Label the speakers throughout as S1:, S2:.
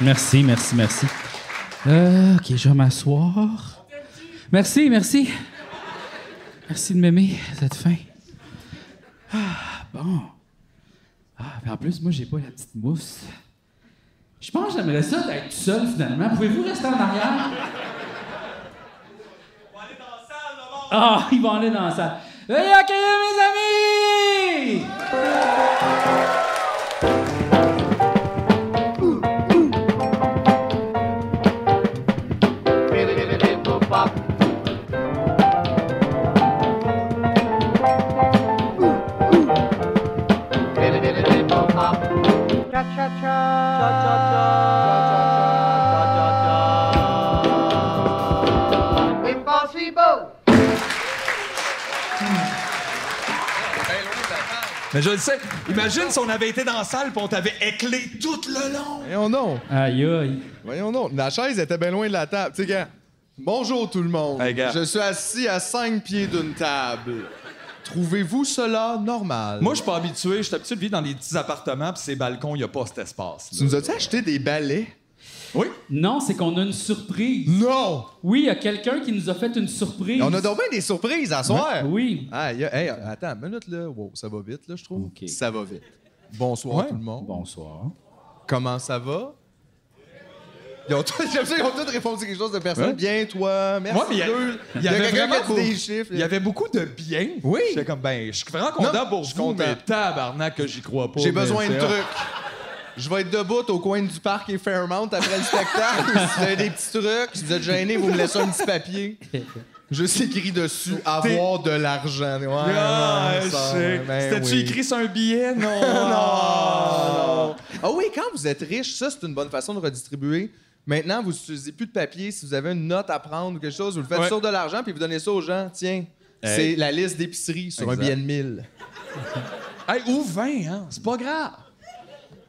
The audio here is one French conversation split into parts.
S1: Merci, merci, merci. Euh, ok, je vais m'asseoir. Merci, merci. Merci de m'aimer, vous êtes fin. Ah, bon. Ah, puis en plus, moi, j'ai pas la petite mousse. Je pense que j'aimerais ça d'être tout seul, finalement. Pouvez-vous rester en arrière? Ah, ils vont aller dans la salle. Veuillez accueillir mes amis!
S2: Impossible!
S3: Mais je le sais. Imagine si on avait été dans la salle pis on t'avait éclé tout le long.
S4: Voyons non.
S1: Aïe, aïe.
S4: Voyons non. La chaise était bien loin de la table. Tu sais, quand. Bonjour tout le monde.
S3: Hey, gars.
S4: Je suis assis à cinq pieds d'une table. Trouvez-vous cela normal?
S3: Moi, je suis pas habitué. Je suis habitué de vivre dans des petits appartements pis ces balcons, y a pas cet espace. là.
S4: Tu nous as-tu acheté des balais?
S3: Oui?
S1: Non, c'est qu'on a une surprise.
S4: Non!
S1: Oui, il y a quelqu'un qui nous a fait une surprise.
S4: On a donc bien des surprises à soir!
S1: Oui.
S4: Ah, y a- hey, attends, une minute là. Wow, ça va vite là, je trouve.
S1: Ok.
S4: Ça va vite. Bonsoir
S3: Ouais.
S4: tout le monde.
S1: Bonsoir.
S4: Comment ça va? Ils ont tous, j'aime ça, ils ont tous répondu quelque chose de personne.
S3: Ouais.
S4: Bien, toi, merci.
S3: Ouais, mais il y a-
S4: Dieu.
S3: il y
S4: Il y,
S3: avait
S4: a quelqu'un qui a
S3: vraiment
S4: dit des
S3: beau-
S4: chiffres.
S3: Il y avait beaucoup de bien.
S4: Oui.
S3: J'étais comme, ben, je suis vraiment content
S4: Non,
S3: pour
S4: je suis
S3: vous,
S4: content.
S3: mais tabarnak que j'y crois pas.
S4: J'ai
S3: mais
S4: besoin de
S3: c'est-
S4: trucs. Je vais être debout au coin du parc et Fairmount après le spectacle. si vous avez des petits trucs, si vous êtes gêné, vous me laissez un petit papier. Juste écrit dessus avoir de l'argent. Ouais,
S3: Ah,
S4: ouais,
S3: je
S4: ça,
S3: sais.
S4: ben
S3: C'était-tu
S4: oui.
S3: écrit sur un billet? Non.
S4: Non, non. Ah oui, quand vous êtes riche, ça, c'est une bonne façon de redistribuer. Maintenant, vous n'utilisez plus de papier. Si vous avez une note à prendre ou quelque chose, vous le faites
S3: Ouais.
S4: sur de l'argent puis vous donnez ça aux gens. Tiens,
S3: Hey.
S4: c'est la liste d'épicerie sur un
S3: Exact.
S4: billet de 1000.
S3: Hey, ou 20, hein? C'est pas grave.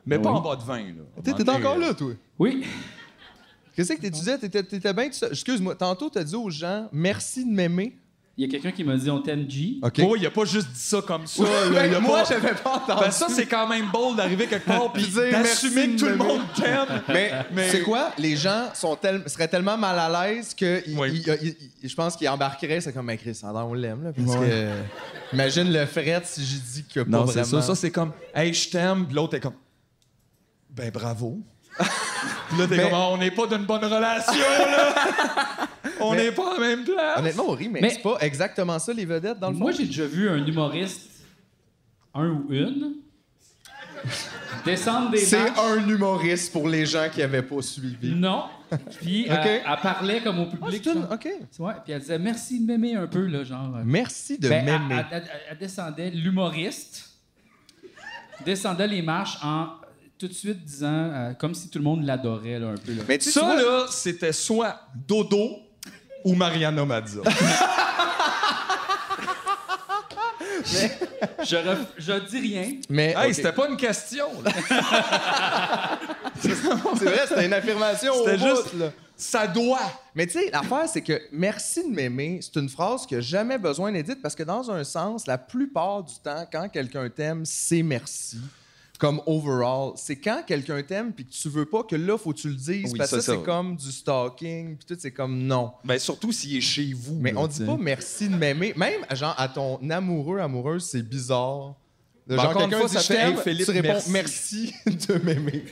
S3: Mais pas en bas de 20, là.
S4: T'es t'es encore là, toi?
S1: Oui.
S4: Qu'est-ce que t'étudiais? T'étais, t'étais bien tout seul. Excuse-moi, tantôt t'as dit aux gens merci de m'aimer.
S1: Il y a quelqu'un qui m'a dit on t'aime, G.
S4: OK.
S3: Oh, il a pas juste dit ça comme ça. là.
S4: Ben,
S3: Il a
S4: moi,
S3: pas-
S4: j'avais pas entendu.
S3: Ben, ça, c'est quand même bold d'arriver quelque part puis
S4: Dire merci
S3: d'assumer que
S4: de
S3: tout le
S4: m'aimer.
S3: monde t'aime.
S4: Mais,
S3: Mais-
S4: c'est quoi? Les gens sont tel- seraient tellement mal à l'aise que ils-
S3: Oui.
S4: ils- ils- ils- je pense qu'ils embarqueraient. C'est comme, mais Chris, alors, on l'aime, là. Parce que, imagine le fret si j'ai dit que pas
S3: Non,
S4: vraiment.
S3: c'est ça. Ça, c'est comme, hey, je t'aime. Puis l'autre est comme, ben bravo. Puis là, t'es
S4: Mais-
S3: comme, Ah, on n'est pas d'une bonne relation, là. on n'est pas en même place.
S4: Honnêtement, on rit, mais,
S1: Mais-
S4: c'est pas exactement ça, les vedettes, dans le fond.
S1: Moi, j'ai déjà vu un humoriste, un ou une, descendre des
S4: c'est
S1: marches.
S4: un humoriste pour les gens qui avaient pas suivi.
S1: Non. Puis euh,
S4: Ok.
S1: elle, elle parlait comme au
S4: Ah,
S1: public.
S4: c'est une-
S1: genre.
S4: OK.
S1: Ouais, puis elle disait merci de m'aimer un peu, là, genre.
S4: Merci de
S1: Ben, elle-
S4: m'aimer.
S1: Elle, elle- elle descendait, l'humoriste descendait les marches en tout de suite disant, euh, comme si tout le monde l'adorait, là, un peu. là.
S4: Mais tu sais, tu
S3: Ça,
S4: vois-
S3: là, c'était soit Dodo ou Mariana Mazza.
S1: Je, ref- je dis rien.
S4: Mais,
S3: hey,
S4: OK.
S3: c'était pas une question, là.
S4: C'est vrai, c'était une affirmation au
S3: C'était
S4: bout,
S3: juste-
S4: là.
S3: Ça doit.
S4: Mais tu sais, l'affaire, c'est que merci de m'aimer, c'est une phrase que jamais besoin d'être dite parce que dans un sens, la plupart du temps, quand quelqu'un t'aime, c'est merci. Comme overall, c'est quand quelqu'un t'aime puis que tu veux pas que là, faut que tu le dises
S3: Oui,
S4: parce que
S3: ça,
S4: ça,
S3: ça.
S4: c'est comme du stalking puis tout, c'est comme non.
S3: Ben, surtout s'il est chez vous.
S4: Mais
S3: là,
S4: on
S3: tu
S4: dit
S3: sais.
S4: pas merci de m'aimer. Même, genre, à ton amoureux, amoureuse, c'est bizarre. De
S3: Ben,
S4: genre,
S3: encore une fois,
S4: quelqu'un dit,
S3: ça
S4: je
S3: fait,
S4: t'aime,
S3: hey, Philippe,
S4: tu réponds
S3: merci.
S4: merci, de m'aimer.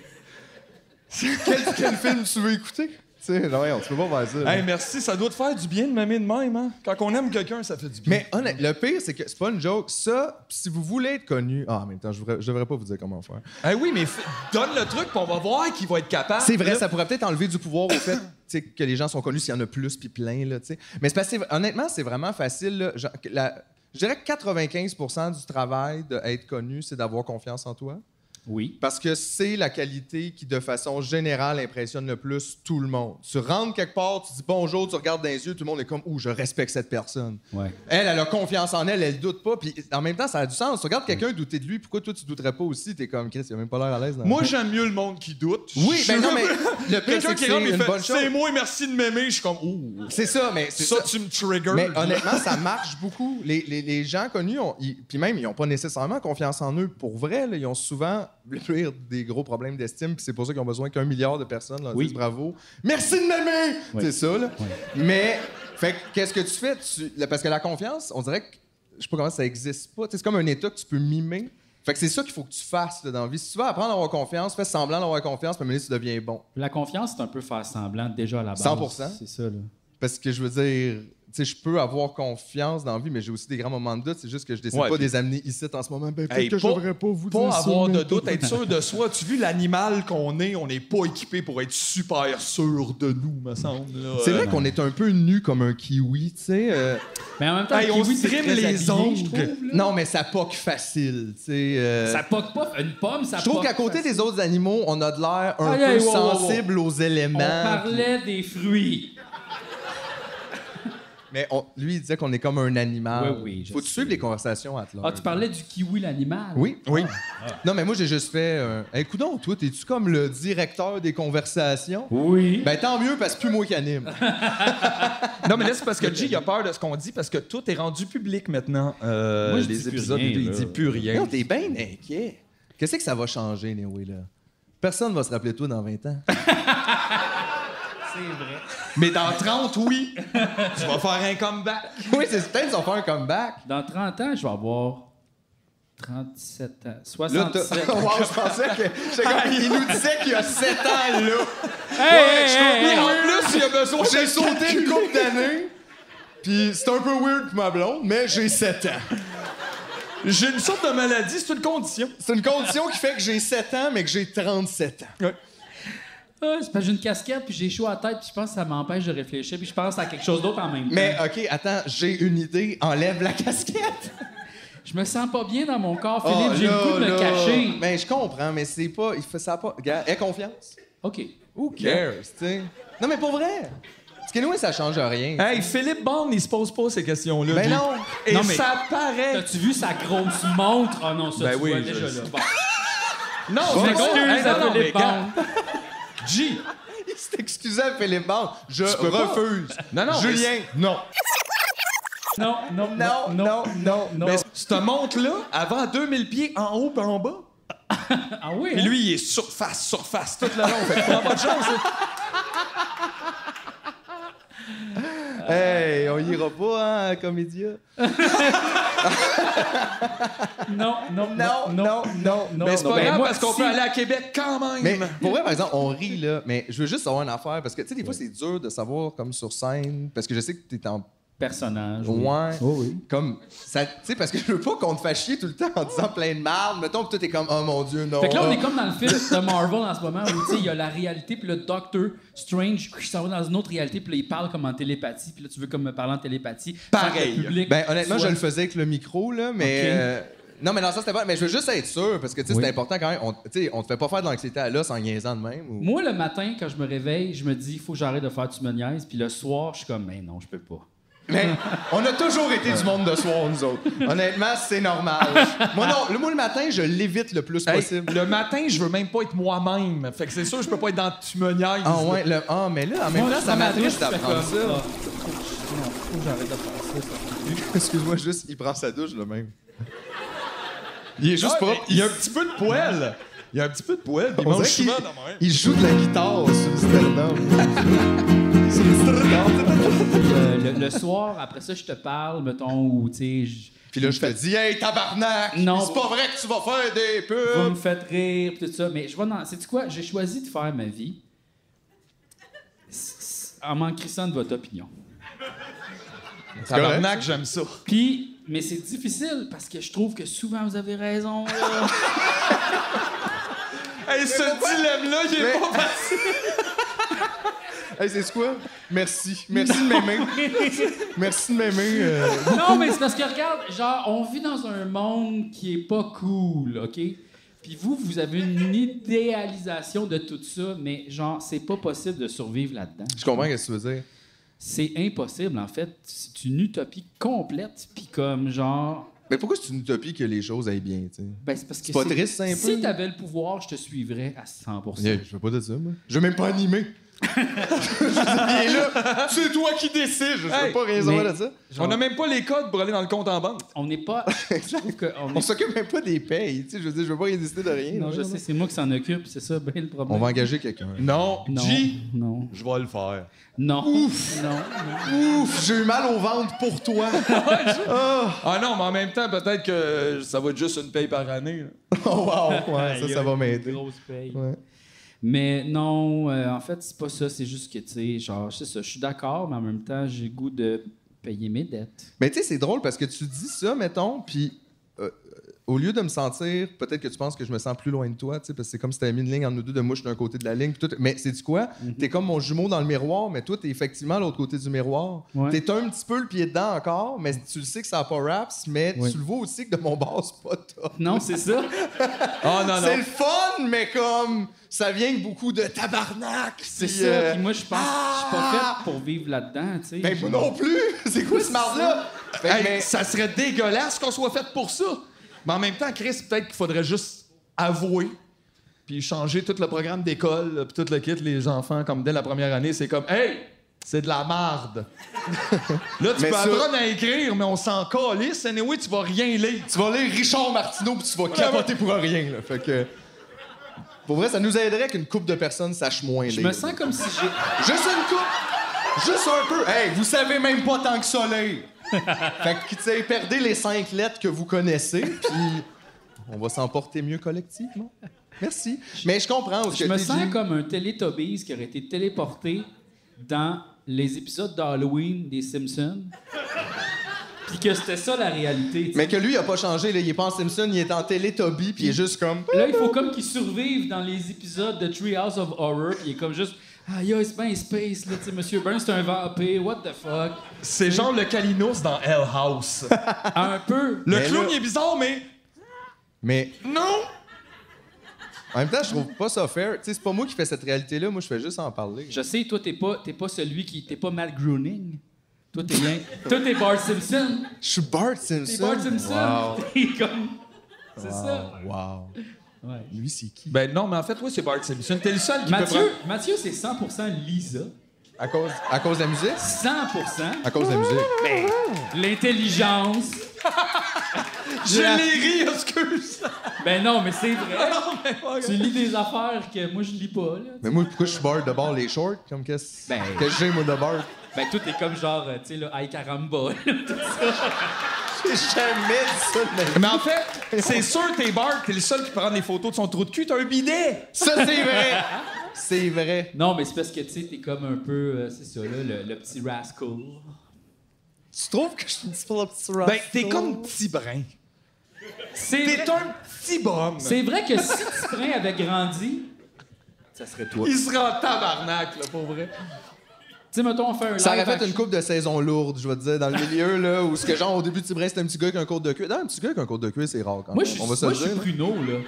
S4: quel, quel film tu veux écouter? Tu sais, non, voyons, tu peux pas faire ça. là.
S3: Hey, merci, ça doit te faire du bien de m'aimer de même, hein? Quand on aime quelqu'un, ça fait du bien.
S4: Mais honnête, le pire, c'est que c'est pas une joke. Ça, si vous voulez être connu. Ah, en même temps, je, voudrais- je devrais pas vous dire comment faire.
S3: Hey, Eh oui, mais f- donne le truc, puis on va voir qu'il va être capable.
S4: C'est vrai,
S3: Ah, Là,
S4: ça pourrait peut-être enlever du pouvoir au fait tu sais, que les gens sont connus s'il y en a plus puis plein. Là, tu sais. Mais c'est parce que c'est- honnêtement, c'est vraiment facile. là. Genre, que la- je dirais que 95 du travail d'être connu, c'est d'avoir confiance en toi.
S1: Oui.
S4: Parce que c'est la qualité qui, de façon générale, impressionne le plus tout le monde. Tu rentres quelque part, tu dis bonjour, tu regardes dans les yeux, tout le monde est comme Ouh, je respecte cette personne.
S1: Ouais.
S4: Elle, elle a confiance en elle, elle doute pas. Puis en même temps, ça a du sens.
S3: Mm.
S4: Tu regardes quelqu'un douter de lui, pourquoi toi tu douterais pas aussi? T'es comme Chris, il a même pas l'air à l'aise. dans-
S3: Moi, j'aime mieux le monde qui doute.
S4: Oui,
S3: Je-
S4: ben non, mais le pire,
S3: Quelqu'un
S4: c'est que
S3: qui
S4: c'est
S3: rentre et
S4: une
S3: fait
S4: bonne chose.
S3: C'est moi, merci de m'aimer. Je suis comme, ouh.
S4: C'est ça, mais c'est
S3: Ça,
S4: ça.
S3: tu me triggers.
S4: Mais honnêtement, ça marche beaucoup. Les, les- les gens connus, ont- ils- puis même, ils n'ont pas nécessairement confiance en eux pour vrai. là. Ils ont souvent le pire des gros problèmes d'estime, puis c'est pour ça qu'ils ont besoin qu'un milliard de personnes leur
S1: Oui.
S4: disent bravo. Merci de m'aimer!
S1: Oui.
S4: C'est ça, là.
S1: Oui.
S4: Mais, fait que, qu'est-ce que tu fais? Tu- là, parce que la confiance, on dirait que, je sais pas comment ça existe pas. Tu sais, C'est comme un état que tu peux mimer. Fait que c'est ça qu'il faut que tu fasses là, dans la vie. Si tu vas apprendre à avoir confiance, fais semblant d'avoir confiance, puis à un moment donné, tu deviens bon.
S1: La confiance, c'est un peu faire semblant déjà à la base.
S4: 100%.
S1: C'est ça, là.
S4: Parce que je veux dire, tu sais, je peux avoir confiance dans la vie, mais j'ai aussi des grands moments de doute. C'est juste que je décide
S3: Ouais,
S4: pas de
S3: puis-
S4: les amener ici en ce moment. Ben, peut-être
S3: Hey,
S4: que
S3: pas-
S4: j'aurais pas vous
S3: Pas
S4: dire ça,
S3: avoir
S4: mais-
S3: de doute, être sûr de soi. Tu vu l'animal qu'on est, on n'est pas équipé pour être super sûr de nous, me semble. là.
S4: C'est
S3: Euh,
S4: vrai qu'on est un peu nu comme un kiwi, tu sais. euh,
S1: Mais en même temps,
S3: Hey,
S1: le
S3: on
S1: kiwi,
S3: se
S1: c'est
S3: trime
S1: très
S3: les
S1: habillé, je
S3: ongles.
S1: trouve, là.
S4: non, mais ça poque facile, tu sais. euh,
S1: Ça poque pas. Une pomme, ça
S4: Je trouve
S1: poque
S4: qu'à côté
S1: facile.
S4: des autres animaux, on a de l'air un
S1: Aïe,
S4: peu
S1: aïe, wow, wow, wow.
S4: sensible aux éléments.
S1: On parlait des fruits.
S4: Mais on- lui, il disait qu'on est comme un animal.
S1: Oui, oui, je
S4: Faut-tu
S1: sais.
S4: suivre les conversations à
S1: Ah, tu Ah, parlais du kiwi, l'animal.
S4: Oui.
S3: Oui.
S4: Non, mais moi, j'ai juste fait. Euh, hey, coudonc, toi, t'es-tu comme le directeur des conversations?
S1: Oui.
S4: Ben, tant mieux, parce que plus moi qui anime.
S3: Non, mais là, c'est parce que G, il a peur de ce qu'on dit parce que tout est rendu public maintenant. Euh,
S1: Moi, je dis
S3: les
S1: plus
S3: épisodes,
S1: rien,
S3: il
S1: là.
S3: dit plus
S4: Non,
S3: rien.
S4: t'es bien inquiet. Qu'est-ce que ça va changer, anyway, là? Personne va se rappeler de toi dans 20 ans.
S3: Mais dans 30, oui, tu vas faire un comeback.
S4: oui, c'est peut-être qu'ils vont faire un comeback.
S1: Dans 30 ans, je vais avoir 37 ans.
S4: Là, t'as-
S1: 67 ans.
S4: wow, je pensais que. j'étais comme, il nous disait qu'il y a 7 ans, là.
S1: Hey,
S4: je
S1: hey, hey,
S4: comprends.
S1: hey.
S4: en plus, il y a besoin. J'ai sauté une couple d'années. Puis c'est un peu weird pour ma blonde, mais j'ai 7 ans.
S3: J'ai une sorte de maladie, c'est une condition.
S4: C'est une condition qui fait que j'ai 7 ans, mais que j'ai 37 ans.
S1: Ah, c'est parce que j'ai une casquette, puis j'ai chaud à la tête, puis je pense que ça m'empêche de réfléchir, puis je pense à quelque chose d'autre en même temps.
S4: Mais OK, attends, j'ai une idée. Enlève la casquette.
S1: Je me sens pas bien dans mon corps,
S4: Ah,
S1: Philippe. j'ai le
S4: là,
S1: goût de
S4: là.
S1: me cacher.
S4: Mais Ben, je comprends, mais c'est pas... Il fait ça pas... Regarde, aie confiance.
S1: OK.
S4: Who cares, tu sais? Non, mais pour vrai. Parce que nous, ça change rien.
S3: Euh, Hey, Philippe Bond, il se pose pas ces questions-là.
S4: Ben
S3: G.
S4: non.
S3: Et
S1: Non, mais-
S3: ça paraît.
S1: T'as-tu vu sa grosse montre? Oh non, ça,
S3: Ben
S1: tu
S3: oui,
S1: vois
S3: je
S1: déjà,
S3: sais.
S1: là. Bon.
S3: Non,
S1: Je
S3: c'est
S1: m'excuse
S3: Hey,
S1: à
S3: non, non, mais
S1: Philippe
S3: gars,
S1: Bond.
S3: G,
S4: Il s'est excusé à Philippe Bond. Je
S3: peux pas.
S4: refuse.
S3: Non, non, mais
S4: Julien, non.
S1: Non, non,
S4: Non, non, non.
S1: non.
S3: mais cette montre-là, avant 2000 pieds en haut puis en bas,
S1: Ah oui?
S3: Puis
S1: hein?
S3: lui, il est surface, surface, tout le long. Fait
S4: Ben
S3: qu'il prend pas de chance. hein.
S4: Hey, on ira pas, hein, à Comédia?
S1: Non, non,
S4: Non, non, non.
S1: non,
S3: Mais c'est
S1: non.
S3: pas
S1: Ben,
S3: grave
S1: moi,
S3: parce qu'on
S1: si-
S3: peut aller à Québec quand même.
S4: Mais pour vrai, par exemple, on rit, là, mais je veux juste savoir une affaire, parce que, tu sais, des fois, c'est dur de savoir, comme sur scène, parce que je sais que t'es en
S1: Personnage. oui.
S4: loin.
S1: Oh oui.
S4: Comme, ça, tu sais, parce que je veux pas qu'on te fasse chier tout le temps en disant plein de marde. Mettons, que toi, t'es comme, oh mon Dieu, non.
S1: Fait que là, on est
S4: ah.
S1: comme dans le film de Marvel en ce moment où tu sais, il y a la réalité, puis le Doctor Strange qui s'en va dans une autre réalité, puis là, il parle comme en télépathie, puis là, tu veux comme me parler en télépathie.
S3: Pareil.
S1: Sans que le public
S4: Ben, honnêtement,
S1: soit-
S4: je le faisais avec le micro, là, mais.
S1: Ok.
S4: euh, non, mais dans ça, c'était pas. Mais je veux juste être sûr, parce que, tu sais,
S1: Oui.
S4: c'est important quand même. On, tu sais, on te fait pas faire de l'anxiété à l'os en niaisant de même. Ou...
S1: Moi, le matin, quand je me réveille, je me dis, faut que j'arrête de faire tu me niaises. Puis le soir, je suis comme, mais non, je peux pas.
S4: Mais on a toujours été du monde de soir, nous autres. Honnêtement, c'est normal. moi, non, le, moi, le matin, je l'évite le plus
S3: Hey,
S4: possible.
S3: le matin, je veux même pas être moi-même. Fait que c'est sûr, je peux pas être dans tu me niaises.
S4: Ah ouais, le... ah, mais là, en même
S1: Moi,
S4: temps,
S1: je
S4: ça
S1: prends ma
S4: m'attriste
S1: douche, je fais
S4: d'apprendre
S1: comme,
S4: ça.
S1: ah, faut que je- Non, faut que j'arrête de faire ça.
S4: Excuse-moi, juste, il prend sa douche le même. Il est
S3: Juste
S4: juste
S3: pas-
S4: propre.
S3: Il y a un petit peu de poêle. Il y a un petit peu de poêle. puis Il
S4: On dirait
S3: mange
S4: qu'il
S3: souvent de même.
S4: il joue de la guitare sur le stand-up. sur le stand-up.
S1: Euh, Le, le- le soir, après ça, je te parle, mettons, ou tu sais, je-
S4: Puis là, je te dis, hey, tabarnak!
S1: Non.
S4: C'est pas vrai que tu vas faire des
S1: vous me
S4: pubs!
S1: faites rire, puis tout ça. Mais je vois dans. Sais-tu quoi? J'ai choisi de faire ma vie s- s- en m'en crissant de votre opinion.
S3: Tabarnak, j'aime ça.
S1: Puis, mais c'est difficile parce que je trouve que souvent vous avez raison. là.
S3: Hey, ce dilemme-là, il est
S4: Mais-
S3: pas facile.
S4: Hey, c'est quoi? Merci. Merci de m'aimer. Merci de m'aimer. euh.
S1: Non, mais c'est parce que regarde, genre, on vit dans un monde qui est pas cool, OK? Puis vous, vous avez une idéalisation de tout ça, mais genre, c'est pas possible de survivre là-dedans.
S4: Je comprends ce que tu veux dire.
S1: C'est impossible, en fait. C'est une utopie complète, puis comme genre.
S4: Mais pourquoi c'est une utopie que les choses aillent bien, tu sais?
S1: Ben, c'est parce que.
S4: C'est pas triste, c'est un peu?
S1: Si t'avais le pouvoir, je te suivrais à 100
S4: Je veux pas de ça, moi. Je veux même pas animer. Il est là.
S3: C'est toi qui décides. Je
S4: T'as
S3: sais
S4: pas raison
S1: mais-
S4: de ça.
S3: On n'a même pas les codes pour aller dans le compte en banque.
S1: On n'est pas. Je trouve que on
S4: On
S1: est-
S4: s'occupe même pas des payes. Tu sais, je veux dire, je veux pas résister de rien.
S1: Non, je sais, c'est moi qui s'en occupe, c'est ça, bien le problème.
S4: On va engager quelqu'un.
S3: Non.
S1: Non.
S3: G,
S1: Non.
S3: je vais le faire.
S1: Non. Ouf! Non.
S4: Ouf, j'ai eu mal au ventre pour toi.
S3: Ah non, mais en même temps, peut-être que ça va être juste une paye par année. là.
S4: Oh wow, ouais, ça, ça va m'aider.
S1: Grosse paye.
S4: Ouais.
S1: Mais non, euh, en fait, c'est pas ça, c'est juste que, tu sais, genre, c'est ça, je suis d'accord, mais en même temps, j'ai le goût de payer mes dettes.
S4: Mais tu sais, c'est drôle parce que tu dis ça, mettons, puis euh, euh, au lieu de me sentir, peut-être que tu penses que je me sens plus loin de toi, tu sais, parce que c'est comme si t'avais mis une ligne entre nous deux de moi, je suis d'un côté de la ligne. puis toi, t'es- mais c'est du quoi?
S1: Mhm.
S4: T'es comme mon jumeau dans le miroir, mais toi, t'es effectivement l'autre côté du miroir.
S1: Ouais.
S4: T'es un petit peu le pied dedans encore, mais tu le sais que ça n'a pas raps, mais
S1: Oui.
S4: tu le vois aussi que de mon bord, c'est pas top.
S1: Non, c'est ça.
S3: Ah non,
S4: C'est
S3: non.
S4: le fun, mais comme ça vient avec beaucoup de tabarnak.
S1: C'est
S4: puis,
S1: ça.
S4: euh,
S1: Puis moi, je pense que je suis
S4: ah!
S1: pas fait pour vivre là-dedans, tu sais.
S4: Ben, moi non plus! C'est quoi ce marde-là? Fait que,
S3: Hey,
S4: mais-
S3: Ça serait dégueulasse qu'on soit fait pour ça. Mais en même temps, Chris, peut-être qu'il faudrait juste avouer puis changer tout le programme d'école, puis tout le kit, les enfants, comme dès la première année, c'est comme « Hey, c'est de la marde! » Là, tu
S4: Mais
S3: peux
S4: ça-
S3: apprendre à écrire, mais on s'en calisse. Anyway, tu vas rien lire.
S4: Tu vas lire Richard Martineau puis tu vas capoter pour rien. Là. Fait que. Pour vrai, ça nous aiderait qu'une couple de personnes sachent moins
S1: Je
S4: lire.
S1: me sens comme si j'ai.
S4: Juste une coupe! Juste un peu! Hey, vous savez même pas tant que ça lire! fait que, tu sais, perdez les cinq lettres que vous connaissez, puis on va s'en porter mieux collectivement. Merci. Mais je comprends aussi
S1: Je
S4: que
S1: me
S4: t'es
S1: sens
S4: dit-
S1: comme un Teletubbies qui aurait été téléporté dans les épisodes d'Halloween des Simpsons. Puis que c'était ça la réalité. tu sais.
S4: Mais que lui, il a pas changé. Là. Il est pas en Simpson, il est en Télétobie, puis il est juste comme.
S1: Là, il faut comme qu'il survive dans les épisodes de Treehouse of Horror. Puis il est comme juste. Ah, yo, c'est bien space, là, tu sais, Monsieur Burns, c'est un vampire, what the fuck.
S3: C'est genre le Kalinos dans Hell House.
S1: Un peu.
S3: Le
S4: Mais
S3: clown,
S4: là-
S3: il est bizarre, mais
S4: Mais
S3: non!
S4: en même temps, je trouve pas ça fair. Tu sais, c'est pas moi qui fais cette réalité-là. Moi, je fais juste en parler.
S1: Je sais, toi, t'es pas, t'es pas celui qui. T'es pas Mal Groening. Toi, t'es bien. toi, t'es Bart Simpson.
S4: Je suis Bart
S1: T'es
S4: Simpson.
S1: Bart Simpson. T'es comme. C'est ça.
S4: Wow.
S1: Ouais.
S4: Lui, c'est qui?
S3: Ben non, mais en fait, oui, c'est Bart Simpson. T'es le seul qui peut
S1: Mathieu,
S3: prendre...
S1: Mathieu c'est 100% Lisa.
S4: À cause, à cause de la musique?
S1: 100%
S4: À cause de la musique.
S1: Ah. l'intelligence.
S3: Je l'ai ri, excuse!
S1: Ben non, mais c'est vrai.
S3: Non, mais ouais.
S1: Tu lis des affaires que moi je lis pas. Là.
S4: Mais moi, pourquoi je suis Bart de bord les shorts? Comme qu'est-ce
S1: Ben-
S4: que j'ai, moi, de Bart?
S1: Ben tout est comme genre, euh, tu sais, là, Aïe Caramba. là, tout ça.
S4: J'ai jamais dit ça de ma vie.
S3: Mais en fait, c'est sûr, t'es Bart, t'es le seul qui prend des photos de son trou de cul, t'as un bidet!
S4: Ça, c'est vrai! C'est vrai.
S1: Non, mais c'est parce que tu sais, t'es comme un peu, euh, c'est ça, là, le, le petit rascal.
S4: Tu trouves que je suis petit pour le petit rap?
S3: Ben, t'es comme petit brin.
S1: C'est
S3: T'es
S1: vrai,
S3: un petit bonhomme.
S1: c'est vrai que si Titrin avait grandi, ça serait toi. Tu
S3: Il se rend tabarnak, là, pour vrai.
S1: sais, mettons, on fait un live.
S4: Ça aurait fait
S1: action.
S4: une coupe de saison lourde, je veux te dire, dans le milieu, là, où ce que genre, au début, tu brin, c'était un petit gars avec un cours de cuir. Non, un petit gars avec un cours de cuir, c'est rare quand même.
S1: Moi, je suis,
S4: On va se
S1: moi,
S4: le
S1: je suis
S4: dire.
S1: Bruno, là.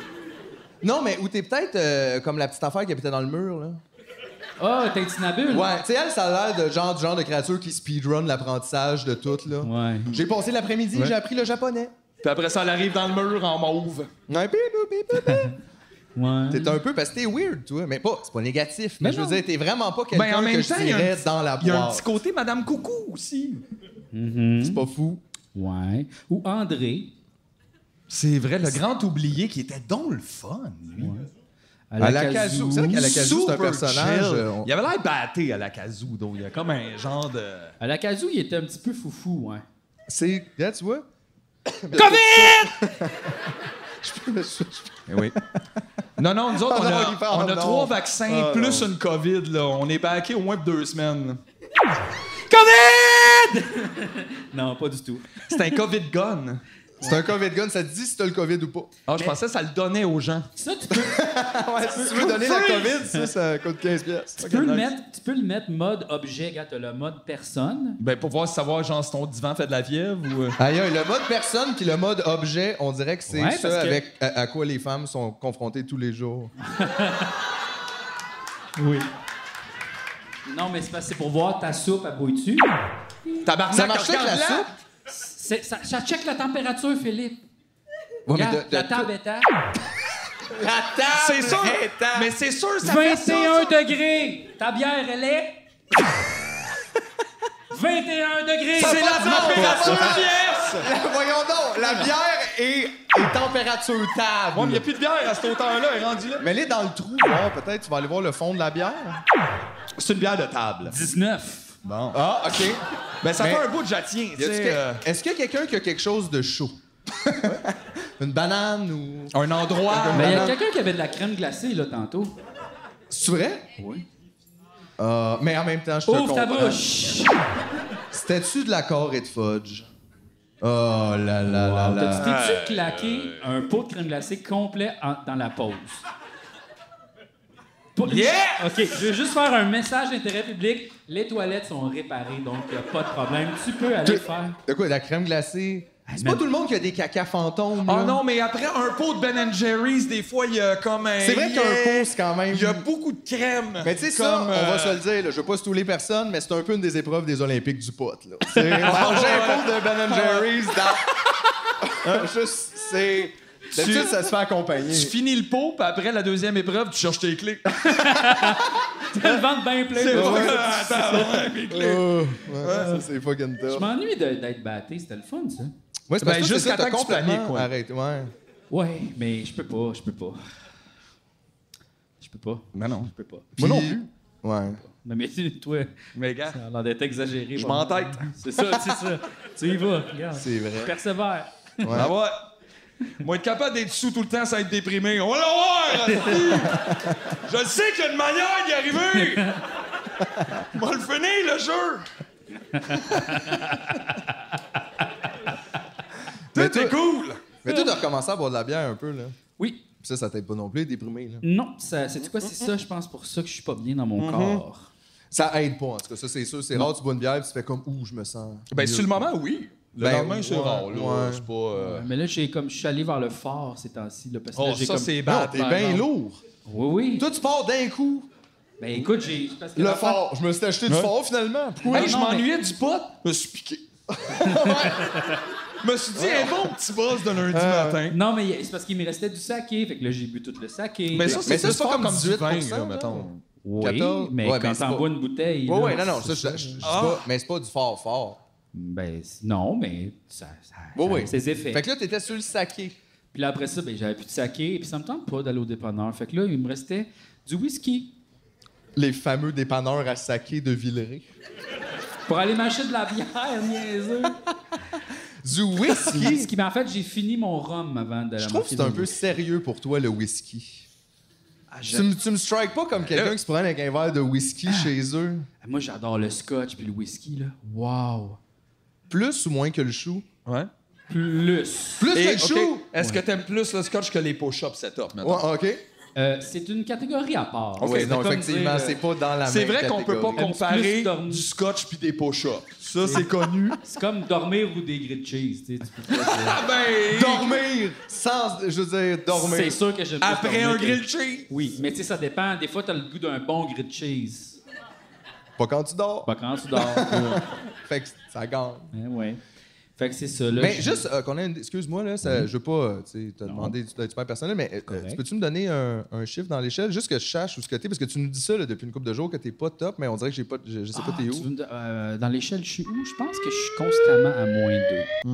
S4: Non, mais où t'es peut-être euh, comme la petite affaire qui habitait dans le mur, là.
S1: Ah, t'es Tinabule?
S4: Ouais, tu sais, elle, ça a l'air de genre, du genre de créature qui speedrun l'apprentissage de tout, là.
S1: Ouais.
S4: J'ai passé l'après-midi, j'ai appris le japonais.
S3: Puis après ça, elle arrive dans le mur en mauve.
S4: Ouais, bip, bip, bip, bip.
S1: Ouais.
S4: T'es
S3: Mm-hmm.
S4: un peu parce que t'es weird, toi. Mais pas, c'est pas négatif. Mais,
S1: Mais
S4: je veux
S1: non.
S4: dire, t'es vraiment pas quelqu'un
S3: Ben, en même
S4: que je
S3: temps, il y a un
S4: dirais
S3: petit-
S4: dans la
S3: Il y a un
S4: boîte.
S3: petit côté Madame Coucou aussi.
S4: C'est pas fou.
S1: Ouais. Ou André.
S3: C'est vrai, le grand oublié qui était donc le fun, lui.
S4: À la Kazoo. C'est vrai qu'à la Kazoo, c'est un
S3: Super
S4: personnage.
S3: chill.
S4: euh, on-
S3: Il avait l'air batté à la Kazoo, donc il y a comme un genre de.
S1: À la Kazoo, il était un petit peu foufou, hein. ouais.
S4: C'est. Là, tu vois?
S3: Eh oui. Non, non, nous autres, on
S4: Ah non, il parle,
S3: a, on a
S4: non.
S3: trois vaccins
S4: Ah
S3: plus une COVID, là. On est baqué au moins pour deux semaines.
S1: COVID! non, pas du tout.
S3: C'est un COVID gun.
S4: C'est un COVID gun, ça te dit si t'as le COVID ou pas.
S3: Ah, je pensais que ça le donnait aux gens.
S1: Ça, tu peux,
S4: Ouais, si tu veux donner la COVID, ça, ça coûte 15 piastres.
S1: tu peux le mettre, tu peux le mettre mode objet, gars, t'as le mode personne.
S3: Ben, pour voir savoir, genre, si ton divan fait de la fièvre ou. euh,
S4: Aïe, aïe, le mode personne puis le mode objet, on dirait que c'est
S1: Ouais,
S4: ça
S1: parce que-
S4: avec à, à quoi les femmes sont confrontées tous les jours.
S1: Oui. Non, mais c'est parce que c'est pour voir ta soupe, elle bouille-tu?
S3: Tabarnak,
S4: Ça marche avec la
S3: regarde-la!
S4: soupe?
S1: C'est- Ça, ça check la température, Philippe.
S4: Ouais, mais
S1: Regarde,
S4: de- de-
S1: la table est à...
S5: La table
S3: C'est sûr.
S5: est à-
S3: Mais c'est sûr, ça fait ça,
S1: 21
S3: ça.
S1: degrés. Ta bière, elle est. 21 degrés.
S3: C'est la température, pièce!
S5: Voyons donc, la
S4: Ah.
S5: bière est, est température table.
S3: Bon, il n'y a plus de bière à cet autant-là, elle est rendue là.
S4: Mais elle est dans le trou, là. Ah, Peut-être tu vas aller voir le fond de la bière.
S3: C'est une bière de table.
S1: 19.
S3: Bon.
S4: Ah, OK.
S3: Ben, ça
S4: Mais-
S3: fait un bout de j'attien, tu
S4: Y a-tu
S3: sais.
S4: que-
S3: euh,
S4: Est-ce qu'il y a quelqu'un qui a quelque chose de chaud? Une banane ou...
S3: Un endroit.
S4: Ben
S1: Mais Ben, il y a quelqu'un qui avait de la crème glacée, là, tantôt.
S4: C'est vrai?
S1: Oui.
S4: Euh, mais en même temps, je te
S1: Ouvre ta
S4: comprends.
S1: bouche.
S4: C'était-tu de la corps et de fudge? Oh là là là là.
S1: T'as-tu t'es-tu claqué un pot de crème glacée complet en- dans la pause? Pas-
S5: Yeah!
S1: OK, je veux juste faire un message d'intérêt public. Les toilettes sont réparées, donc y a pas de problème. Tu peux aller faire...
S4: De quoi, de la crème glacée? C'est
S1: man.
S4: pas tout le monde qui a des caca fantômes.
S3: Ah
S4: là.
S3: non, mais après un pot de Ben Jerry's, des fois, il y a comme un.
S4: C'est vrai qu'il y a un pot, c'est quand même.
S3: Il y a beaucoup de crème.
S4: Mais tu sais, ça,
S3: Comme,
S4: on va
S3: euh,
S4: se le dire, là, je veux pas tous les personnes, mais c'est un peu une des épreuves des Olympiques du pot. Là. C'est manger un pot de Ben Jerry's dans. Juste, c'est. D'habitude, ça se fait accompagner.
S3: Tu finis le pot, puis après la deuxième épreuve, tu cherches tes clés.
S1: T'as le ventre bien plein.
S3: C'est
S1: là.
S3: vrai, attends, ouais, mes clés.
S4: Oh, ouais, ça, c'est fucking
S1: Je
S4: tough.
S1: m'ennuie de- d'être batté. C'était le fun, ça.
S4: Moi, c'est
S3: Ben,
S4: parce que
S3: jusqu'à
S4: jusqu'à
S3: temps que tu paniques, ouais.
S4: Arrête, ouais.
S1: Ouais, mais je peux pas, je peux pas. Je peux pas,
S3: Mais non.
S1: je peux pas.
S4: Moi non plus. Ouais.
S1: Non, mais toi,
S3: Mais gars,
S1: ça a l'air d'être exagéré.
S3: je
S1: par-
S3: m'entête.
S1: C'est ça, c'est ça. Tu y vas, regarde.
S4: C'est vrai.
S1: Persévère.
S3: Ah ouais. Moi, être capable d'être sous tout le temps sans être déprimé. On va le voir! hostie. Je le sais qu'il y a une manière d'y arriver! On va le finir, le jeu!
S4: Mais
S3: Tout est
S4: toi-
S3: cool!
S4: Mais toi, de recommencer à boire de la bière un peu, là.
S1: Oui,
S4: Puis ça, ça t'aide pas non plus, déprimé, là.
S1: Non, ça,
S4: Mm,
S1: c'est quoi, c'est ça, je pense, pour ça que je suis pas bien dans mon
S4: Mm-hmm.
S1: corps.
S4: Ça aide pas, en tout cas. Ça, c'est sûr. C'est rare, tu bois une bière, puis tu fais comme, ouh, je me sens.
S3: Ben,
S4: mieux.
S3: sur le moment, oui. Le
S4: Ben,
S3: lendemain, c'est
S4: ouais,
S3: rare, là.
S4: ouais.
S3: Je sais pas. euh,
S1: Mais là, j'ai comme, je suis allé vers le fort ces temps-ci, là, parce que là,
S3: Oh,
S1: j'ai
S3: ça,
S1: comme...
S3: c'est
S4: Non,
S3: bad.
S4: t'es bien lourd.
S1: Oui, oui.
S4: Toi, tu pars d'un coup.
S1: Ben écoute, j'ai... parce que
S4: Le
S1: la-
S4: fort. Je me suis acheté du fort, finalement. Pourquoi?
S3: Hey, je
S1: Non, mais-
S3: m'ennuyais du pot. Je me suis piqué. Je me suis dit, un bon petit boss de lundi
S4: Euh,
S3: matin.
S1: Non, mais c'est parce qu'il me restait du saké, fait que là, j'ai bu tout le saké.
S3: Mais ça,
S4: mais
S3: c'est
S4: ça,
S3: juste
S4: c'est
S3: pas
S4: pas
S3: comme
S4: comme
S3: du vin,
S4: 18%,
S3: là,
S4: là.
S3: mettons.
S1: oui,
S4: 14?
S1: mais
S4: Ouais,
S1: quand
S4: mais c'est
S1: t'en
S4: pas-
S1: bois une bouteille...
S4: Ouais,
S1: là,
S4: ouais, non, non, ça,
S1: c'est-
S4: je, je- je dis
S3: Ah.
S4: pas. Mais c'est pas du fort fort.
S1: Ben c'est- non, mais ça, ça,
S4: Oui,
S1: ça a
S4: oui.
S1: ses effets.
S4: Fait que là, t'étais sur le saké.
S1: Puis là, après ça, ben, j'avais plus de saké, puis ça me tente pas d'aller au dépanneur. Fait que là, il me restait du whisky
S4: Les fameux dépanneurs à saké de Villeray.
S1: pour aller m'acheter de la bière, niaiseux.
S4: Du whisky.
S1: Ce qui, mais en fait, j'ai fini mon rhum avant de
S4: Je trouve que c'est un peu sérieux pour toi, le whisky. Tu, me- tu me strikes pas
S3: Ben
S4: comme quelqu'un qui se promène avec un verre de whisky
S3: Ah.
S4: chez eux.
S1: Ben, Moi, j'adore le scotch puis le whisky, là. Wow!
S4: Plus ou moins que le chou?
S3: Ouais.
S1: Plus!
S4: Plus que
S3: Et,
S4: le
S3: Eh, ok,
S4: chou!
S3: Est-ce que t'aimes plus le scotch que les push-ups setup, mettons?
S4: Ouais, OK.
S1: Euh, c'est une catégorie à part.
S4: Ok,
S1: C'est
S4: Ah non,
S1: comme
S4: effectivement,
S1: dire,
S4: c'est pas dans la même
S3: C'est vrai qu'on peut pas
S4: catégorie.
S1: Plus
S3: comparer
S1: dormi.
S3: du scotch puis des push-ups. Ça, c'est connu.
S1: C'est comme dormir ou des grilled cheese, tu sais. tu peux pas-
S3: Ah ben,
S4: Dormir! Sans... Je veux dire,
S1: C'est
S4: dormir.
S1: sûr que j'aime plus
S3: Après
S1: dormir
S3: un
S1: que-
S3: grilled cheese.
S1: Oui, mais tu sais, ça dépend. Des fois, t'as le goût d'un bon grilled cheese.
S4: Pas quand tu dors.
S1: Pas quand tu dors.
S4: Fait que ça gagne.
S1: Hein, ouais. Fait que c'est ça, là.
S4: Mais
S1: j'ai-
S4: juste euh, qu'on ait une... Excuse-moi, là, ça, je veux pas euh, tu sais, te demander d'être super personnel, mais euh,
S1: Correct.
S4: tu peux-tu me donner un, un chiffre dans l'échelle, juste que je sache où ce que t'es, parce que tu nous dis ça là, depuis une couple de jours que t'es pas top, mais on dirait que j'ai pas, je, je sais pas
S1: Ah,
S4: t'es
S1: tu
S4: où.
S1: veux me dire, euh, dans l'échelle, je suis où? Je pense que je suis constamment à moins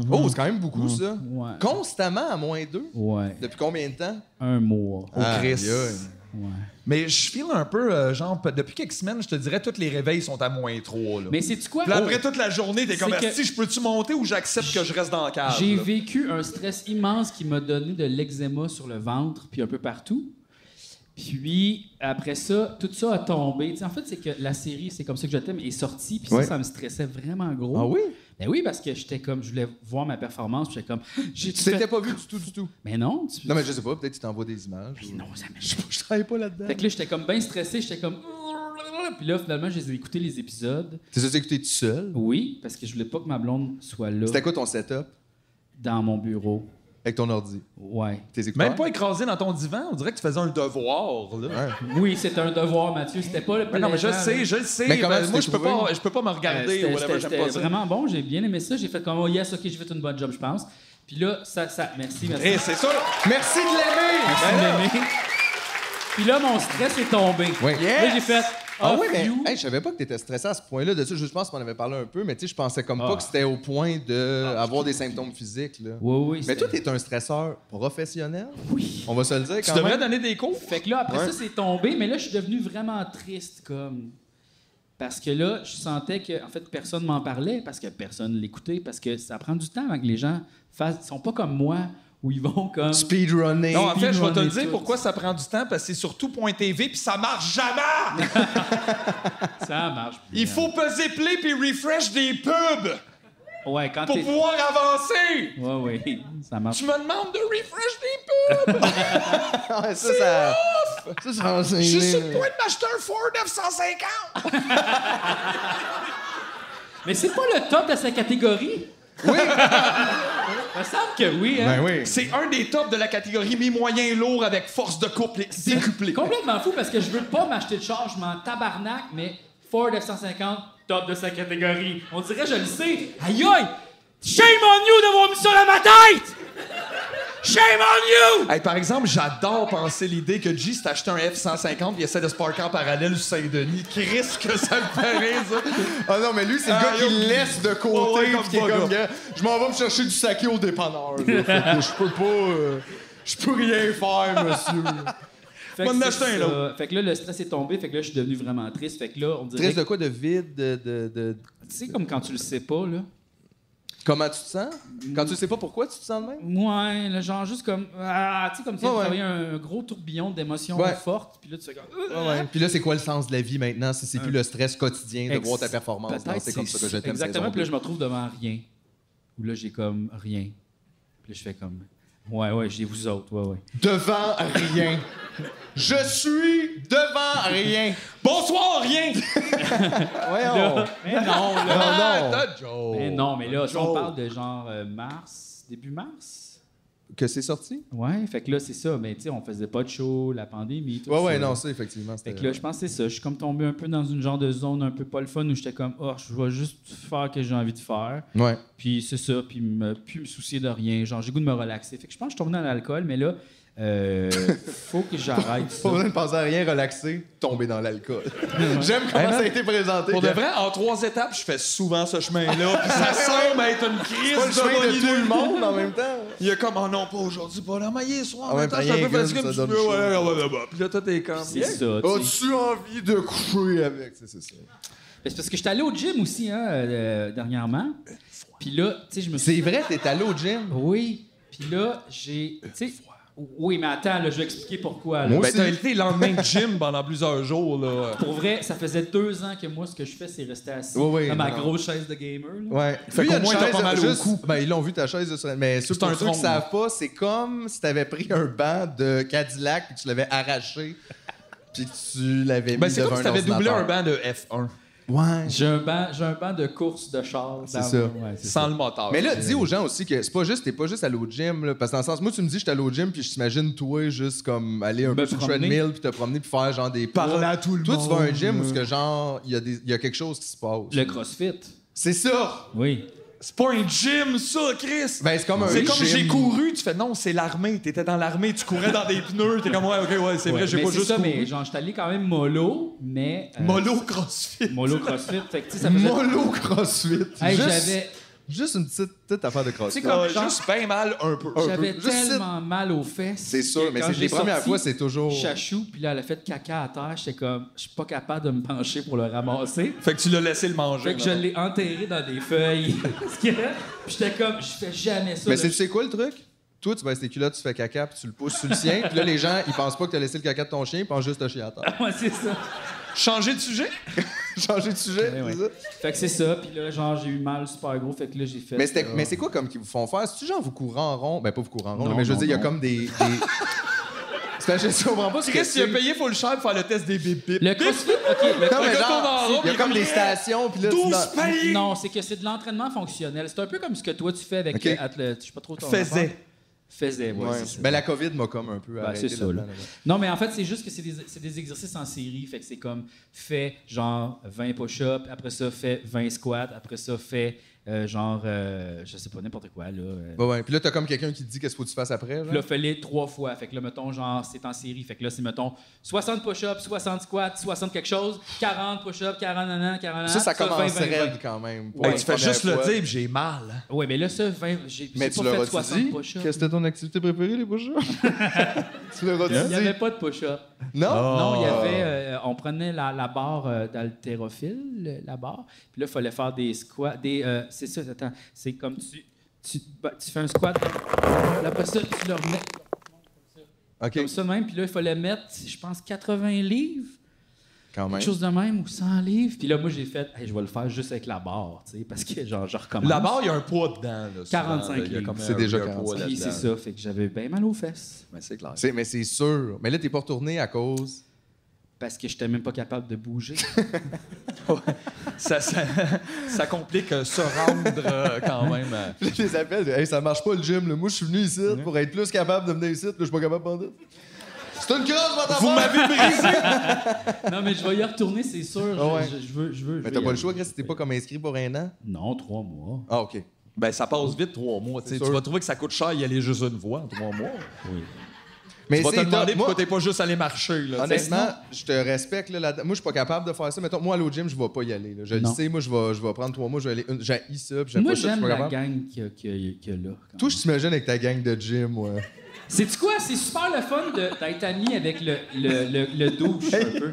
S1: 2.
S4: Oh, c'est quand même beaucoup, ça.
S1: Ouais.
S4: Constamment à moins deux?
S1: Ouais.
S4: Depuis combien de temps?
S1: Un mois.
S4: Ah.
S3: Oh, Chris.
S4: Aïe, aïe.
S1: Ouais.
S3: Mais je file un peu, euh, genre, pe- depuis quelques semaines, je te dirais, tous les réveils sont à moins 3. Là. Oh.
S1: Mais c'est tu quoi?
S3: Puis après toute la journée, t'es comme,
S1: C'est que-
S3: si je peux-tu monter ou j'accepte que je reste dans la cave?
S1: J'ai
S3: Ah, là?
S1: vécu un stress immense qui m'a donné de l'eczéma sur le ventre, puis un peu partout. Puis après ça, tout ça a tombé. Tu sais, en fait, c'est que la série, c'est comme ça que je t'aime, est sortie, puis
S4: Ouais. Ah
S1: ça, ça me stressait vraiment gros. Ben oui, parce que j'étais comme, je voulais voir ma performance, puis j'étais comme, j'ai
S4: Tu t'étais pas vu du tout, du tout.
S1: Mais non, tu...
S4: Non, mais je sais pas, peut-être tu t'envoies des images.
S1: Mais
S4: ou-
S1: non, ça me
S4: Je, je travaille pas là-dedans.
S1: Fait que là, j'étais comme bien stressé, j'étais comme. Puis là, finalement, j'ai écouté les épisodes.
S4: T'es juste écouté tout seul?
S1: Oui, parce que je voulais pas que ma blonde soit là,
S4: C'était quoi ton setup
S1: dans mon bureau.
S4: avec ton ordi?
S1: Ouais.
S4: Tes écouteurs?
S3: Même pas écrasé dans ton divan, on dirait que tu faisais un devoir. Là.
S4: Ouais.
S1: Oui, c'est un devoir, Mathieu. C'était pas le
S3: Mais non, mais je le
S1: plaisant, là.
S3: sais, je le sais.
S4: Mais comment
S3: Ben,
S4: tu
S3: moi,
S4: t'es
S3: je peux,
S4: trouvé?
S3: pas, je peux pas me
S1: Euh,
S3: regarder
S1: C'était
S3: ou whatever,
S1: c'était-
S3: j'aime
S1: c'était
S3: pas ça.
S1: vraiment bon, j'ai bien aimé ça. J'ai fait comme, oh yes, ok, j'ai fait une bonne job, je pense. Puis là, ça, ça. Merci, merci.
S3: Eh, c'est ça!
S4: Merci de l'aimer! Ben
S1: Merci, mémé. Puis là, mon stress est tombé.
S4: Oui.
S1: Là, j'ai fait. oh,
S4: Ah
S1: off
S4: oui, mais
S1: you.
S4: hey, je savais pas que tu étais stressé à ce point-là. De ça, je pense qu'on en avait parlé un peu, mais tu sais, je pensais comme
S1: Ah.
S4: pas que c'était au point d'avoir avoir des symptômes physiques. Là.
S1: Oui, oui.
S4: Mais
S1: c'est-
S4: toi, t'es un stresseur professionnel.
S1: Oui.
S4: On va se le dire
S3: Tu
S4: quand
S3: devrais
S4: même.
S3: donner des cours.
S1: Fait que là, après
S3: Ouais.
S1: ça, c'est tombé, mais là, je suis devenu vraiment triste, comme. Parce que là, je sentais que, en fait, personne m'en parlait, parce que personne l'écoutait, parce que ça prend du temps avant que les gens fassent. Ils sont pas comme moi, où ils vont comme.
S4: Speedrunning.
S3: Non, en fait, je vais te le
S1: Speedrunner
S3: dire
S1: tout.
S3: pourquoi ça prend du temps, parce que c'est sur tout.tv, puis ça marche jamais!
S1: Ça marche. plus,
S3: Il
S1: hein.
S3: faut peser play puis refresh des pubs
S1: Ouais, quand
S3: pour
S1: t'es.
S3: pouvoir avancer!
S1: Ouais, ouais. Ça marche.
S3: Tu me demandes de refresh des pubs!
S4: Ouais, ça, ça, ça, ça va
S3: Je suis sur
S4: enseigner,
S3: le
S4: là.
S3: point de m'acheter un Ford F-150!
S1: Mais c'est pas le top de sa catégorie. Oui. Il me semble que oui, hein.
S4: Ben oui.
S3: C'est un des tops de la catégorie mi-moyen lourd avec force de couple décuplée.
S1: Complètement fou parce que je veux pas m'acheter de charge, je m'en tabarnak, mais Ford F-150, top de sa catégorie. On dirait, je le sais. Aïe aïe! Shame on you d'avoir mis ça à ma tête! Shame on you!
S3: Hey, par exemple, j'adore penser l'idée que G s'est acheté un F-150 et essaie de se parker en parallèle sur Saint-Denis. Chris, que ça me fait rire, ça!
S4: Ah non, mais lui, c'est le
S3: Ah,
S4: gars qui
S3: yo.
S4: laisse de
S3: Oh, ouais,
S4: côté
S3: comme
S4: puis qui est
S3: pas
S4: comme,
S3: gars.
S4: gars, je m'en vais me chercher du saké au dépanneur. là. Fait que Je peux pas... euh, je peux rien faire, monsieur.
S1: Fait
S3: Moi,
S1: que
S3: m'en
S1: c'est
S3: acheter un,
S1: ça. Fait que là, le stress est tombé, fait que là, je suis devenu vraiment triste. Fait que là, on dirait.
S4: Triste
S1: que-
S4: de quoi? De vide? De, de- de-
S1: Tu sais, comme quand tu le sais pas, là.
S4: Comment tu te sens? Quand tu sais pas pourquoi, tu te sens de même?
S1: Ouais, le genre juste comme. Ah, tu sais, comme si
S4: Ouais,
S1: tu
S4: ouais.
S1: avais un gros tourbillon d'émotions
S4: Ouais.
S1: fortes, puis là, tu fais comme. euh,
S4: Ouais, Ah ouais. Puis là, c'est quoi le sens de la vie maintenant si c'est plus le stress quotidien de
S1: Ex-
S4: voir ta performance?
S1: peut-être
S4: Non, C'est comme ça que je t'aime.
S1: Exactement.
S4: saison
S1: Puis là,
S4: deux.
S1: je me retrouve devant rien. Ou là, j'ai comme rien. Puis là, je fais comme. Ouais, ouais, j'ai vous autres. Ouais, ouais.
S4: Devant rien. je suis devant rien.
S3: Bonsoir, rien!
S4: Voyons.
S1: Mais non, là.
S4: Non, non.
S1: Mais non, mais là, si on
S3: Joe.
S1: parle de genre euh, mars, début mars.
S4: Que c'est sorti?
S1: Ouais, fait que là, c'est ça. Mais tu sais, on faisait pas de show, la pandémie. Tout
S4: Ouais,
S1: ça.
S4: ouais, non, ça, effectivement.
S1: Fait
S4: c'était-
S1: que là, je pense que c'est ça. Je suis comme tombé un peu dans une genre de zone un peu pas le fun où j'étais comme, oh, je vais juste faire ce que j'ai envie de faire.
S4: Ouais.
S1: Puis c'est ça, puis me, plus me soucier de rien. Genre, j'ai goût de me relaxer. Fait que je pense que je tombe dans l'alcool, mais là, euh, faut que j'arrête ça.
S4: Pas besoin de penser à rien, relaxer, tomber dans l'alcool. J'aime comment ça a été présenté.
S3: Pour de
S4: gars.
S3: vrai, en trois étapes, je fais souvent ce chemin-là, puis ça semble être une crise
S4: pas le chemin
S3: bonne
S4: de
S3: idée.
S4: tout le monde en même temps.
S3: Il y a comme, oh non, pas aujourd'hui, pas là, mais hier soir,
S4: Ah ouais,
S3: maintenant, je
S4: puis
S3: suis
S4: rien
S3: un peu
S4: gun,
S3: fatigué, un
S4: ça
S3: petit
S4: donne
S3: peu,
S4: chaud.
S3: ouais, ouais, ouais, ouais. Puis là, toi, t'es comme.
S1: C'est ça. tu sais.
S4: As-tu envie de coucher avec? C'est c'est ça.
S1: Mais C'est parce que j'étais allé au gym aussi, hein, euh, dernièrement. Puis là, tu sais, je me suis.
S4: C'est vrai, t'es allé au gym.
S1: Oui. Puis là, j'ai. Tu sais. Oui, mais attends, là, je vais expliquer pourquoi. là.
S4: Moi
S3: Ben,
S4: aussi.
S3: t'as été le lendemain de gym pendant plusieurs jours, là.
S1: Pour vrai, ça faisait deux ans que moi, ce que je fais, c'est rester assis
S4: Oui, oui,
S1: dans ma
S4: non.
S1: grosse chaise de gamer. là.
S4: Ouais.
S3: Fait
S4: Lui,
S3: qu'au
S4: il a une
S3: moins, t'as
S4: chaise
S3: pas mal au
S4: juste-
S3: cou.
S4: Ben, ils l'ont vu, ta chaise de sur- Mais ceux,
S3: C'est
S4: pour
S3: un
S4: ceux qui
S3: trône.
S4: savent pas, c'est comme si t'avais pris un banc de Cadillac puis tu l'avais arraché puis tu l'avais
S3: Ben,
S4: mis
S3: c'est
S4: devant
S3: comme si t'avais doublé un banc de F1
S4: banc. Ouais.
S1: J'ai un, banc, j'ai un banc de course de char.
S4: C'est
S1: dans-
S4: ça.
S1: ouais, c'est
S3: sans
S1: ça.
S3: le moteur.
S4: Mais là, dis aux gens aussi que c'est pas juste, t'es pas juste allé au gym, là, parce que dans le sens, moi, tu me dis, je suis allé au gym, puis je t'imagine, toi, juste comme aller un
S1: Me
S4: peu sur le
S1: promener.
S4: treadmill, puis te promener, puis faire genre des pas.
S3: Ben, Parler à tout le
S4: toi,
S3: monde.
S4: tu vas à un gym où, ce que, genre, il y, a des- il y a quelque chose qui se passe.
S1: Le crossfit.
S4: C'est ça!
S1: Oui.
S3: C'est pas un gym, ça, Chris!
S4: Ben, c'est comme un
S3: c'est comme
S4: gym.
S3: j'ai couru, tu fais non, c'est l'armée, t'étais dans l'armée, tu courais dans des pneus, t'es comme ouais, ok, ouais, c'est vrai, j'ai
S1: Mais
S3: pas
S1: c'est
S3: juste.
S1: ça,
S3: couru.
S1: mais genre, je suis allé quand même mollo, mais. euh,
S3: Mollo CrossFit.
S1: Mollo CrossFit. Fait que, tu sais, ça faisait.
S4: Mollo CrossFit.
S1: Hey,
S4: Juste-
S1: j'avais
S4: Juste une petite, petite affaire de crossfit.
S1: C'est comme-
S3: Ouais,
S1: genre-
S3: juste bien mal un peu.
S1: j'avais
S4: Juste c'est-
S1: tellement mal aux fesses.
S4: C'est sûr, mais
S1: Quand
S4: c'est
S1: je
S4: les
S1: l'ai
S4: premières
S1: sorti,
S4: fois, c'est toujours.
S1: Chachou, puis là, elle a fait caca à terre. J'étais comme, je suis pas capable de me pencher pour le ramasser.
S3: Fait que tu l'as laissé le manger.
S1: Fait que je l'ai enterré dans des feuilles. Parce que- puis j'étais comme, je fais jamais ça.
S4: Mais
S1: là.
S4: c'est- tu sais quoi le truc? Toi, tu baisses tes culottes, tu fais caca, puis tu le pousses sur le sien. Puis là, les gens, ils pensent pas que t'as laissé le caca de ton chien, ils pensent juste te chier à terre.
S1: Ouais, c'est ça.
S3: Changer de sujet?
S4: Changer de sujet,
S1: Ouais, ouais.
S4: c'est ça?
S1: Fait que c'est ça. Puis là, genre, j'ai eu mal super gros. Fait que là, j'ai fait.
S4: Mais, c'était-
S1: euh,
S4: mais c'est quoi comme qu'ils vous font faire? C'est-tu genre vous courant en rond? Ben, pas vous courant en rond,
S1: Non,
S4: là, mais je veux
S1: non,
S4: dire, il y a
S1: non.
S4: comme des. des... c'est parce que je comprends pas ce que
S3: Chris, il a
S4: c'est.
S3: payé faut le cher pour faire le test des bip bip.
S1: Le crossfit, OK. Le
S4: Non, mais
S3: Le gars tourne en rond,
S4: genre, il y a
S3: puis
S4: comme
S3: il
S4: des
S3: va-
S4: stations, puis là, tu
S3: 12
S4: dans-
S3: paliers!
S1: Non, c'est que c'est de l'entraînement fonctionnel. C'est un peu comme ce que toi, tu fais avec
S4: OK.
S1: euh, athlè- Je sais pas trop ton
S3: Faisais.
S1: affaire. Faisais, ouais. c'est ça.
S4: Ben, la COVID m'a comme un peu
S1: Ben,
S4: arrêté
S1: c'est ça,
S4: là-dedans,
S1: là.
S4: là-bas.
S1: Non, mais en fait, c'est juste que c'est des, c'est des exercices en série. Fait que c'est comme, fais genre 20 push-ups, après ça, fais 20 squats, après ça, fais euh, genre, euh, je sais pas, n'importe quoi, là. euh,
S4: Ouais, ouais. Puis là, t'as comme quelqu'un qui te dit qu'est-ce qu'il faut que tu fasses après.
S1: Puis là, fallait trois fois. Fait que là, mettons, genre, c'est en série. Fait que là, c'est, mettons, 60 push-ups, 60 squats, 60 quelque chose, 40 push-ups, 40 nanan, 40
S4: Ça, Hein? ça commence
S1: raide.
S4: raide quand même.
S3: Hey, tu fais juste le
S4: dire.
S3: dire, j'ai mal. hein.
S1: Ouais, mais là, ça, 20, j'ai
S4: Mais
S1: j'ai
S4: tu
S1: pas fait
S4: l'auras-tu
S1: 60
S4: dit?
S1: push-ups.
S4: que c'était ton activité préférée, les push Tu l'auras-tu
S1: Il n'y
S4: dit?
S1: avait pas de push-up.
S4: Non? Ah.
S1: Non, il y avait. euh, on prenait la, la barre euh, d'haltérophile, le- la barre. Puis là, il fallait faire des squats. Des, euh, c'est ça, attends. C'est comme tu, tu, bah, tu fais un squat. là, Après ça, tu le remets
S4: OK,
S1: comme ça de même. Puis là, il fallait mettre, je pense, 80 livres.
S4: quand même.
S1: Quelque chose de même ou 100 livres. Puis là, moi, j'ai fait, Hey, je vais le faire juste avec la barre, tu sais, parce que genre, je recommence.
S3: La barre, il y a un poids dedans. là, souvent,
S1: 45
S3: là. Il y a
S1: livres.
S3: comme
S4: C'est
S3: un-
S4: déjà
S3: il y a un poids
S4: 45.
S1: Puis
S3: là-dedans.
S1: c'est ça, fait que j'avais bien mal aux fesses
S3: Mais c'est clair.
S4: C'est- Mais c'est sûr. Mais là, t'es pas retourné à cause.
S1: parce que j'étais même pas capable de bouger.
S3: Ça, ça, ça complique euh, se rendre euh, quand même. euh.
S4: Là, je les appelle. Hey, ça marche pas le gym. là. Moi, je suis venu ici pour être plus capable de venir ici. Là, je suis pas capable de dire. C'est une crosse, votre affaire!
S3: Vous m'avez brisé!
S1: non, mais je vais y retourner, c'est sûr. Je,
S4: Ah ouais.
S1: je- je veux, je veux. je
S4: Mais
S1: veux
S4: t'as
S1: y
S4: pas le
S1: aller.
S4: choix, Chris. T'es pas comme inscrit pour un an.
S1: Non, trois mois.
S4: Ah, OK.
S3: Ben, ça passe vite, trois mois. tu sais.
S4: C'est
S3: Tu
S4: sûr.
S3: vas trouver que ça coûte cher y aller juste une fois, en trois mois.
S4: Mais
S3: Tu vas
S4: c'est
S3: te demander
S4: top. Moi,
S3: pourquoi t'es pas juste allé marcher. Là, tu sais.
S4: Honnêtement, je te respecte. Là, là- moi, je suis pas capable de faire ça. Mettons, moi, à l'eau gym, je vais pas y aller. là. Je le
S1: Non.
S4: sais, moi, je vais, je vais prendre trois mois, je vais aller une. J'ai ça, puis j'ai
S1: Moi,
S4: pas ça, je suis
S1: j'aime
S4: pas
S1: la
S4: capable.
S1: gang qu'il y a- qu'il y a- qu'il y a là. quand
S4: Toi, je t'imagine avec ta gang de gym, ouais.
S1: C'est quoi? C'est super le fun de- d'être ami avec le, le, le, le douche un peu.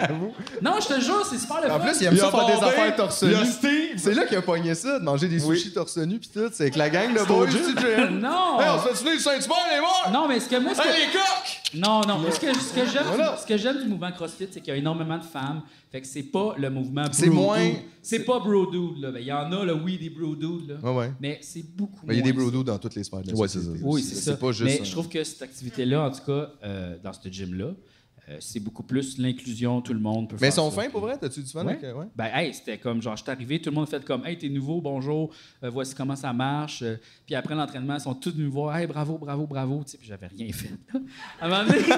S1: Non, je te jure, c'est super le
S4: En
S1: fun.
S4: plus, il aime
S3: Il
S4: ça
S3: a
S4: faire des
S3: Bombay,
S4: affaires torse
S3: il y a
S4: nu.
S3: Steve.
S4: C'est là qu'il a pogné ça, de manger des
S3: Oui.
S4: sushis torse nu pis tout. C'est avec la gang de boys du gym.
S1: Non!
S4: Hey, on se fait tuer le Saint-Hubert, les morts!
S1: Non, mais ce que moi, ce que-
S4: Hey, les coqs!
S1: Non, non. Moi, ce que, ce que j'aime,
S4: Voilà.
S1: ce que j'aime du mouvement CrossFit, c'est qu'il y a énormément de femmes. Fait que c'est pas le mouvement bro
S4: C'est moins-
S1: dude. C'est pas bro dude, là. Ben, Il y en a, là, oui, des bro dudes, là.
S4: Ouais, ouais.
S1: Mais c'est beaucoup
S4: Ben, Il y a
S1: moins
S4: des brodos dans toutes les sphères de la
S3: Ouais,
S4: société.
S3: c'est ça.
S1: Oui, c'est ça.
S4: C'est pas juste.
S1: Mais
S4: un-
S1: je trouve que cette activité-là, en tout cas, euh, dans ce gym-là, euh, c'est beaucoup plus l'inclusion, tout le monde peut
S4: Mais ils
S1: faire
S4: sont
S1: ça.
S4: fins pour vrai? T'as-tu du fun
S1: Ouais.
S4: avec. euh, Ouais.
S1: Ben, hey, c'était comme, genre, je suis arrivé, tout le monde a fait comme, hey, t'es nouveau, bonjour, euh, voici comment ça marche. Euh, puis après l'entraînement, ils sont tous venus me voir, hey, bravo, bravo, bravo, tu sais, puis j'avais rien fait. là. À un moment donné,
S4: Mais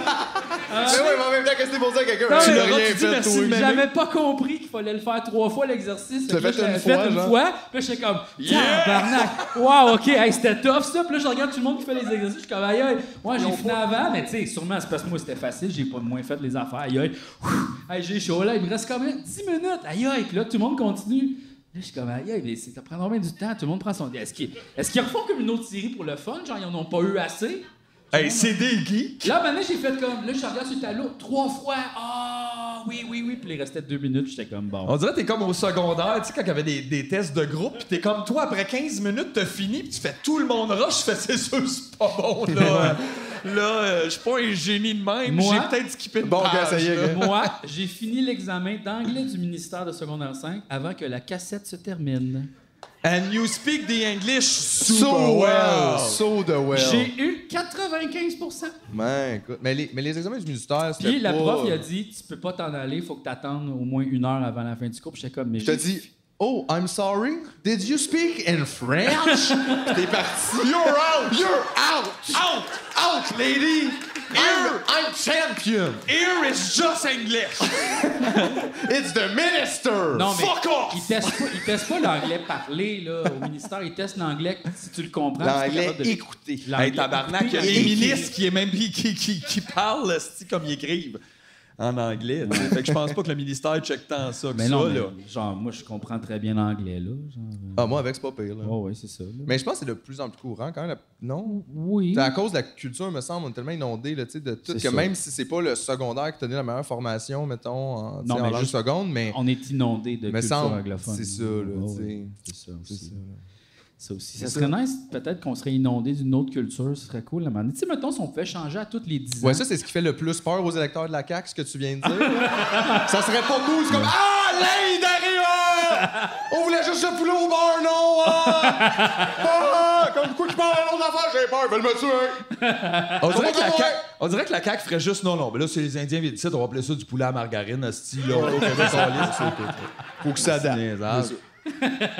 S4: Ah, ouais, mais en même temps, qu'est-ce que c'est pour ça, quelqu'un?
S1: Non,
S4: Tu
S1: mais
S4: l'as
S1: quand
S4: rien
S1: tu dis
S4: fait,
S1: merci
S4: toi.
S1: de m'aimer. J'avais pas compris qu'il fallait le faire trois fois l'exercice.
S4: Tu l'as
S1: Fait que
S4: fait
S1: là, je
S4: une
S1: l'avais
S4: fois, genre.
S1: fois. Puis là, j'étais comme, tabarnak. Wow, OK, hey, c'était tough ça. Puis là, je regarde tout le monde qui fait les exercices. Je suis comme, aïe, aïe. Ouais, j'ai fini avant, mais tu sais, sûrement, c'est parce que moi, c'était facile. J'ai pas moins fait les affaires. Aïe, aïe. Ouh, Hey, j'ai chaud là. Il me reste quand même 10 minutes. Aïe, aïe. Puis là, tout le monde continue. Là, je suis comme, aïe, aïe, mais c'est- ça prend combien du temps? Tout le monde prend son. Est-ce qu'ils est-ce qu'ils refont comme une autre série pour le fun? Genre, ils en ont pas eu assez?
S3: Hey, c'est des geeks.
S1: Là, maintenant, j'ai fait comme. Là, je regarde sur le tableau trois fois. Ah, oui, oui, oui. Puis il restait deux minutes. J'étais comme bon.
S3: On dirait que t'es comme au secondaire, tu sais, quand il y avait des, des tests de groupe, pis t'es comme toi, après 15 minutes, t'as fini, pis tu fais tout le monde rush, tu fais c'est sûr, c'est pas bon, là. Euh, là, euh, je suis pas un génie de même,
S1: Moi?
S3: j'ai peut-être skippé une
S4: Bon,
S3: page,
S4: gars, ça y
S1: Ah,
S4: est,
S3: là.
S4: gars.
S1: Moi, j'ai fini l'examen d'anglais du ministère de secondaire 5 avant que la cassette se termine.
S3: And you speak the English so,
S4: So well!
S3: well.
S4: So the well!
S1: J'ai eu 95
S4: Man, Ben, écoute, Mais les, mais les examens du ministère, c'était.
S1: Puis la
S4: pas-
S1: prof, il a dit Tu peux pas t'en aller, faut que t'attendes au moins une heure avant la fin du cours. Puis j'étais comme Mais
S4: Je te
S1: j'ai-
S4: dis, oh, I'm sorry, did you speak in French? T'es parti.
S3: You're out!
S4: You're out!
S3: Out! Out, lady!
S4: I'm, I'm champion!
S3: Here is just English!
S4: It's the minister!
S1: Non, mais
S3: Fuck off!
S1: ils testent pas, ils testent pas l'anglais parlé là, au ministère, ils testent l'anglais si tu le comprends. si t'es
S4: L'anglais
S1: capable de-
S4: écouté.
S1: L'anglais
S3: Hey, tabarnak, il y a
S1: écouté,
S3: des
S1: l'anglais
S3: ministres qui, est même, qui, qui, qui, qui parlent esti, comme ils écrivent en anglais. tu sais. Fait que je pense pas que le ministère check tant ça que
S1: Mais
S3: ça,
S1: non,
S3: là.
S1: mais, genre, moi, je comprends très bien l'anglais, là. Genre,
S4: Ah, moi, avec, c'est pas pire, là.
S1: oh, ouais, c'est ça. là.
S4: Mais je pense que c'est de plus en plus courant quand même. la- Non?
S1: Oui.
S4: C'est à cause de la culture, me semble, on est tellement inondé là, tu sais, de tout.
S1: C'est
S4: Que
S1: ça.
S4: même si c'est pas le secondaire qui t'a donné la meilleure formation, mettons, en, tu
S1: Non,
S4: sais, en
S1: mais
S4: langue
S1: juste-
S4: seconde, mais.
S1: On est inondé de
S4: Me
S1: culture
S4: semble,
S1: anglophone.
S4: c'est ça,
S1: là.
S4: là,
S1: Ah,
S4: tu sais.
S1: ouais, C'est ça aussi.
S4: ça,
S1: Ça aussi.
S4: C'est
S1: Ça
S4: ça.
S1: serait nice, peut-être qu'on serait inondé d'une autre culture, ce serait cool. là, mais Tu sais, mettons, si on pouvait changer à toutes les 10
S4: Ouais,
S1: ans.
S4: ça, c'est ce qui fait le plus peur aux électeurs de la CAQ, ce que tu viens de dire. là. ça serait pas cool, c'est comme Ah, l'aide arrive! ah! On voulait juste le poulet au beurre, non! Ah! Ah! Comme quoi, je parle à l'autre affaire, j'ai peur, ils veulent me tuer!
S3: On dirait,
S4: va
S3: que la
S4: trouver.
S3: CAQ, on dirait que la CAQ ferait juste non, non. Mais là, c'est les Indiens viennent ici, on va appeler ça du poulet à margarine, hostie, là. Au Québec, on liste, c'est-
S4: Faut que ça date.
S3: C'est bizarre.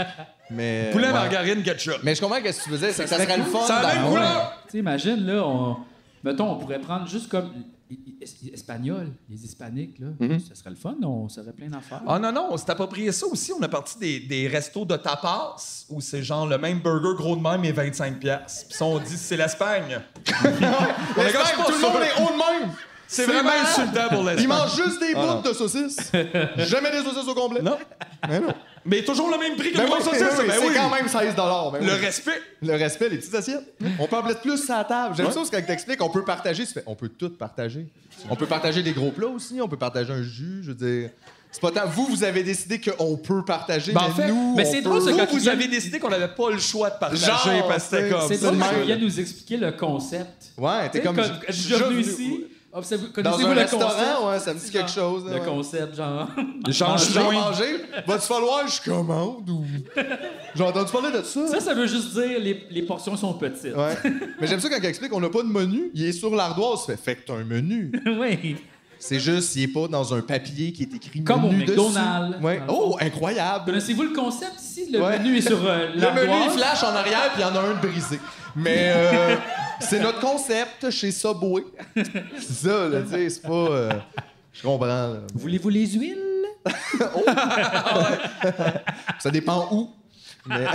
S4: Mais.
S3: Poulet à
S4: ouais.
S3: margarine, ketchup.
S4: Mais je comprends qu'est-ce que tu veux dire, c'est que ça serait le fun.
S3: Ça a
S4: dans-
S3: la même
S4: Ouais.
S3: couleur.
S1: Tu sais, imagine, là, on... mettons, on pourrait prendre juste comme espagnols, les hispaniques, là,
S4: Mm-hmm.
S1: ce serait le fun, on serait plein d'affaires.
S3: Ah non, non, on s'est approprié ça aussi. On a parti des, des restos de tapas où c'est genre le même burger gros de même et 25$. piastres. Puis ça, on dit c'est l'Espagne. on est comme,
S4: L'Espagne,
S3: c'est pas
S4: tout le
S3: ça.
S4: monde est haut de même.
S3: C'est vraiment
S4: malade.
S3: insultant pour l'Espagne.
S4: Il mange juste des bouts
S3: non.
S4: de saucisses. Jamais des saucisses au complet.
S3: Non.
S4: Mais Ah non.
S3: Mais toujours le même prix que
S4: Ben
S3: le
S4: oui,
S3: bon
S4: ben
S3: saucisse.
S4: oui,
S3: Ben
S4: c'est
S3: oui.
S4: quand même 16 ben
S3: Le
S4: oui.
S3: respect.
S4: Le respect, les petites assiettes. On peut en mettre plus à la table. J'aime ça aussi quand t'expliques, on peut partager. tu fais, on peut tout partager. On peut partager des gros plats aussi, on peut partager un jus, je veux dire. C'est pas tant. Vous, vous avez décidé qu'on peut partager,
S3: Ben,
S4: mais
S3: en fait,
S4: nous,
S1: mais
S4: on
S1: c'est
S4: peut-
S1: drôle, ça,
S3: Vous,
S1: quand
S3: vous
S1: il-
S3: avez décidé qu'on n'avait pas le choix de partager
S4: Genre,
S3: parce que c'était
S4: c'est-
S3: comme
S1: C'est
S3: ça.
S1: drôle
S4: même.
S1: qu'il vienne nous expliquer le concept.
S4: Ouais,
S1: Tu
S4: t'es
S1: sais,
S4: comme...
S1: comme je suis
S4: je-
S1: venu
S4: je-
S1: ici. ah, vous savez-
S4: Dans
S1: Connaissez-vous
S4: un
S1: le
S4: restaurant, euh,
S1: concept?
S4: ouais, ça me dit quelque chose. là,
S1: Le
S4: ouais.
S1: concept, genre.
S3: Genre,
S4: Je vais
S3: joint.
S4: manger. Va-tu falloir que je commande ou. J'ai entendu parler de ça.
S1: Ça, ça veut juste dire les, les portions sont petites.
S4: Ouais. Mais j'aime ça quand il explique qu'on n'a pas de menu. Il est sur l'ardoise. Fait, fait que t'as un menu.
S1: oui.
S4: C'est juste, il est pas dans un papier qui est écrit
S1: Comme au
S4: menu dessus.
S1: McDonald's.
S4: Ouais.
S1: Dans le
S4: Oh, incroyable.
S1: Connaissez-vous le concept ici? Le
S4: Ouais.
S1: menu est sur euh,
S4: Le menu, il
S1: l'ardoise.
S4: flash en arrière, puis il y en a un de brisé. Mais euh, c'est notre concept chez Subway. C'est ça, là, tu sais, c'est pas. euh, je comprends. là.
S1: Voulez-vous les huiles?
S4: Ça dépend où. Mais...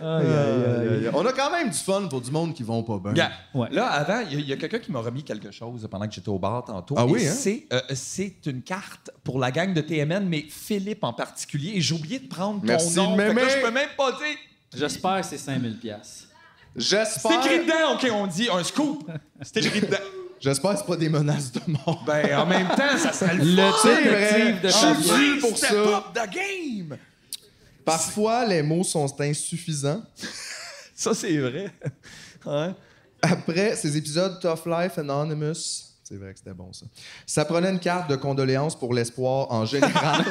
S4: Euh, On a quand même du fun pour du monde qui vont pas bien.
S3: Gars,
S1: Ouais.
S3: Là, avant, il y a- il y a, quelqu'un qui m'a remis quelque chose pendant que j'étais au bar tantôt.
S4: Ah
S3: Et
S4: oui, hein?
S3: C'est, euh, c'est une carte pour la gang de TMN, mais Philippe en particulier. Et j'ai oublié de prendre ton
S4: Merci,
S3: nom. Fait que là,
S4: mémé.
S3: je peux même pas dire.
S1: J'espère que c'est 5000 pièces.
S3: C'est écrit
S4: J'espère.
S3: dedans, OK, on dit un scoop. C'est écrit dedans.
S4: J'espère que c'est pas des menaces de mort.
S3: Ben, en même temps, ça serait le
S1: Le
S3: fun. Ah,
S1: détective de
S4: Je suis
S1: Fabian.
S4: venu pour
S3: Step
S4: ça.
S3: up the game!
S4: Parfois, les mots sont insuffisants.
S3: Ça, c'est vrai. Hein?
S4: Après ces épisodes Tough Life Anonymous, c'est vrai que c'était bon ça. Ça prenait une carte de condoléances pour l'espoir en général.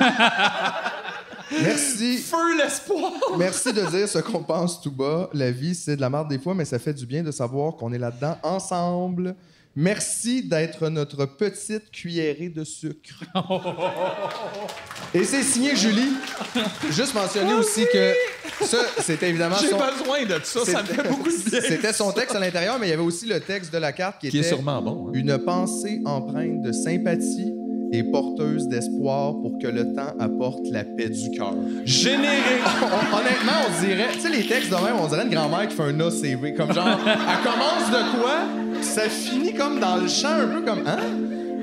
S4: Merci.
S3: Feu l'espoir!
S4: Merci de dire ce qu'on pense tout bas. La vie, c'est de la merde des fois, mais ça fait du bien de savoir qu'on est là-dedans ensemble. Merci d'être notre petite cuillerée de sucre. Et c'est signé Julie. Juste mentionner aussi que ça, c'était évidemment
S3: J'ai
S4: son...
S3: besoin de ça, ça me fait
S4: c'était-
S3: beaucoup de bien.
S4: C'était son texte à l'intérieur, mais il y avait aussi le texte de la carte qui,
S3: Qui est
S4: était
S3: sûrement bon. hein.
S4: une pensée empreinte de sympathie et porteuse d'espoir pour que le temps apporte la paix du cœur.
S3: Généré!
S4: On- Honnêtement, on dirait, tu sais, les textes de même, on dirait une grand-mère qui fait un ACV. Comme genre, elle commence de quoi, puis ça finit comme dans le champ, un peu comme, hein?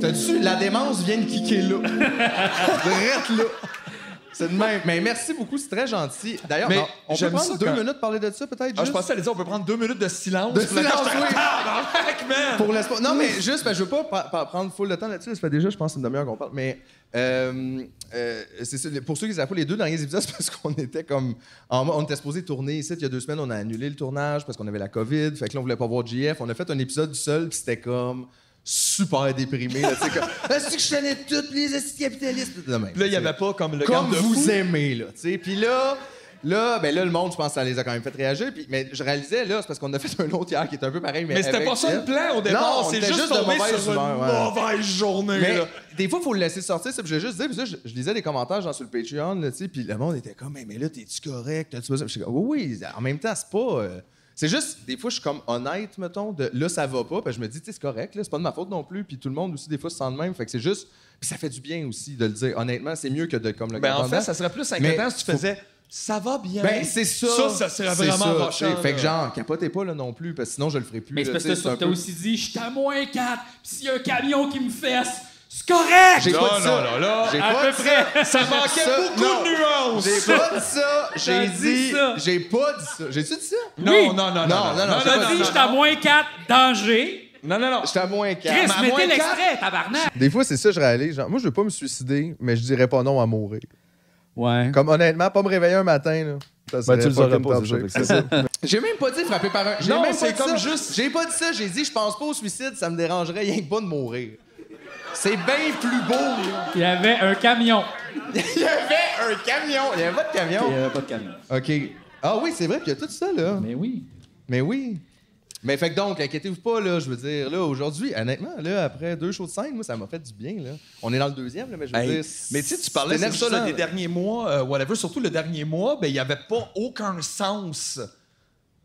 S4: T'as-tu, la démence vient de kicker là. Drette là. C'est de même. Mais merci beaucoup, c'est très gentil. D'ailleurs,
S3: Mais
S4: on- on peut
S3: j'aime ça
S4: prendre deux
S3: quand-
S4: minutes pour parler de ça, peut-être?
S3: Ah, je
S4: juste?
S3: pensais à dire, on peut prendre deux minutes de silence.
S4: De
S3: Puis là,
S4: silence,
S3: j'étais-
S4: oui.
S3: Tabarnak, Ah, ben, man!
S4: Pour l'espoir. Non, mais juste, parce que je veux pas pa- pa- prendre full de temps là-dessus. Ça fait déjà, je pense, une demi-heure qu'on parle. Mais euh, euh, c'est ça, pour ceux qui ne savent pas, les deux derniers épisodes, c'est parce qu'on était comme. en- on était supposé tourner ici. Il y a deux semaines, on a annulé le tournage parce qu'on avait la COVID. Fait que là, on voulait pas voir JF. On a fait un épisode du seul, puis c'était comme super déprimé. là, tu sais, comme. Est-ce que je connais toutes les astuces capitalistes? de même,
S3: Puis là, il n'y
S4: tu sais.
S3: avait pas comme le
S4: Comme
S3: garde de
S4: vous
S3: fou.
S4: aimez, là, tu sais. Puis là, là, ben là, le monde, je pense que ça les a quand même fait réagir. Puis, mais je réalisais, là, c'est parce qu'on a fait un autre hier qui était un peu pareil. Mais,
S3: Mais c'était
S4: avec
S3: pas ça
S4: Jeff.
S3: le plan au
S4: Non,
S3: départ,
S4: on
S3: c'est
S4: était
S3: juste,
S4: juste de
S3: tombé
S4: mauvaise
S3: sur une
S4: humeur, ouais.
S3: mauvaise journée.
S4: Mais
S3: là.
S4: des fois, il faut le laisser sortir. ça, puis Je vais juste dire, puis ça, je, je lisais des commentaires genre, sur le Patreon, là, tu sais, puis le monde était comme, Hey, mais là, t'es-tu correct? T'as-tu pas ça? Puis je suis comme, oui, oui, en même temps, c'est pas. euh, C'est juste, des fois, je suis comme honnête, mettons, de là, ça va pas. Puis je me dis, tu sais, c'est correct, là, c'est pas de ma faute non plus. Puis tout le monde aussi, des fois, se sent de même. Fait que c'est juste, puis ça fait du bien aussi de le dire. Honnêtement, c'est mieux que de comme le
S3: Ben, en
S4: garder
S3: fait, ça serait plus
S4: Mais
S3: inquiétant si tu faisais ça va bien.
S4: Ben, c'est ça.
S3: Ça, ça serait
S4: C'est
S3: vraiment
S4: ça,
S3: rochant,
S4: tu sais. Fait
S3: là.
S4: que genre, capotez pas là non plus, parce que sinon je le ferai plus.
S1: Mais c'est
S4: là,
S1: parce
S4: tu sais,
S1: que t'as
S4: un peu-
S1: aussi dit, je suis à moins 4, pis s'il y a un camion qui me fesse, c'est correct!
S4: J'ai pas dit ça.
S3: là.
S4: J'ai
S1: À
S4: pas
S1: peu
S4: dit
S1: près.
S4: ça.
S3: Ça manquait
S4: Ça,
S3: beaucoup
S4: non.
S3: de nuances.
S4: J'ai pas dit ça. J'ai
S1: T'as
S4: dit.
S1: dit ça.
S4: J'ai pas dit ça. J'ai-tu dit ça?
S3: Non,
S1: Oui.
S3: non, non, non, non, non,
S4: non, j'ai pas
S3: non,
S1: T'as dit,
S3: non,
S1: je suis à moins 4, danger.
S3: non, non, non.
S4: J'étais à moins
S1: Chris,
S4: calme.
S3: à moins
S1: mettez
S3: quatre.
S1: l'extrait, tabarnak!
S4: Des fois, c'est ça, je réalise. Genre, moi, je veux pas me suicider, mais je dirais pas non à mourir.
S1: Ouais.
S4: Comme honnêtement, pas me réveiller un matin, là. Ça serait
S6: tu le saurais
S4: fucking
S6: pas,
S4: top
S6: c'est ça,
S4: shape.
S6: fait que
S4: J'ai même pas dit frapper par un. J'ai
S3: Non,
S4: même pas
S3: c'est
S4: dit
S3: comme
S4: ça.
S3: juste-
S4: J'ai pas dit ça. J'ai dit, je pense pas au suicide, ça me dérangerait rien que pas de mourir. C'est bien plus beau, là.
S1: Il y avait un camion.
S4: Il y avait un camion. Il y avait pas de
S1: Il y
S4: camion.
S1: avait pas de camion.
S4: OK. Ah oui, c'est vrai, puis il y a tout ça, là.
S1: Mais oui.
S4: Mais oui. Mais fait que donc, inquiétez-vous pas, là, je veux dire, là, aujourd'hui, honnêtement, là, après deux shows de scène, moi, ça m'a fait du bien, là. On est dans le deuxième, là, mais je veux
S3: Hey,
S4: dire...
S3: mais tu sais, tu parlais
S4: c'était
S3: de ça là, des
S4: énervissant,
S3: derniers mois, euh, whatever, surtout le dernier mois, ben il n'y avait pas aucun sens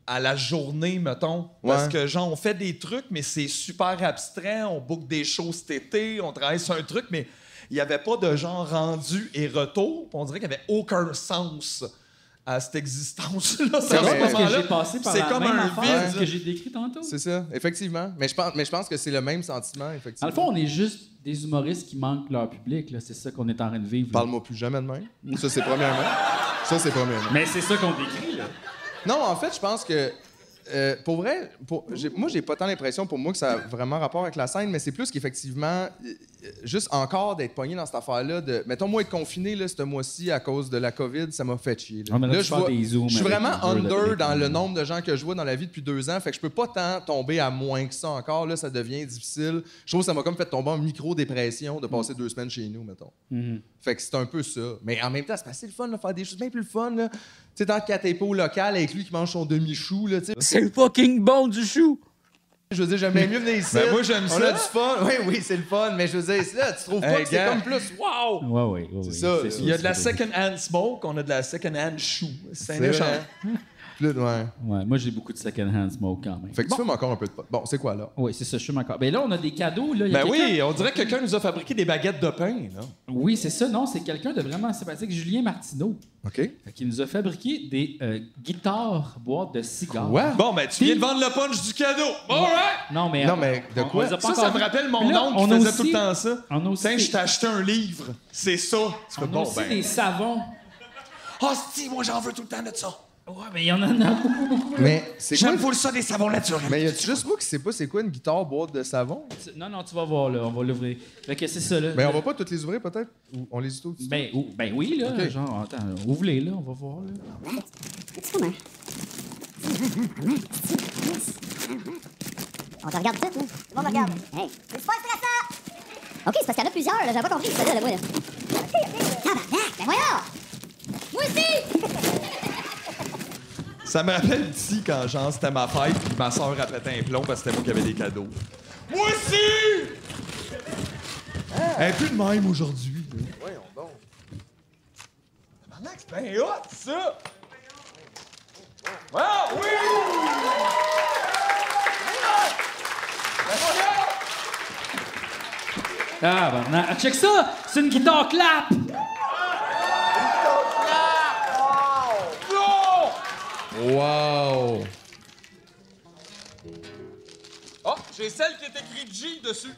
S3: à la journée, mettons. Parce
S4: Ouais.
S3: que, genre, on fait des trucs, mais c'est super abstrait. On book des shows cet été, on travaille sur un truc, mais il n'y avait pas de genre rendu et retour. Puis On dirait qu'il n'y avait aucun sens à cette existence-là.
S1: C'est
S3: À ce
S1: drôle parce que
S3: moment-là,
S1: j'ai passé par
S3: c'est
S1: la
S3: comme
S1: même
S3: un
S1: affaire
S3: vide.
S1: que j'ai décrit tantôt.
S4: C'est ça, effectivement. Mais je pense, mais je pense que c'est le même sentiment,
S1: Dans
S4: effectivement.
S1: le fond, on est juste des humoristes qui manquent leur public. là. C'est ça qu'on est en train de vivre. là.
S4: Parle-moi plus jamais de même. Ça, c'est premièrement. Ça, c'est premièrement.
S1: Mais c'est ça qu'on décrit. Là.
S4: Non, en fait, je pense que. euh, pour vrai, pour, j'ai- moi, j'ai pas tant l'impression pour moi que ça a vraiment rapport avec la scène, mais c'est plus qu'effectivement, euh, juste encore d'être pogné dans cette affaire-là. de Mettons, moi, être confiné là, ce mois-ci à cause de la COVID, ça m'a fait chier. là.
S1: On aurait
S4: Là,
S1: dû
S4: je
S1: faire
S4: vois-
S1: des zooms
S4: Je suis
S1: avec
S4: vraiment
S1: les deux, là,
S4: under
S1: des-
S4: dans le nombre de gens que je vois dans la vie depuis deux ans, fait que je peux pas tant tomber à moins que ça encore. Là, ça devient difficile. Je trouve que ça m'a comme fait tomber en micro-dépression de
S1: Mm.
S4: passer deux semaines chez nous, mettons.
S1: Mhm.
S4: Fait que c'est un peu ça. Mais en même temps, c'est pas si le fun de faire des choses bien plus le fun. là. Tu sais, tant qu'il y a tes pots local avec lui qui mange son demi-chou, là, tu sais.
S7: C'est fucking bon du chou.
S4: Je veux dire, j'aime bien mieux venir ici.
S3: Ben, moi, j'aime
S4: On
S3: ça.
S4: a du fun. Oui, oui, c'est le fun. Mais je veux dire, c'est là, tu trouves pas
S3: Hey,
S4: que c'est
S3: gars.
S4: comme plus.
S3: Wow!
S1: Ah, Ouais, ouais, ouais, ouais.
S4: ça, là.
S1: sûr,
S3: Il y a de la
S1: c'est vrai.
S3: second-hand smoke, on a de la second-hand chou. C'est un
S4: C'est
S3: échange.
S4: vrai. Plus, ouais.
S1: Ouais, moi, j'ai beaucoup de second-hand smoke quand même.
S4: Fait que tu fumes encore un peu de pot. Bon, c'est quoi, là?
S1: Oui, c'est ça, je suis encore. Ben là, on a des cadeaux. Là. Il y a
S3: Ben
S1: quelqu'un-
S3: oui, on dirait que quelqu'un nous a fabriqué des baguettes de pain. Là.
S1: Oui, c'est ça. Non, c'est quelqu'un de vraiment sympathique, Julien Martineau,
S4: OK.
S1: qui nous a fabriqué des euh, guitares boîtes de cigares.
S3: Bon, ben tu viens de vendre le punch du cadeau. All right!
S1: Non, mais.
S4: Non, mais de
S1: on- on
S4: quoi?
S1: les a pas
S3: Ça,
S1: encore
S3: ça me
S1: vus.
S3: rappelle
S1: Puis
S3: mon
S1: là,
S3: oncle qui
S1: on a
S3: faisait
S1: aussi-
S3: tout le temps ça.
S1: on a aussi
S3: Tiens,
S1: des-
S3: je t'ai acheté un livre. C'est ça. Tu fais,
S1: On a
S3: bon,
S1: aussi
S3: ben.
S1: des savons.
S3: Oh, si, moi, j'en veux tout le temps de ça.
S1: Ouais, mais il y en a beaucoup, beaucoup. là.
S4: Mais c'est quoi?
S3: J'aime full ça des savons naturels.
S4: Mais y a-tu juste moi qui sais pas c'est quoi une guitare boîte de savon?
S1: Tu- Non, non, tu vas voir, là. On va l'ouvrir. Fait que c'est ça, là.
S3: Ben,
S4: Mais on va pas toutes les ouvrir, peut-être? Ou on les ouvre?
S1: Ben, ou- ben oui, là.
S4: Ok.
S1: Genre, attends, ouvre-les, là. On va voir, là.
S8: On te regarde tout, là. Tout le monde me regarde. C'est super stressant! Mm. OK, c'est parce qu'il y en a plusieurs, là. J'avais pas compris ce que c'était, là, moi, là. Tabarnak! Ben voyons! Moi aussi!
S3: Ça me rappelle d'ici quand, genre, c'était ma fête, puis ma soeur a pété un plomb parce que c'était moi qui avais des cadeaux. Moi aussi! Elle est plus de même aujourd'hui. là.
S4: Voyons donc.
S3: Tabarnak, c'est bien hot, ça! Ah oui!
S1: Ah, ben, non. Ah, check ça! C'est une guitare clap!
S3: Non!
S4: Wow!
S3: Oh, j'ai celle qui est écrite G dessus.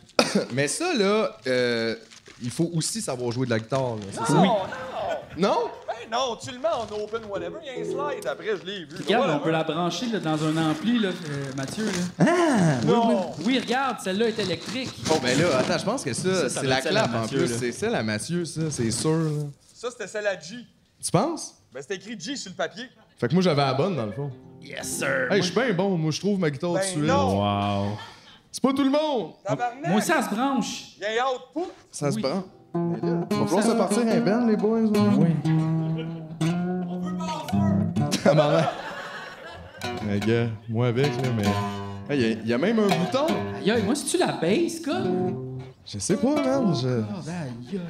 S4: Mais ça, là, euh, il faut aussi savoir jouer de la guitare, là. c'est ça?
S3: Non,
S1: Oui.
S3: non!
S4: Non?
S3: Ben non, tu le mets en open whatever, il y a un slide après, je l'ai vu.
S1: Regarde,
S3: Voilà.
S1: on peut la brancher là, dans un ampli, là, euh, Mathieu. Là.
S3: Non!
S1: Oui, regarde, celle-là est électrique.
S4: Bon, ben là, attends, je pense que ça,
S1: Ça, ça
S4: c'est
S1: doit
S4: la
S1: être celle à
S4: clap en
S1: Mathieu,
S4: plus.
S1: là.
S4: C'est celle à Mathieu, ça, c'est sûr. là.
S3: Ça, c'était celle à G.
S4: Tu penses?
S3: Ben, c'était écrit G sur le papier.
S4: Fait que moi, j'avais la bonne, dans le fond.
S1: Yes, sir!
S4: Hey, je suis bien bon, moi, je trouve ma guitare
S3: Ben
S4: dessus.
S3: non.
S1: Wow!
S4: C'est pas tout le monde!
S3: Tabarnak!
S1: Moi aussi, elle se branche!
S3: Il y a un autre pouf!
S4: Ça se
S1: Oui.
S4: prend. Mais là, va falloir se partir un band, les boys. hein?
S1: Oui.
S3: On veut pas en feu!
S4: Tabarnak. Mais gars, moi avec, là, mais... Hey, il y, a même un bouton!
S1: Aïe, aïe, moi, c'est-tu la base, quoi?
S4: Je sais pas, man, je...
S1: Oh, aïe, aïe.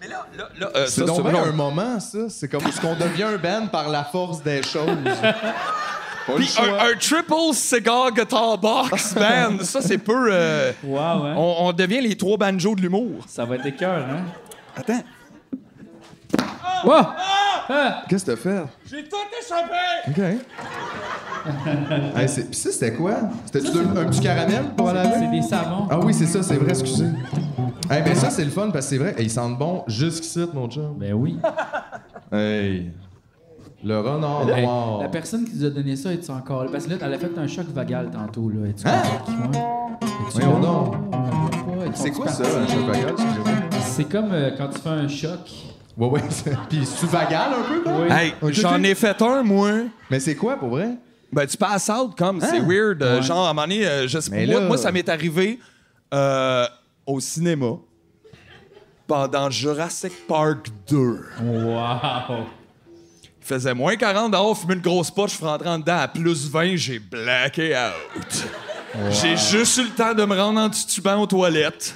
S3: Mais là, là, là, euh,
S4: C'est
S3: ça,
S4: donc
S3: ça,
S4: bien
S3: non.
S4: un moment, ça. C'est comme ce qu'on devient un band par la force des choses. Pas le
S3: Puis un,
S4: choix.
S3: un triple cigar guitar box, man! ça, c'est peu. euh,
S1: Wow, hein?
S3: on, on devient les trois banjos de l'humour.
S1: Ça va être des cœurs, hein?
S3: Attends.
S1: Wow!
S4: Qu'est-ce que t'as fait?
S3: J'ai tout échappé!
S4: OK. hey, c'est- Pis ça, c'était quoi? C'était-tu de- un petit caramel pour aller
S1: C'est
S4: avec?
S1: des savons.
S4: Ah oui, c'est ça, c'est vrai, excusez. Hey, ben ça, c'est le fun parce que c'est vrai, hey, ils sentent bon jusqu'ici, mon chum.
S1: Ben oui.
S4: Hey. Le renard
S1: Hey,
S4: noir.
S1: La personne qui nous a donné ça, est encore là? Parce que là, elle a fait un choc vagal tantôt, là. Es-tu
S4: Hein?
S1: correct? Ouais. Es-tu
S4: Voyons
S1: là?
S4: donc.
S1: Ouais, ouais, ouais.
S4: C'est quoi
S1: Sont-tu
S4: ça, un
S1: partis?
S4: chef vagal? Excusez-moi.
S1: C'est comme euh, quand tu fais un choc.
S4: Ouais, ouais. c'est- Puis c'est-tu vagal un peu, quoi?
S1: Oui.
S3: Hey,
S4: Ok,
S3: j'en
S4: ok.
S3: ai fait un, moi.
S4: Mais c'est quoi, pour vrai?
S3: Ben, tu passes out comme, c'est weird. euh, Genre, à un moment donné, euh, je sais pas.
S4: Ah, Mais
S3: Moi,
S4: là-
S3: moi, ça m'est arrivé euh, au cinéma pendant Jurassic Park 2.
S1: Wow!
S3: Il faisait moins 40 dehors, fumé une grosse poche, je suis rentré en dedans à plus 20, j'ai blacké out. J'ai juste eu le temps de me rendre en titubant aux toilettes.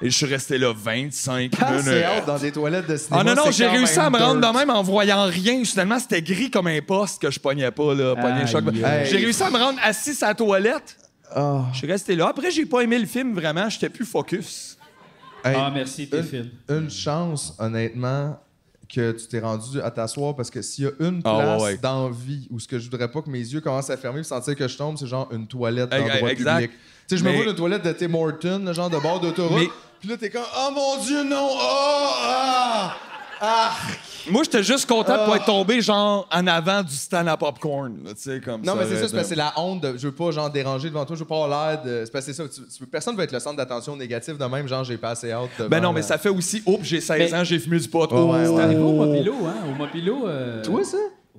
S3: Et je suis resté là 25
S4: Assez
S3: minutes.
S4: haute dans des toilettes de cinéma.
S3: Ah non, non,
S4: c'est
S3: j'ai
S4: quand
S3: réussi
S4: même
S3: à me rendre
S4: dirt.
S3: de même en voyant rien. Finalement, c'était gris comme un poste que je pognais pas, là. Pognais le choc.
S1: Aïe,
S4: aïe.
S3: J'ai réussi à me rendre assis à la toilette.
S4: Ah.
S3: Je suis resté là. Après, j'ai pas aimé le film vraiment. J'étais plus focus.
S4: Hey,
S1: Ah, merci, tes films.
S4: une, une chance, honnêtement, que tu t'es rendu à t'asseoir parce que s'il y a une
S3: Ah,
S4: place
S3: ouais, ouais.
S4: dans vie où ce que je voudrais pas que mes yeux commencent à fermer et sentir que je tombe, c'est genre une toilette
S3: Hey,
S4: d'endroit
S3: hey, exact.
S4: public. Tu sais, je me
S3: Mais-
S4: vois une toilette de Tim Horton, le genre de bord d'autoroute.
S3: Mais-
S4: Puis là, t'es comme, oh mon Dieu, non! Oh! Ah! Ah!
S3: Moi, j'étais juste content de pas être tombé, genre, en avant du stand à popcorn. là, Tu sais, comme euh,
S4: Non, mais c'est
S3: aurait
S4: ça, c'est parce que
S3: été-
S4: c'est la honte. de- je veux pas, genre, déranger devant toi. Je veux pas avoir l'air de. C'est parce que c'est ça. tu- tu- personne veut être le centre d'attention négative de même. Genre, j'ai pas assez hâte.
S3: Ben
S4: devant
S3: non, mais
S4: la-
S3: ça fait aussi. Oups, j'ai 16
S1: Mais-
S3: ans, j'ai fumé du pot.
S4: Ouais, ouais,
S1: C'est
S4: ouais.
S1: allé pas au Mobilo, hein? Au Mobilo. euh,
S4: Euh, Toi, ça?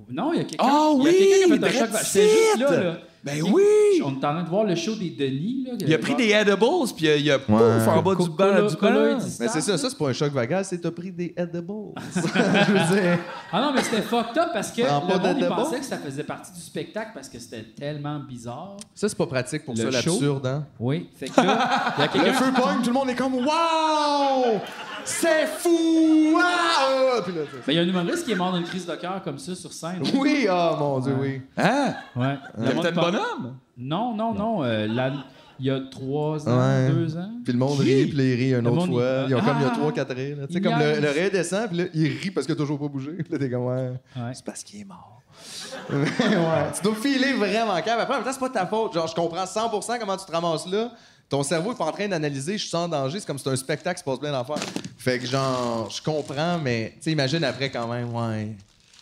S1: Non, il y a quelqu'un.
S3: Ah
S1: il y a quelqu'un qui a fait
S3: oui,
S1: un choc.
S3: that's
S1: C'est juste
S3: it!
S1: là, là.
S3: Ben
S1: Qui-
S3: oui!
S1: On est en train de voir le show des Denis, là.
S3: Il a pris des edibles, puis il a, il a pouf, en bas du banc. Du banc.
S4: Mais c'est ça, ça, c'est pas un choc vagal, c'est t'as pris des edibles. je veux dire.
S1: Ah non, mais c'était fucked up parce que
S4: Prends
S1: le
S4: pas
S1: monde il
S4: d'edible?
S1: pensait que ça faisait partie du spectacle parce que c'était tellement bizarre.
S4: Ça, c'est pas pratique pour
S1: Le
S4: ça,
S1: show?
S4: l'absurde, hein?
S1: Oui. Fait que là, il y a
S4: Le
S1: quelqu'un.
S4: feu pogne, tout le monde est comme Waouh! C'est fou!
S1: Ah,
S4: Ah! Waouh! Puis là, tu sais.
S1: Ben, il y a un humoriste qui est mort d'une crise de cœur comme ça sur scène.
S4: Oui, ah mon dieu, oui.
S3: Hein?
S1: Ouais. Le monde
S3: Capitaine
S1: pense-
S3: Bonhomme?
S1: Non, non, non. euh, la- Il y a trois ans,
S4: Ouais.
S1: deux ans.
S4: Puis le monde
S1: Qui?
S4: rit, puis là, il rit une
S1: Le
S4: autre
S1: monde,
S4: fois.
S1: il-
S4: Ils ont comme, il y a
S1: Ah!
S4: 3-4 rires. là. Tu sais,
S1: Il
S4: comme le,
S1: niaise.
S4: le rire descend, puis là, il rit parce qu'il a toujours pas bougé. Puis là, t'es comme, ouais.
S1: Ouais.
S4: C'est parce qu'il est mort. ouais, tu dois filer vraiment calme. Après, en même temps, c'est pas ta faute. Genre, je comprends 100 comment tu te ramasses là. Ton cerveau est pas en train d'analyser, je suis en danger, c'est comme si c'était un spectacle qui se passe plein d'affaires. Fait que, genre, je comprends, mais, tu sais, imagine après quand même, ouais.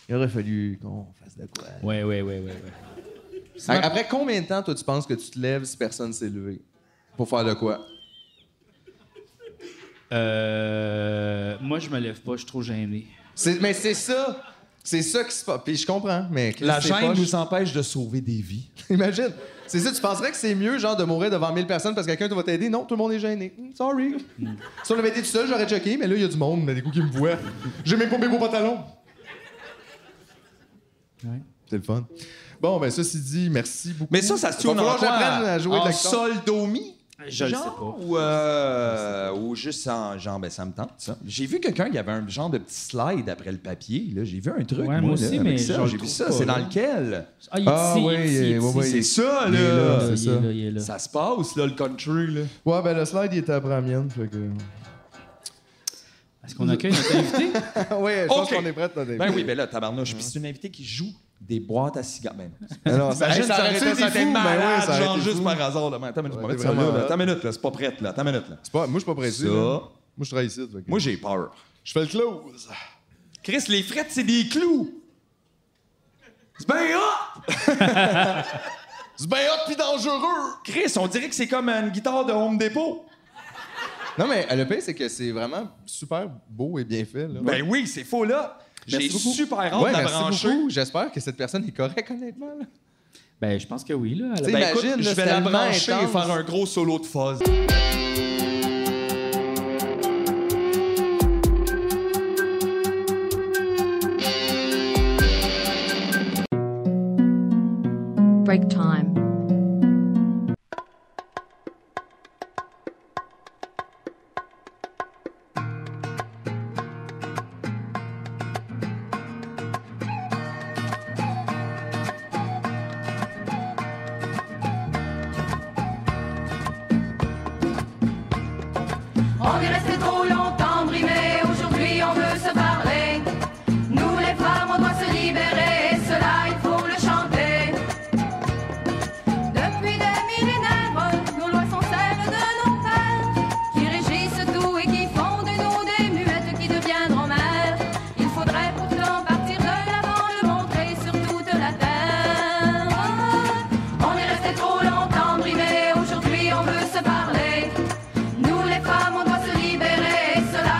S4: Il aurait fallu qu'on fasse de quoi.
S1: Ouais, ouais, ouais, ouais. ouais.
S4: A- Après combien de temps, toi, tu penses que tu te lèves si personne s'est levé? Pour faire de quoi?
S1: Euh, moi, je me lève pas, je suis trop gêné.
S4: C'est- mais c'est ça! C'est ça qui se passe. Puis je comprends, mais.
S3: La
S4: c'est
S3: gêne
S4: poche.
S3: nous empêche de sauver des vies.
S4: Imagine. C'est ça, tu penserais que c'est mieux, genre, de mourir devant 1000 personnes parce que quelqu'un va t'aider. Non, tout le monde est gêné. Hmm, sorry. Si on l'avait été tout seul, j'aurais checké, mais là, il y a du monde, mais des coups qui me voient. J'ai même pas mes beaux pantalons.
S1: Ouais.
S4: C'est le fun. Bon, ben, ceci dit, merci beaucoup.
S3: Mais ça, ça se
S4: Va
S3: tourne en
S4: falloir que
S3: quoi?
S4: j'apprenne à jouer de
S3: en
S4: l'accent.
S3: sol domi?
S1: Je le sais
S3: Genre,
S1: pas.
S3: Ou, euh, ou juste en genre, ben ça me tente, ça. J'ai vu quelqu'un qui avait un genre de petit slide après le papier, là. J'ai vu un truc,
S1: Ouais,
S3: moi,
S1: moi aussi,
S3: là,
S1: mais
S3: avec ça.
S1: je le
S3: J'ai vu
S1: trouve
S3: ça,
S1: pas,
S3: c'est
S1: là.
S3: dans lequel?
S1: Ah, il
S4: Ah,
S1: est ici,
S4: oui,
S1: il est
S4: il est-
S1: ici,
S4: ouais, ouais,
S1: il
S3: C'est
S1: est ici.
S3: ça,
S4: Il est
S3: là!
S4: là, c'est
S1: Il est
S4: ça.
S1: là, il est là.
S3: Ça se passe, là, le country, là.
S4: Ouais, ben, le slide, il était après la mienne, fait que.
S1: Est-ce qu'on accueille notre invité?
S4: ouais, je pense
S3: Ok.
S4: qu'on est prêts, Tadé.
S3: Ben oui, ben là, tabarnouche. Puis c'est une invitée qui joue des boîtes à cigares. Ben non.
S4: Alors,
S3: Imagine, ça aurait été
S4: ça
S3: ça
S4: aurait été fou,
S3: malade,
S4: ben oui, ça aurait
S3: genre
S4: été
S3: juste
S4: fou.
S3: par hasard, là. Mais Attends, une minute, je vais
S4: Ouais,
S3: mettre ça
S4: vraiment,
S3: là, là.
S4: là.
S3: Attends une minute, là, c'est pas prête, là. Attends une minute, là.
S4: C'est pas- Moi, je suis pas pressé.
S3: Ça.
S4: là. Moi, je travaille ici. fait que-
S3: Moi, j'ai peur.
S4: je fais le close.
S3: Chris, les frettes, c'est des clous! C'est bien hot!
S4: C'est bien hot pis dangereux!
S3: Chris, on dirait que c'est comme une guitare de Home Depot.
S4: Non, mais le pire, c'est que c'est vraiment super beau et bien fait. Là.
S3: Ben oui, c'est faux, là. J'ai
S4: Merci beaucoup.
S3: super hâte
S4: Ouais,
S3: de la
S4: merci
S3: brancher.
S4: beaucoup. J'espère que cette personne est correcte, honnêtement. là.
S1: Ben, je pense que oui, là. à la-
S4: T'sais,
S1: Ben,
S3: Écoute,
S4: Imagine,
S3: je
S4: là,
S3: vais
S4: c'est
S3: la
S4: tellement
S3: brancher et
S4: intense.
S3: faire un gros solo de fuzz.
S9: Break time.
S10: On est resté trop longtemps brimés, aujourd'hui on veut se parler. Nous les femmes, on doit se libérer, et cela il faut le chanter. Depuis des millénaires, nos lois sont celles de nos pères, qui régissent tout et qui font de nous des muettes qui deviendront mères. Il faudrait pourtant partir de l'avant, le montrer sur toute la terre. On est resté trop longtemps brimés, aujourd'hui on veut se parler. Nous les femmes, on doit se libérer, et cela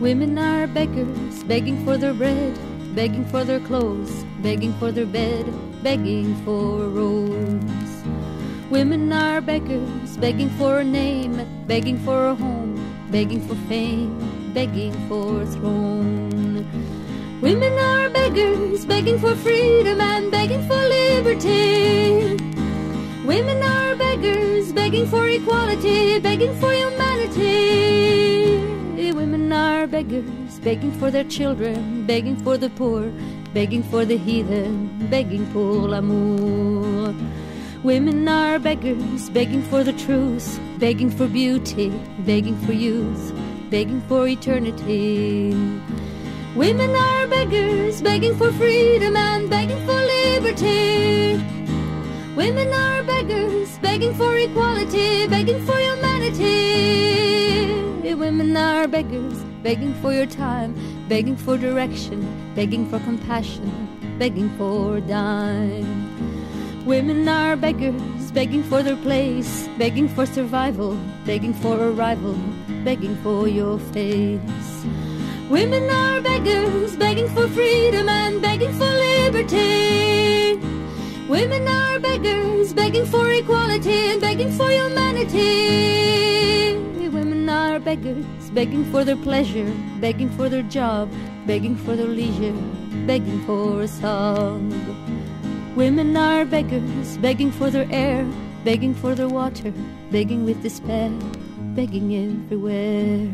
S11: Women are beggars, begging for their bread, begging for their clothes, begging for their bed, begging for a rose. Women are beggars, begging for a name, begging for a home, begging for fame, begging for a throne. Women are beggars, begging for freedom and begging for liberty. Women are beggars, begging for equality, begging for humanity. Women are beggars, begging for their children, begging for the poor, begging for the heathen, begging pour l'amour. Women are beggars, begging for the truth, begging for beauty, begging for youth, begging for eternity. Women are beggars, begging for freedom and begging for liberty. Women are beggars, begging for equality, begging for humanity. Women are beggars, begging for your time, begging for direction, begging for compassion, begging for a dime. Women are beggars, begging for their place, begging for survival, begging for arrival, begging for your face. Women are beggars, begging for freedom and begging for liberty. Women are beggars, begging for equality and begging for humanity. Women are beggars, begging for their pleasure, begging for their job, begging for their leisure, begging for a song. Women are beggars, begging for their air, begging for their water, begging with despair, begging everywhere.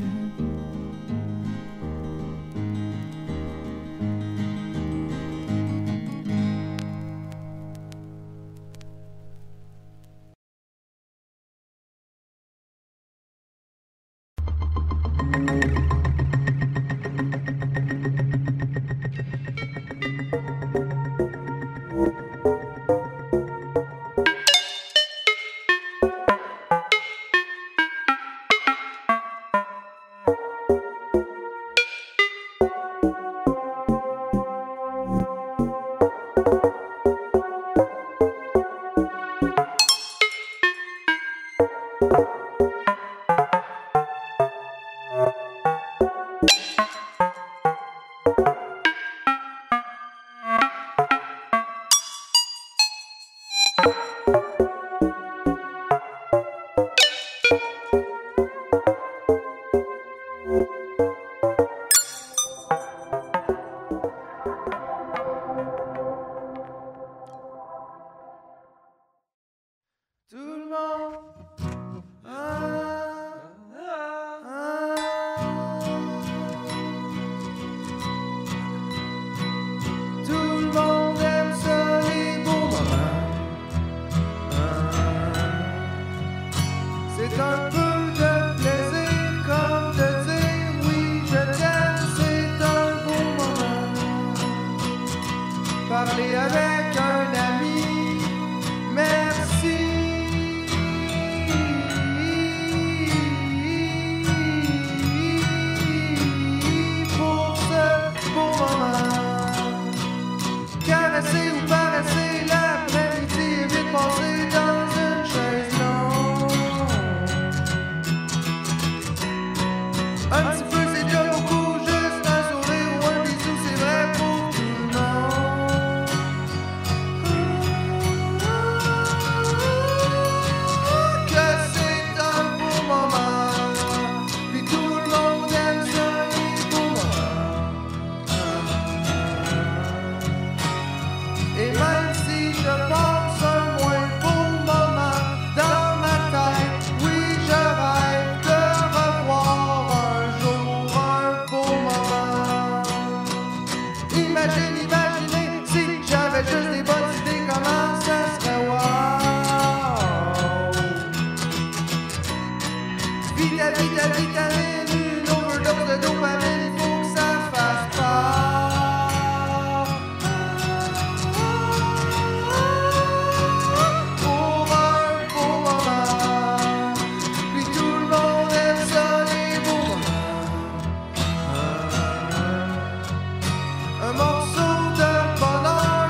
S4: un morceau de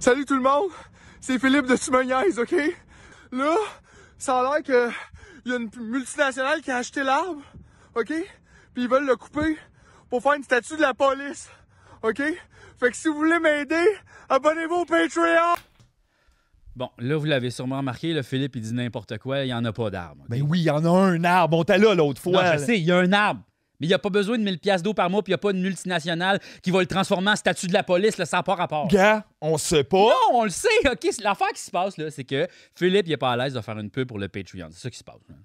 S12: Salut tout le monde, c'est Philippe de Tumoniaise, OK? Là, ça a l'air que il y a une multinationale qui a acheté l'arbre, OK? Puis ils veulent le couper pour faire une statue de la police, OK? Fait que si vous voulez m'aider, abonnez-vous au Patreon!
S1: Bon, là, vous l'avez sûrement remarqué, le Philippe, il dit n'importe quoi, il n'y en a pas d'arbre. OK?
S13: Ben oui, il y en a un arbre. On était là l'autre fois.
S1: Non,
S13: là.
S1: je sais, il y a un arbre. Mais il n'y a pas besoin de 1000 pièces d'eau par mois, puis il n'y a pas une multinationale qui va le transformer en statut de la police, là, sans pas rapport.
S13: Gars, on sait pas.
S1: Non, on le sait, OK? C'est L'affaire qui se passe, là, c'est que Philippe, il n'est pas à l'aise de faire une pub pour le Patreon. C'est ça qui se passe. là.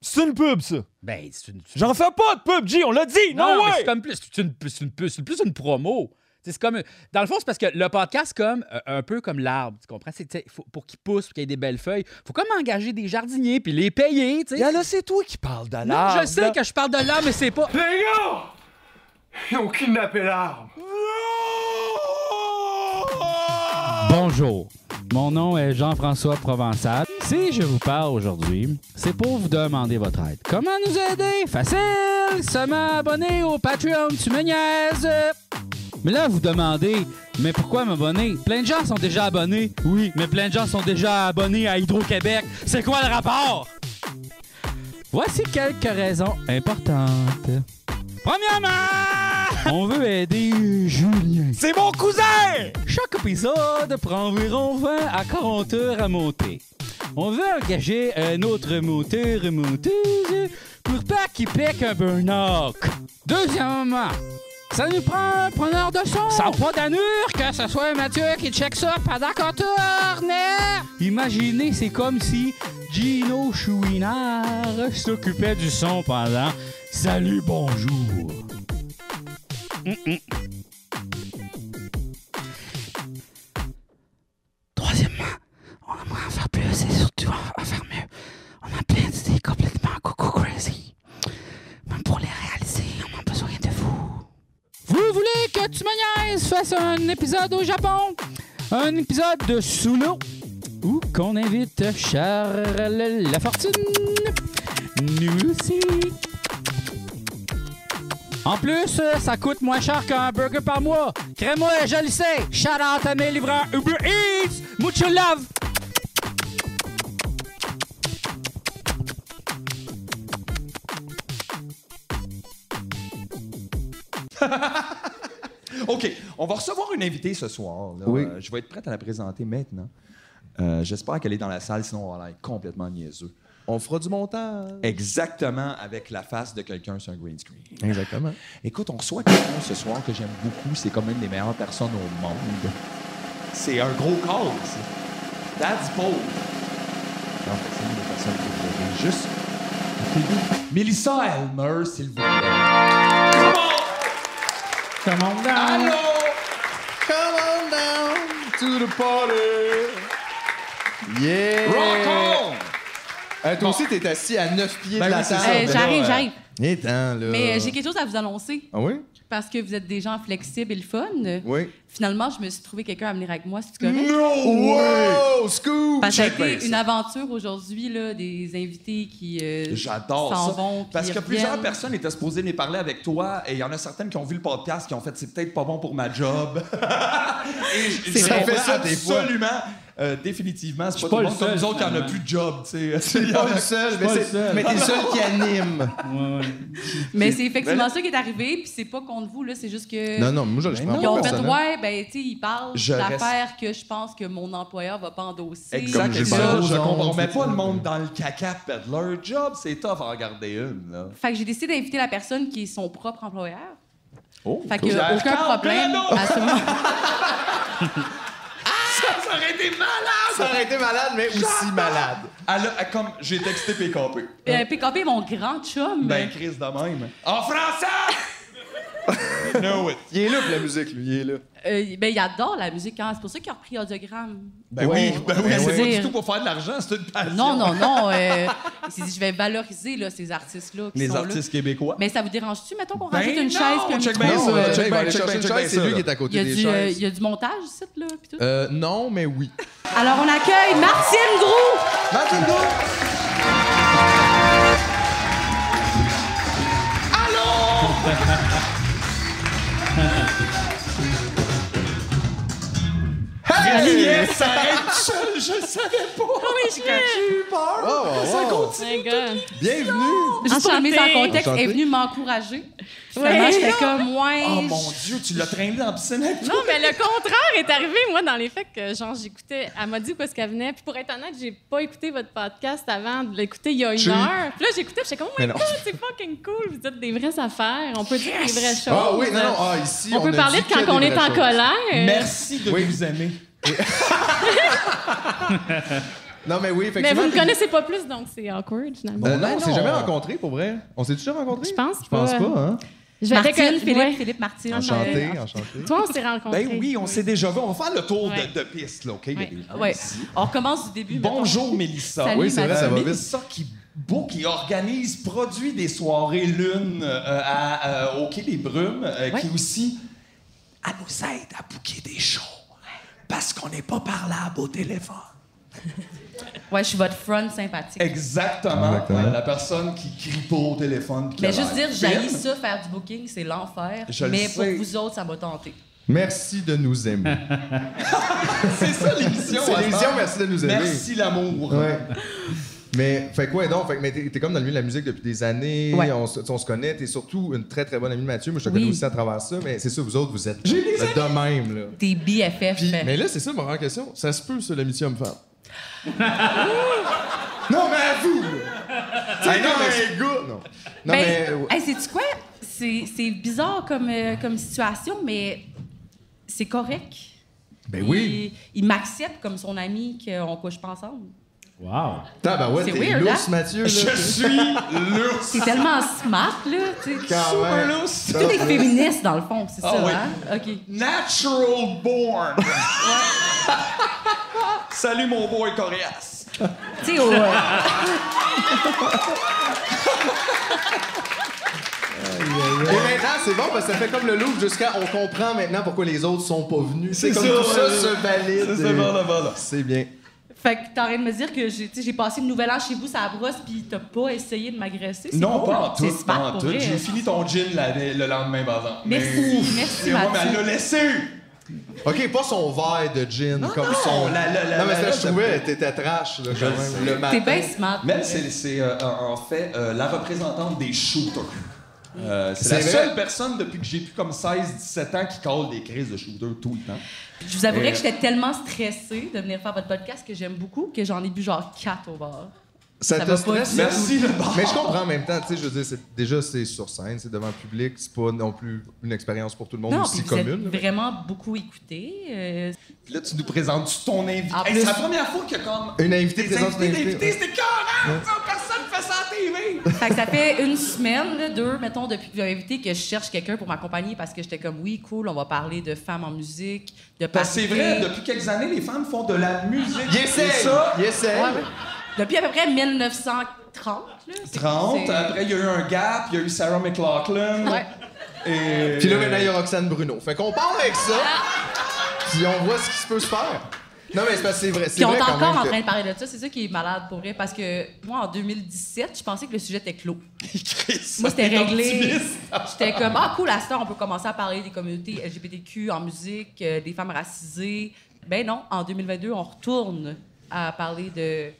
S13: C'est une pub, ça.
S1: Ben, c'est une...
S13: J'en fais pas de pub, G, on l'a dit.
S1: Non,
S13: Non,
S1: mais
S13: way!
S1: c'est comme plus, c'est une, c'est une- c'est plus une promo. Tu sais, C'est comme, dans le fond, c'est parce que le podcast, c'est comme euh, un peu comme l'arbre, tu comprends? C'est, tu sais, faut- pour qu'il pousse, pour qu'il y ait des belles feuilles, faut comme engager des jardiniers puis les payer, tu sais.
S13: Gars, là, c'est toi qui parles de
S1: Non,
S13: l'arbre.
S1: je sais
S13: là.
S1: que je parle de l'arbre, mais c'est pas.
S12: Les gars! Ils ont kidnappé l'arbre!
S1: Bonjour, mon nom est Jean-François Provençal. Si je vous parle aujourd'hui, c'est pour vous demander votre aide. Comment nous aider? Facile! Seulement abonner au Patreon, tu me niaises! Mais là, vous demandez, mais pourquoi m'abonner? Plein de gens sont déjà abonnés, oui, mais plein de gens sont déjà abonnés à Hydro-Québec. C'est quoi le rapport? Voici quelques raisons importantes. Premièrement, on veut aider Julien.
S13: C'est mon cousin!
S1: Chaque épisode prend environ 20 à 40 heures à monter. On veut engager un autre monteur ou monteuse pour pas qu'il pique un burn-out. Deuxièmement, ça nous prend un preneur de son. Ça n'a pas d'annure que ce soit Mathieu qui check ça pendant qu'on tourne. Imaginez, c'est comme si Gino Chouinard s'occupait du son pendant Salut, bonjour. Troisièmement, on aimerait en faire plus et surtout en en faire mieux. On a plein d'idées complètement coco crazy. Même pour les réaliser, on a besoin de vous. Vous voulez que tu me niaises fasse un épisode au Japon? Un épisode de sous l'eau? Ou qu'on invite Charles Lafortune? Nous aussi. En plus, euh, ça coûte moins cher qu'un burger par mois. Crée-moi, je le sais. Shout out à mes livreurs Uber Eats. Mucho love.
S3: OK, on va recevoir une invitée ce soir. là.
S4: Oui.
S3: Euh, je vais être prête à la présenter maintenant. Euh, J'espère qu'elle est dans la salle, sinon on va l'air complètement niaiseux.
S4: On fera du montage.
S3: Exactement avec la face de quelqu'un sur un green screen.
S4: Exactement.
S3: Écoute, on reçoit quelqu'un ce soir que j'aime beaucoup. C'est comme une des meilleures personnes au monde. C'est un gros cause. That's bold. Non, c'est une des personnes que vous avez juste. appelées. Mélissa Elmer, s'il vous plaît.
S1: Come on down.
S3: Allô?
S4: Come on down to the party. Yeah!
S3: Rock on!
S4: Euh, toi aussi, t'es assis à 9 pieds
S3: Ben
S4: de la
S3: oui, c'est
S4: table.
S3: ça.
S14: Euh,
S3: mais
S14: j'arrive,
S3: là, euh,
S14: j'arrive.
S4: Et tant, là.
S14: Mais euh, j'ai quelque chose à vous annoncer
S4: Ah oui?
S14: parce que vous êtes des gens flexibles et le fun.
S4: Oui.
S14: Finalement, je me suis trouvé quelqu'un à venir avec moi, c'est correct.
S4: Wow! Scoop!
S14: Parce que ça a
S4: Check bien
S14: été
S4: ça.
S14: une aventure aujourd'hui, là, des invités qui euh,
S3: J'adore
S14: s'en
S3: ça.
S14: vont. puis
S3: Parce que
S14: reviennent.
S3: plusieurs personnes étaient supposées venir parler avec toi et il y en a certaines qui ont vu le podcast qui ont fait c'est peut-être pas bon pour ma job. et je- je
S4: vrai. Ça fait
S3: comprends
S4: ça, des fois.
S3: Absolument. Euh, définitivement, c'est pas,
S1: pas
S3: tout le
S1: le
S3: monde comme
S1: seul,
S3: nous autres qui en a
S1: finalement.
S3: plus de job, tu sais.
S4: T'es pas le seul, mais
S1: pas le
S4: c'est-
S1: seul.
S4: mais t'es le seul qui anime.
S14: Mais c'est effectivement ça qui est arrivé, puis c'est pas contre vous, là, c'est juste que.
S4: Non, non, moi, je le prends
S14: Euh, Ils ont
S4: pas hein.
S14: fait,
S4: personnel.
S14: ouais, ben, tu sais, ils parlent
S3: Je reste-
S14: d'affaires que je pense que mon employeur va pas endosser.
S3: Exact.
S4: Comme
S3: et
S4: j'ai
S3: ça, je
S4: pas raison,
S3: comprends. On
S4: tu
S3: met
S4: sais.
S3: pas le monde dans le caca pis de leur job. C'est tough à en garder une. Là.
S14: Fait que j'ai décidé d'inviter la personne qui est son propre employeur.
S3: Oh,
S14: Fait que
S3: cool.
S14: euh, aucun
S3: Carl
S14: problème
S3: Plano!
S14: à ce moment.
S3: Ça aurait été malade!
S4: Ça aurait été malade, mais aussi malade.
S3: Elle a- comme j'ai texté PKP.
S14: Euh, PKP, mon grand chum.
S3: Ben, Chris de même. En français! no it.
S4: Il est là pour la musique, lui. Il est là.
S14: Euh, ben, il adore la musique, hein. c'est pour ça qu'il a repris audiogramme.
S3: Ben oui, ben oui,
S14: Ben
S3: c'est pas
S14: oui.
S3: du tout pour faire de l'argent, c'est une passion.
S14: Non, non, non. euh, il s'est dit, je vais valoriser là, ces artistes-là. qui
S3: Les
S14: sont là.
S3: artistes québécois.
S14: Mais ça vous dérange-tu, mettons qu'on
S3: Ben
S14: rajoute une
S3: non,
S14: chaise puis un
S3: check
S14: micro?
S3: bien
S4: Non,
S3: ça,
S4: euh,
S3: check
S4: check,
S3: bien,
S4: ben, aller
S3: check
S4: chercher
S3: bien,
S4: une
S3: check
S4: chaise,
S3: bien
S4: c'est
S3: ça,
S4: lui
S3: là.
S4: qui est à
S14: Il y,
S4: côté
S14: a
S4: des
S14: du, euh,
S4: chaises.
S14: il y a du montage ici, là. puis tout.
S4: Euh, non, mais oui.
S14: Alors, on accueille Martine Groux.
S4: Martin Gros! Allô!
S3: Ah, Yes, ça arrête seul, je le savais pas.
S14: oui, je
S3: J'ai eu peur.
S4: Wow, wow,
S3: Ça
S4: wow.
S3: continue.
S14: My God.
S4: Bienvenue!
S14: Juste pour la mise en
S11: Enchantée.
S14: contexte, elle est venue m'encourager. Finalement, j'étais comme, ouais.
S3: Oh
S14: je-
S3: mon Dieu, tu l'as traîné dans la piscine avec toi.
S11: Non, mais le contraire est arrivé, moi, dans les faits que, genre, j'écoutais. Elle m'a dit où est-ce qu'elle venait. Puis pour être honnête, j'ai pas écouté votre podcast avant de l'écouter il y a une
S4: Cheap.
S11: heure. Puis là, j'écoutais, puis j'étais comme, oh
S4: Mais
S11: my
S4: non.
S11: God, c'est fucking cool. Vous dites des vraies affaires. On peut dire des vraies choses.
S4: Ah oui, non, non, ah, ici,
S11: on, peut
S4: a
S11: parler
S4: dit
S11: de
S4: que
S11: quand on
S4: des
S11: est en
S4: vraies choses.
S14: euh,
S11: colère.
S3: Merci de nous aimer.
S4: Non, mais oui,
S11: Mais
S4: effectivement.
S11: vous ne
S4: puis-
S11: connaissez pas plus, donc c'est awkward, finalement.
S4: Euh, non, on s'est
S3: non.
S4: jamais rencontrés, pour vrai. On s'est déjà rencontrés?
S11: Je pense
S4: Je pense
S11: pas.
S4: pas, hein?
S11: Je vais
S14: Martine,
S11: avec un-
S14: Philippe,
S11: ouais.
S14: Philippe Martine. euh,
S4: Enchanté, enchanté.
S11: Toi, on s'est rencontrés.
S3: Ben oui, on s'est déjà vu. On va faire le tour
S11: Ouais.
S3: de, de piste, là, OK? Il y a
S11: Ouais.
S3: des gens
S14: Ouais.
S3: ici.
S14: On recommence du début. mettons.
S3: Bonjour, Mélissa.
S14: Salut, Oui, c'est vrai,
S4: Mathieu. ça va vite.
S3: Mélissa qui boucle, qui organise, produit des soirées lune euh, à, euh, au Quai des Brumes, euh, qui aussi, elle nous aide à bouquer des shows. Parce qu'on n'est pas parlable au téléphone.
S14: Ouais, je suis votre front sympathique.
S3: Exactement.
S4: Exactement.
S3: Ouais, Euh, la personne qui crie pas au téléphone. puis qui
S14: Mais
S3: a
S14: juste
S3: l'air
S14: dire, j'haïs
S3: fine.
S14: ça, faire du booking, c'est l'enfer.
S3: Je le
S14: Mais pour
S3: sais.
S14: vous autres, ça m'a tenté.
S4: Merci de nous aimer.
S3: C'est ça l'émission.
S4: C'est
S3: à
S4: l'émission,
S3: faire.
S4: merci de nous aimer.
S3: Merci l'amour.
S4: Ouais. Mais, fait quoi, donc, fait, que, mais t'es t'es comme dans le milieu de la musique depuis des années,
S14: Ouais.
S4: on, se- on se connaît, t'es surtout une très très bonne amie de Mathieu, moi je te connais
S14: Oui.
S4: aussi à travers ça, mais c'est ça, vous autres, vous êtes de même, là.
S14: T'es BFF.
S4: Puis- mais là, c'est ça ma vraie question, ça se peut, ça, l'amitié homme-femme? non, mais à vous! là. Hey, non, mais c'est gars! euh, Non, non mais...
S14: Ben, hey, sais-tu quoi? C'est c'est bizarre comme, euh, comme situation, mais c'est correct.
S4: Ben oui.
S14: Il, il m'accepte comme son ami qu'on couche pas ensemble.
S1: Wow.
S4: Tabarouette,
S14: c'est
S4: Ah, ben t'es
S14: weird,
S4: lousse,
S14: hein?
S4: Mathieu, là.
S3: Je suis l'ours.
S14: C'est tellement smart, là. tu sais. hein.
S4: Quand même.
S3: lousse.
S14: Tout est féministe, dans le fond, c'est
S3: Ah
S14: ça,
S3: oui.
S14: hein? OK.
S3: Natural born. Salut mon boy coriace.
S14: Tu sais, au, euh,
S4: Et maintenant, c'est bon, parce que ça fait comme le loup jusqu'à... On comprend maintenant pourquoi les autres sont pas venus. C'est
S3: C'est ça,
S4: comme tout ça
S3: euh,
S4: se valide.
S3: c'est ça, voilà, voilà.
S4: C'est bien.
S14: Fait que t'es en train de me dire que j'ai tu sais, j'ai passé le nouvel an chez vous, ça brosse, puis t'as pas essayé de m'agresser. c'est
S3: Non,
S14: cool.
S3: pas en tout.
S14: C'est smart
S3: pas en
S14: pour
S3: tout.
S14: vrai.
S3: J'ai fini ton gin la- le lendemain d'avant.
S14: Merci,
S3: Mais-
S14: merci,
S3: Mais ouais, mais elle
S14: Mathieu.
S3: l'a laissé.
S4: OK, pas son verre de gin, comme son...
S3: la- la- la-
S4: non, mais
S3: la-
S4: ça,
S3: la-
S4: je trouvais, t'étais trash, là, quand
S3: sais.
S4: même, le matin.
S14: T'es bien smart.
S3: Mais elle, c'est, c'est, euh, en en fait euh, la représentante des shooters. Euh, c'est,
S4: C'est
S3: la
S4: vrai.
S3: seule personne depuis que j'ai plus comme 16-17 ans qui colle des crises de shooters tout le temps.
S14: Je vous avouerai
S3: Et-
S14: que j'étais tellement stressée de venir faire votre podcast que j'aime beaucoup que j'en ai bu genre quatre au bar.
S4: Ça,
S14: Ça
S4: te
S14: va pas
S4: stresse?
S14: du
S3: Merci le bar.
S4: Mais je comprends en même temps, tu sais, je veux dire, c'est- déjà, c'est sur scène, c'est devant le public, c'est pas non plus une expérience pour
S3: Oh,
S4: tout le monde
S14: non, puis
S4: aussi
S14: vous
S4: commune. là,
S14: êtes
S4: mais-
S14: vraiment beaucoup écouté. euh,
S3: Puis là, tu nous présentes ton invité.
S14: En
S3: Hey,
S14: plus-
S3: c'est la première fois qu'il y a comme.
S4: Une invitée
S3: des
S4: présente
S3: invités
S4: une invitée,
S3: d'invités.
S4: ouais.
S3: C'était carrément, ça, personne fait ça à TV.
S14: fait que ça fait une semaine, là, deux, mettons, depuis que vous m'avez invité, que je cherche quelqu'un pour m'accompagner parce que j'étais comme, oui, cool, on va parler de femmes en musique, de
S4: Ben,
S3: Parce que c'est vrai,
S14: parité.
S3: depuis quelques années, les femmes font de la musique.
S4: Il essaye!
S3: Et ça,
S4: Il essaye!
S14: Ouais, ouais. Depuis à peu près 1930. Là, c'est-
S3: 30,
S14: c'est-
S4: hein.
S3: après il y a eu un gap, il y a eu Sarah McLachlan.
S14: Ouais.
S3: Et...
S4: Puis là, maintenant, il y a Roxane Bruno. Fait qu'on parle avec ça,
S14: Ah!
S4: puis on voit ce qui se peut se faire. Non, mais c'est parce que c'est vrai, c'est
S14: Puis on
S4: vrai
S14: est
S4: quand
S14: encore en
S4: même
S14: train
S4: que-
S14: de parler de ça, c'est ça qui est malade pour vrai, parce que moi, en 2017, je pensais que le sujet était clos. Moi, c'était réglé. J'étais comme, ah, cool, à ce temps, on peut commencer à parler des communautés LGBTQ en musique, euh, des femmes racisées. Ben non, en 2022, on retourne à parler de,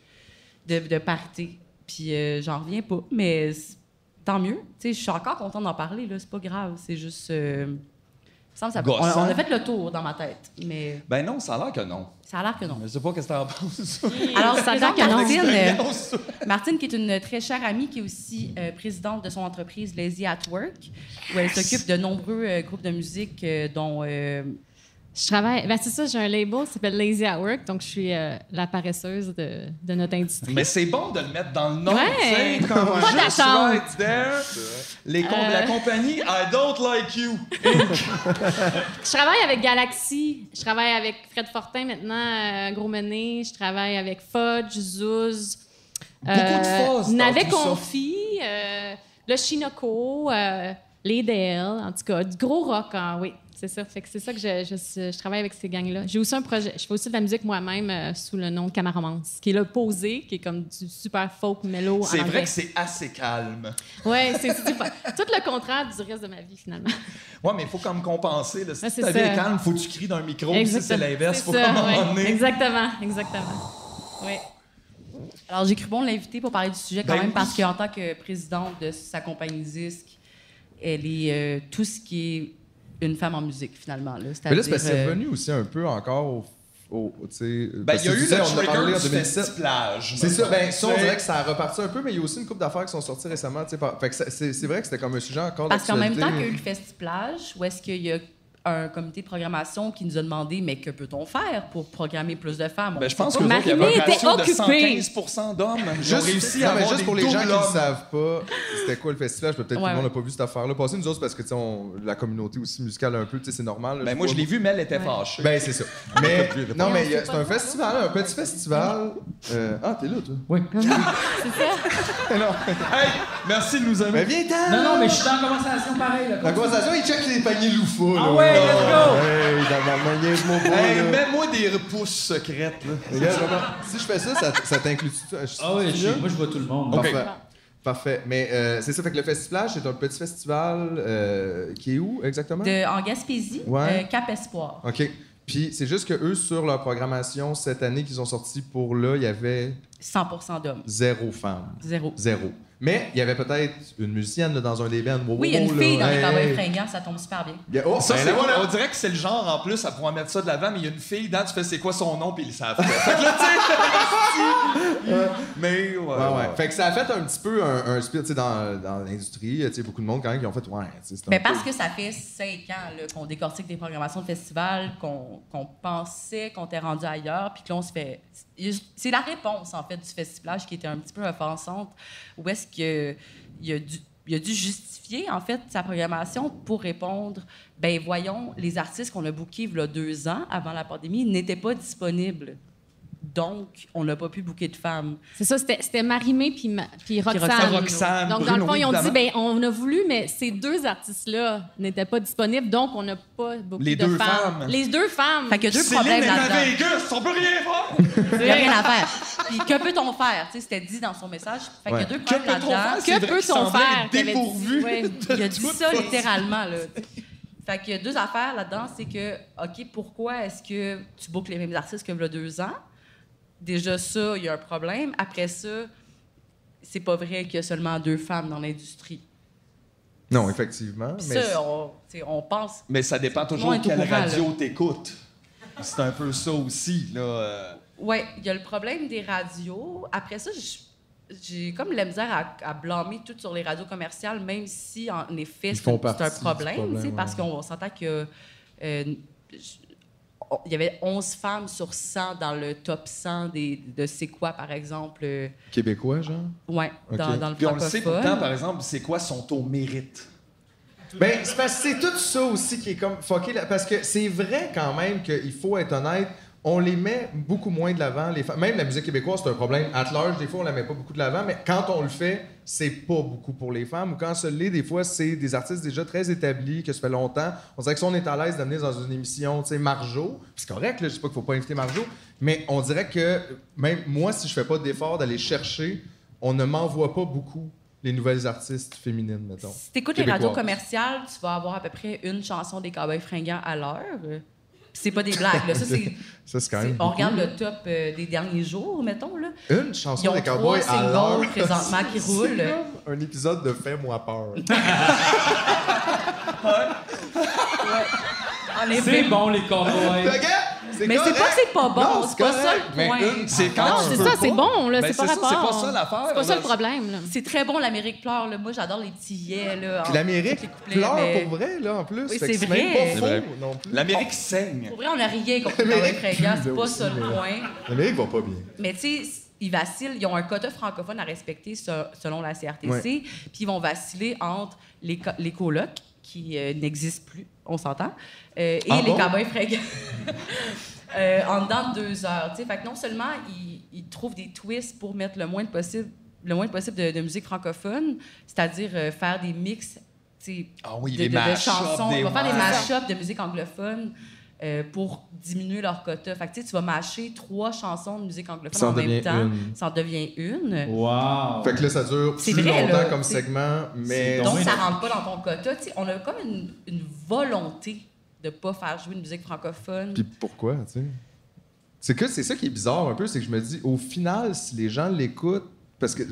S14: de, de parité. Puis euh, j'en reviens pas, mais c'est- tant mieux. Tu sais, je suis encore contente d'en parler, là, c'est pas grave. C'est juste. euh, il me semble que ça- on,
S3: Gossant.
S14: on a fait le tour dans ma tête, mais
S3: Ben non, ça a l'air que non.
S14: ça a l'air que non.
S3: Je sais pas qu'est-ce que t'en penses.
S14: Alors,
S11: ça a
S14: ça
S11: l'air
S14: donc
S11: que non.
S14: Martine, euh, Martine, qui est une très chère amie, qui est aussi euh, présidente de son entreprise Lazy at Work, où elle s'occupe de nombreux euh, groupes de musique, euh, dont. euh,
S11: Je travaille. Ben, c'est ça, j'ai un label qui s'appelle Lazy at Work, donc je suis euh, la paresseuse de, de notre industrie.
S3: Mais c'est bon de le mettre dans le nom,
S11: Ouais.
S3: tu sais, comme
S11: Pas
S3: just
S11: d'attente.
S3: right there. Les comptes de la
S11: Euh.
S3: compagnie, I don't like you.
S11: Je travaille avec Galaxy, je travaille avec Fred Fortin maintenant, euh, Gros Mené, je travaille avec Fudge, Zouz. euh,
S3: de Fuzz dans
S11: Navet
S3: tout ça.
S11: Confi, euh, le Shinoko, euh, les DL, en tout cas, du gros rock, hein, oui. C'est ça. Fait que c'est ça que je, je- je travaille avec ces gangs-là. J'ai aussi un projet. Je fais aussi de la musique moi-même euh, sous le nom de Camaromance, qui est le posé, qui est comme du super folk mellow. en
S3: C'est vrai
S11: anglais.
S3: que c'est assez calme.
S11: Ouais, c'est c'est pas- tout le contraire du reste de ma vie finalement.
S3: Ouais, mais il faut comme compenser. Là. Si
S11: Ah, c'est
S3: ta vie est
S11: ça.
S3: calme, faut que tu cries d'un micro.
S11: Exactement.
S3: Si c'est l'inverse,
S11: C'est
S3: faut
S11: ça,
S3: qu'à un
S11: ouais.
S3: moment donné.
S11: Exactement, exactement. Oui.
S14: Alors, j'ai cru bon l'inviter pour parler du sujet quand
S3: Ben
S14: même,
S3: oui.
S14: parce qu'en tant que présidente de sa compagnie disque, elle est euh, tout ce qui est une femme en musique, finalement. Là,
S4: Mais là, c'est parce que
S14: C'est-à-dire,
S4: c'est
S14: euh,
S4: revenu aussi un peu encore au. au- tu sais,
S3: Ben,
S4: parce
S3: il y a
S4: que tu
S3: eu
S4: disais,
S3: le
S4: on en a parlé
S3: trigger
S4: en
S3: du
S4: 2007.
S3: festiplage.
S4: C'est ça, ben ça, on
S3: C'est-
S4: dirait que ça a reparti un peu, mais il y a aussi une couple d'affaires qui sont sorties récemment. tu sais, par- fait que ça- C'est c'est vrai que c'était comme un sujet encore
S14: euh, Parce qu'en même temps qu'il y a eu le
S4: d'actualité.
S14: festiplage, où est-ce qu'il y a un comité de programmation qui nous a demandé mais que peut-on faire pour programmer plus de femmes On
S3: Ben, je
S14: sait
S3: pense que
S14: pas.
S11: Marie
S3: il y avait un
S11: était
S3: ratio
S11: occupée.
S3: de 115 d'hommes. Ils ont
S4: Juste,
S3: réussi
S4: non,
S3: à
S4: mais
S3: avoir
S4: juste
S3: des
S4: pour les gens qui
S3: doubles
S4: ne
S3: hommes.
S4: savent pas, c'était quoi le festival? Je peux Peut-être tout
S14: Ouais,
S4: le monde
S14: ouais.
S4: n'a pas vu cette affaire-là. Passez nous autres parce que tu sais, on- la communauté aussi musicale un peu, tu sais, c'est normal. là,
S3: Ben, moi,
S4: vois,
S3: je l'ai vu, mais elle était fâchée.
S4: Ben, c'est ça.
S1: Ah,
S4: Mais, non, mais il y
S14: on
S4: a- c'est
S14: sait pas
S4: un
S14: trop,
S4: festival, un petit festival. Euh, ah, t'es là, toi?
S1: Oui.
S3: Hey, merci de nous
S4: Mais
S3: amener.
S4: Ben, viens-t'en!
S1: Non, non, mais je suis en conversation pareil. Là,
S4: La conversation, il check les paniers loufois.
S1: Ah ouais, let's go!
S4: Hey, dans ma manière, mon boy,
S3: Hey,
S4: là.
S3: mets-moi des repousses secrètes. là.
S4: Les gars, vraiment, si je fais ça, ça, ça t'inclut.
S1: Ah oui, je- moi, je vois tout le monde.
S4: Parfait. Parfait. Mais euh, c'est ça, fait que le Festiplage, c'est un petit festival euh, qui est où exactement?
S14: De, en Gaspésie,
S4: Ouais.
S14: euh, Cap Espoir.
S4: OK. Puis c'est juste que eux, sur leur programmation cette année qu'ils ont sorti pour là, il y avait
S14: 100 d'hommes.
S4: zéro femme.
S14: Zéro.
S4: Zéro. Mais il y avait peut-être une musicienne là, dans un des bands. Wow,
S14: Oui, il y a
S4: wow,
S14: une
S4: là,
S14: fille dans les
S4: hey.
S14: Cowboys fringants, ça tombe super bien.
S4: Il y a- Oh,
S3: Ça,
S4: ben
S3: c'est-
S4: là, voilà.
S3: on dirait que c'est le genre, en plus, à pouvoir mettre ça de l'avant, mais il y a une fille dedans, tu fais c'est quoi son nom, puis ils le savent. pas. fait que là, tu sais, Mais, ouais.
S4: Ouais, ouais. Fait que ça a fait un petit peu un, un split tu sais, dans, dans l'industrie. tu sais, Beaucoup de monde, quand même, qui ont fait Ouais, tu sais, c'est un
S14: Mais
S4: peu-
S14: parce que ça fait cinq ans là, qu'on décortique des programmations de festivals, qu'on qu'on pensait qu'on était rendu ailleurs, puis que là, on se fait. C'est la réponse, en fait, du festivalage qui était un petit peu offensante. Où est-ce que il a dû. Il a dû justifier, en fait, sa programmation pour répondre, ben voyons, les artistes qu'on a bookés il y a deux ans, avant la pandémie, n'étaient pas disponibles. Donc, on n'a pas pu booker de femmes.
S11: C'est ça, c'était c'était Marie-Mé puis, Ma- puis Roxane.
S3: Roxane, Roxane,
S11: Donc, dans
S3: Bruno,
S11: le fond, ils ont dit,
S3: évidemment.
S11: ben, on a voulu, mais ces deux artistes-là n'étaient pas disponibles, donc on n'a pas beaucoup
S3: Les
S11: de
S3: deux
S11: femmes.
S3: femmes.
S11: Les deux femmes.
S14: Fait qu'il y a deux
S3: Céline
S14: problèmes
S3: est à
S14: là-dedans.
S3: Vegas, on peut rien faire!
S14: Il n'y a rien à faire. Puis que peut-on faire? Tu sais, C'était dit dans son message. Fait
S4: Ouais.
S14: qu'il y a deux
S3: Que
S14: problèmes
S3: peut-on
S14: là-dedans.
S3: C'est
S11: Que
S3: vrai qu'il
S11: peut-on
S3: semblait
S11: faire?
S3: être
S11: qu'elle avait dit.
S3: dépourvu
S11: Ouais.
S14: Il a dit
S3: toute
S14: ça
S3: façon.
S14: littéralement. Là. Fait qu'il y a deux affaires là-dedans. C'est que, OK, pourquoi est-ce que tu bookes les mêmes artistes que y deux ans? Déjà, ça, il y a un problème. Après ça, c'est pas vrai qu'il y a seulement deux femmes dans l'industrie.
S4: Non, effectivement. Mais
S14: Ça, on, tu sais, on pense.
S3: Mais ça dépend toujours
S14: Moi,
S3: de
S14: elle est au
S3: quelle
S14: courant,
S3: radio t'écoutes. C'est un peu ça aussi, là. euh.
S14: Ouais, il y a le problème des radios. Après ça, j- j'ai comme la misère à, à blâmer tout sur les radios commerciales, même si en effet
S4: Ils
S14: c'est
S4: font
S14: un- c'est un
S4: partie du
S14: problème,
S4: problème,
S14: tu sais,
S4: ouais.
S14: parce qu'on s'entend que euh, j- on- il y avait 11 femmes sur 100 dans le top 100 des, de C'est quoi, par exemple. euh,
S4: québécois, genre.
S14: ouais, dans,
S4: Ok.
S14: dans le
S3: Puis on le sait
S14: francophone.
S3: pourtant, par exemple, c'est quoi sont au mérite.
S4: Ben, c'est parce que c'est tout ça aussi qui est comme fucké. là, parce que c'est vrai quand même qu'il faut être honnête. On les met beaucoup moins de l'avant. Les femmes. Même la musique québécoise, c'est un problème. À large, des fois, on la met pas beaucoup de l'avant, mais quand on le fait, c'est pas beaucoup pour les femmes. Ou quand ça l'est, des fois, c'est des artistes déjà très établis, que ça fait longtemps. On dirait que si on est à l'aise d'amener dans une émission, tu sais, Marjo, puis c'est correct, là, je dis pas qu'il faut pas inviter Marjo, mais on dirait que même moi, si je fais pas d'effort d'aller chercher, on ne m'envoie pas beaucoup les nouvelles artistes féminines, mettons.
S14: Si t'écoutes les radios
S4: Québécoises.
S14: commerciales, tu vas avoir à peu près une chanson des Cowboys fringants à l'heure. Puis c'est pas des blagues. là. Ça, c'est-
S4: Ça, c'est quand
S14: c'est-
S4: même.
S14: on
S4: beaucoup.
S14: regarde le top euh, des derniers jours, mettons. Là.
S4: Une
S14: Ils
S4: chanson
S14: ont
S4: des
S14: trois
S4: cowboys à l'heure.
S14: singles présentement qui
S4: C'est
S14: roulent.
S4: comme Un épisode de Fais-moi peur.
S14: En effet.
S1: C'est bon, les cowboys.
S4: C'est
S14: Mais c'est
S4: correct.
S14: pas que c'est pas
S4: Non,
S14: bon, c'est pas ça le
S4: Mais
S14: point. Ah,
S4: une,
S3: C'est quand
S11: Non,
S3: tu
S11: c'est
S3: veux
S11: ça,
S3: pas.
S11: c'est bon, là,
S3: Ben,
S11: c'est pas
S3: c'est ça,
S11: rapport.
S3: c'est pas ça l'affaire,
S11: C'est pas ça
S3: là.
S11: le problème, là.
S14: C'est très bon l'Amérique pleure là. Moi j'adore les petits yeux là.
S4: Puis
S14: en-
S4: l'Amérique
S14: les couplets,
S4: pleure
S14: mais-
S4: pour vrai, là, en plus.
S14: Oui,
S4: Fait
S14: c'est
S4: que
S14: vrai.
S4: même
S3: C'est
S4: pas
S3: vrai.
S4: faux non plus.
S3: L'Amérique saigne.
S14: Pour vrai, on n'a rien contre l'Amérique fringante, c'est pas ça le point.
S4: L'Amérique va pas bien.
S14: Mais tu sais, ils vacillent, ils ont un quota francophone à respecter se- selon la CRTC,
S4: Ouais.
S14: puis ils vont vaciller entre les, co- les colocs, qui euh, n'existent plus, on s'entend, euh, et
S4: Ah
S14: les
S4: bon?
S14: cowboys fringants. Euh, en dedans de deux heures, tu sais. Fait que non seulement ils, ils trouvent des twists pour mettre le moins de possible, le moins de possible de, de musique francophone, c'est-à-dire euh, faire des mix
S3: Ah oui,
S14: de,
S3: les
S14: de- de
S3: mash-ups,
S14: chansons.
S3: des-
S14: on va faire
S3: ouais.
S14: des mash-ups de musique anglophone euh, pour diminuer leur quota. Fait que tu sais, tu vas mâcher trois chansons de musique anglophone
S4: Ça en
S14: en même
S4: devient
S14: temps.
S4: une.
S14: Ça en devient une.
S1: Oh.
S15: Wow!
S4: Fait que là, ça dure
S14: C'est
S4: plus
S14: vrai,
S4: longtemps
S14: là,
S4: comme
S14: t'sais.
S4: segment, mais.
S14: Donc, ça rentre pas dans ton quota. Tu sais, on a comme une, une volonté de pas faire jouer une musique francophone.
S4: Puis pourquoi, tu sais? C'est que c'est ça qui est bizarre un peu, c'est que je me dis, au final, si les gens l'écoutent, parce que.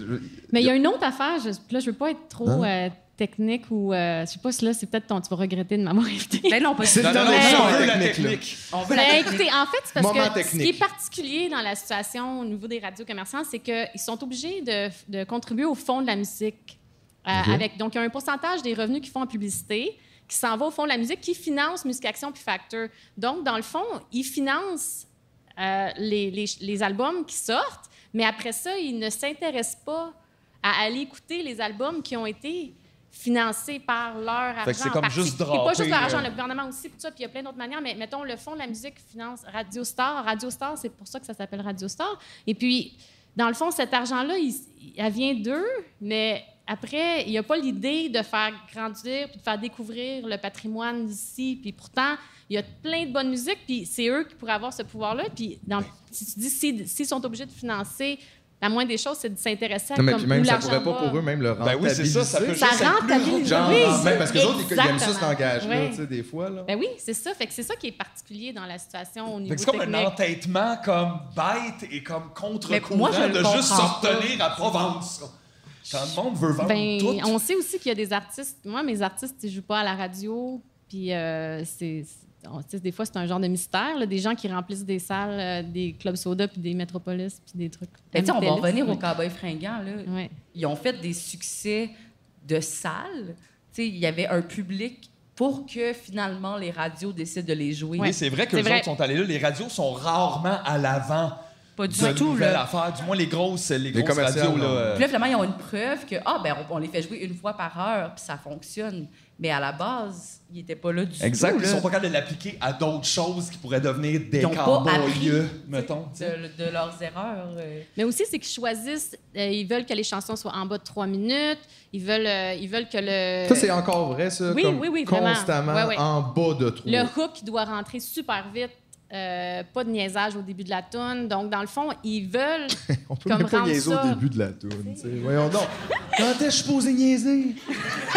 S11: Mais il y a une autre affaire. Je, là, je veux pas être trop
S4: Hein?
S11: euh, technique ou. euh, je sais pas si là, c'est peut-être ton. Tu vas regretter de m'avoir invité.
S14: Ben non, pas
S4: C'est
S14: du tout.
S4: dans
S11: non,
S4: l'option
S11: on
S3: veut la
S4: là.
S3: technique.
S14: On veut la
S11: Ben,
S14: technique.
S11: écoutez, en fait, c'est parce
S4: Moment
S11: que
S4: technique.
S11: ce qui est particulier dans la situation au niveau des radios commerciales, c'est qu'ils sont obligés de, de contribuer au fond de la musique. Euh, avec, donc, il y a un pourcentage des revenus qu'ils font en publicité qui s'en va au fond de la musique, qui finance Musique Action puis Facteur. Donc, dans le fond, ils financent euh, les, les ch- les albums qui sortent, mais après ça, ils ne s'intéressent pas à aller écouter les albums qui ont été financés par leur argent.
S3: Fait que c'est
S11: en
S3: comme
S11: partie.
S3: juste
S11: Et pas juste
S3: drapé,
S11: leur argent,
S3: euh,
S11: le gouvernement aussi, puis tout ça, puis il y a plein d'autres manières, mais mettons, le fond de la musique finance Radio Star. Radio Star, c'est pour ça que ça s'appelle Radio Star. Et puis, dans le fond, cet argent-là, il, il- elle vient d'eux, mais après, il n'y a pas l'idée de faire grandir puis de faire découvrir le patrimoine d'ici. Puis pourtant, il y a plein de bonnes musiques, puis c'est eux qui pourraient avoir ce pouvoir-là. Puis dans- si tu dis, s'ils s'ils sont obligés de financer, la moindre des choses, c'est de s'intéresser à
S4: Non, mais
S11: comme
S4: puis
S11: où
S4: même, ça
S11: l'argent
S4: pourrait pas
S11: va.
S4: pour eux même le
S3: Ben
S4: rentabiliser.
S3: oui, c'est ça, ça peut
S11: Ça
S3: juste être plus
S11: rentabilise.
S4: Genre,
S11: Oui,
S4: même parce que les autres, ils aiment ça, cet
S11: exactement.
S4: engagement,
S11: Oui.
S4: tu sais, des fois, là.
S11: Ben oui, c'est ça. Fait que c'est ça qui est particulier dans la situation au
S3: Fait
S11: niveau
S3: que c'est comme
S11: technique.
S3: un entêtement comme bête et comme contre-courant
S14: moi, je le
S3: de
S14: comprends
S3: juste se
S14: pas.
S3: retenir à Provence. Quand le monde veut vendre
S11: Ben,
S3: tout.
S11: on sait aussi qu'il y a des artistes. Moi, mes artistes, ils jouent pas à la radio. Puis, euh, c'est. c'est- on- tu sais, des fois, c'est un genre de mystère, là, des gens qui remplissent des salles, euh, des clubs soda, puis des métropolis, puis des trucs.
S14: Ben, tu sais, on va
S11: Télis,
S14: en revenir au
S11: ouais.
S14: cowboy fringant. Là.
S11: Ouais.
S14: Ils ont fait des succès de salles. Tu sais, il y avait un public pour que finalement les radios décident de les jouer.
S3: Oui, c'est vrai que
S11: C'est
S3: les
S11: vrai.
S3: autres sont allés là. Les radios sont rarement à l'avant.
S14: Pas du
S3: de
S14: tout.
S3: nouvelles
S14: Là.
S3: affaires, du moins les grosses, les grosses
S4: commerciales,
S3: radios. Là,
S4: non.
S3: euh,
S14: Puis là, finalement, ils ont une preuve que ah ben on, on les fait jouer une fois par heure, puis ça fonctionne. Mais à la base, ils n'étaient pas là du
S3: exact.
S14: tout.
S3: Ils
S14: là.
S3: sont pas capables de l'appliquer à d'autres choses qui pourraient devenir des
S14: Ils ont pas appris,
S3: cowboys, euh, mettons.
S14: tu sais, de, de leurs erreurs. euh.
S11: Mais aussi, c'est qu'ils choisissent, euh, ils veulent que les chansons soient en bas de trois minutes, ils veulent, euh, ils veulent que le.
S4: Ça, c'est encore vrai, ça.
S11: Oui,
S4: comme
S11: oui, oui, vraiment.
S4: constamment
S11: Ouais, ouais.
S4: en bas de trou.
S11: Le hook il doit rentrer super vite. euh, pas de niaisage au début de la tune. Donc, dans le fond, ils veulent.
S4: On peut
S11: comme
S4: même pas
S11: rendre
S4: niaiser
S11: ça-
S4: au début de la toune, tu sais. Voyons donc. Quand est-ce que je suis posé niaiser?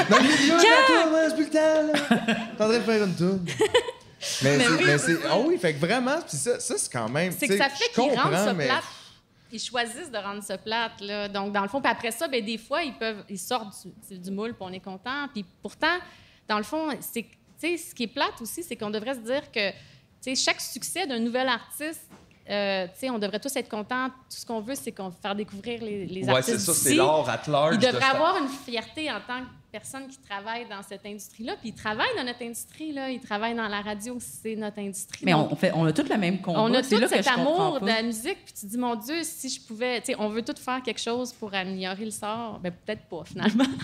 S4: Dans le milieu de la toune, hein, c'est plus le temps, là. T'es en train de faire une toune. Mais, c'est- mais c'est. Ah oui, fait que vraiment, puis ça, ça c'est quand même.
S11: C'est
S4: tu
S11: que
S4: sais,
S11: ça
S4: je
S11: fait qu'ils rendent
S4: comprends,
S11: ça
S4: mais-
S11: plate. Ils choisissent de rendre ça plate, là. Donc, dans le fond, puis après ça, ben, des fois, ils peuvent, ils sortent du, c'est du moule, puis on est content. Puis pourtant, dans le fond, c'est, tu sais, ce qui est plate aussi, c'est qu'on devrait se dire que, tu sais, chaque succès d'un nouvel artiste, euh, tu sais, on devrait tous être contents. Tout ce qu'on veut, c'est qu'on faire découvrir les, les
S3: Ouais,
S11: artistes
S3: c'est ça, c'est
S11: d'ici.
S3: l'art at large.
S11: Ils
S3: de
S11: devraient
S3: cette-
S11: avoir une fierté en tant que personne qui travaille dans cette industrie-là. Puis ils travaillent dans notre industrie, là. Ils travaillent dans la radio, c'est notre industrie.
S14: Mais
S11: Donc,
S14: on, fait, on a tous le même combat.
S11: on a
S14: C'est
S11: tout
S14: là que
S11: cet
S14: je comprends
S11: amour
S14: pas.
S11: de la musique, puis tu dis, mon Dieu, si je pouvais, tu sais, on veut tout faire quelque chose pour améliorer le sort. Ben, peut-être pas, finalement.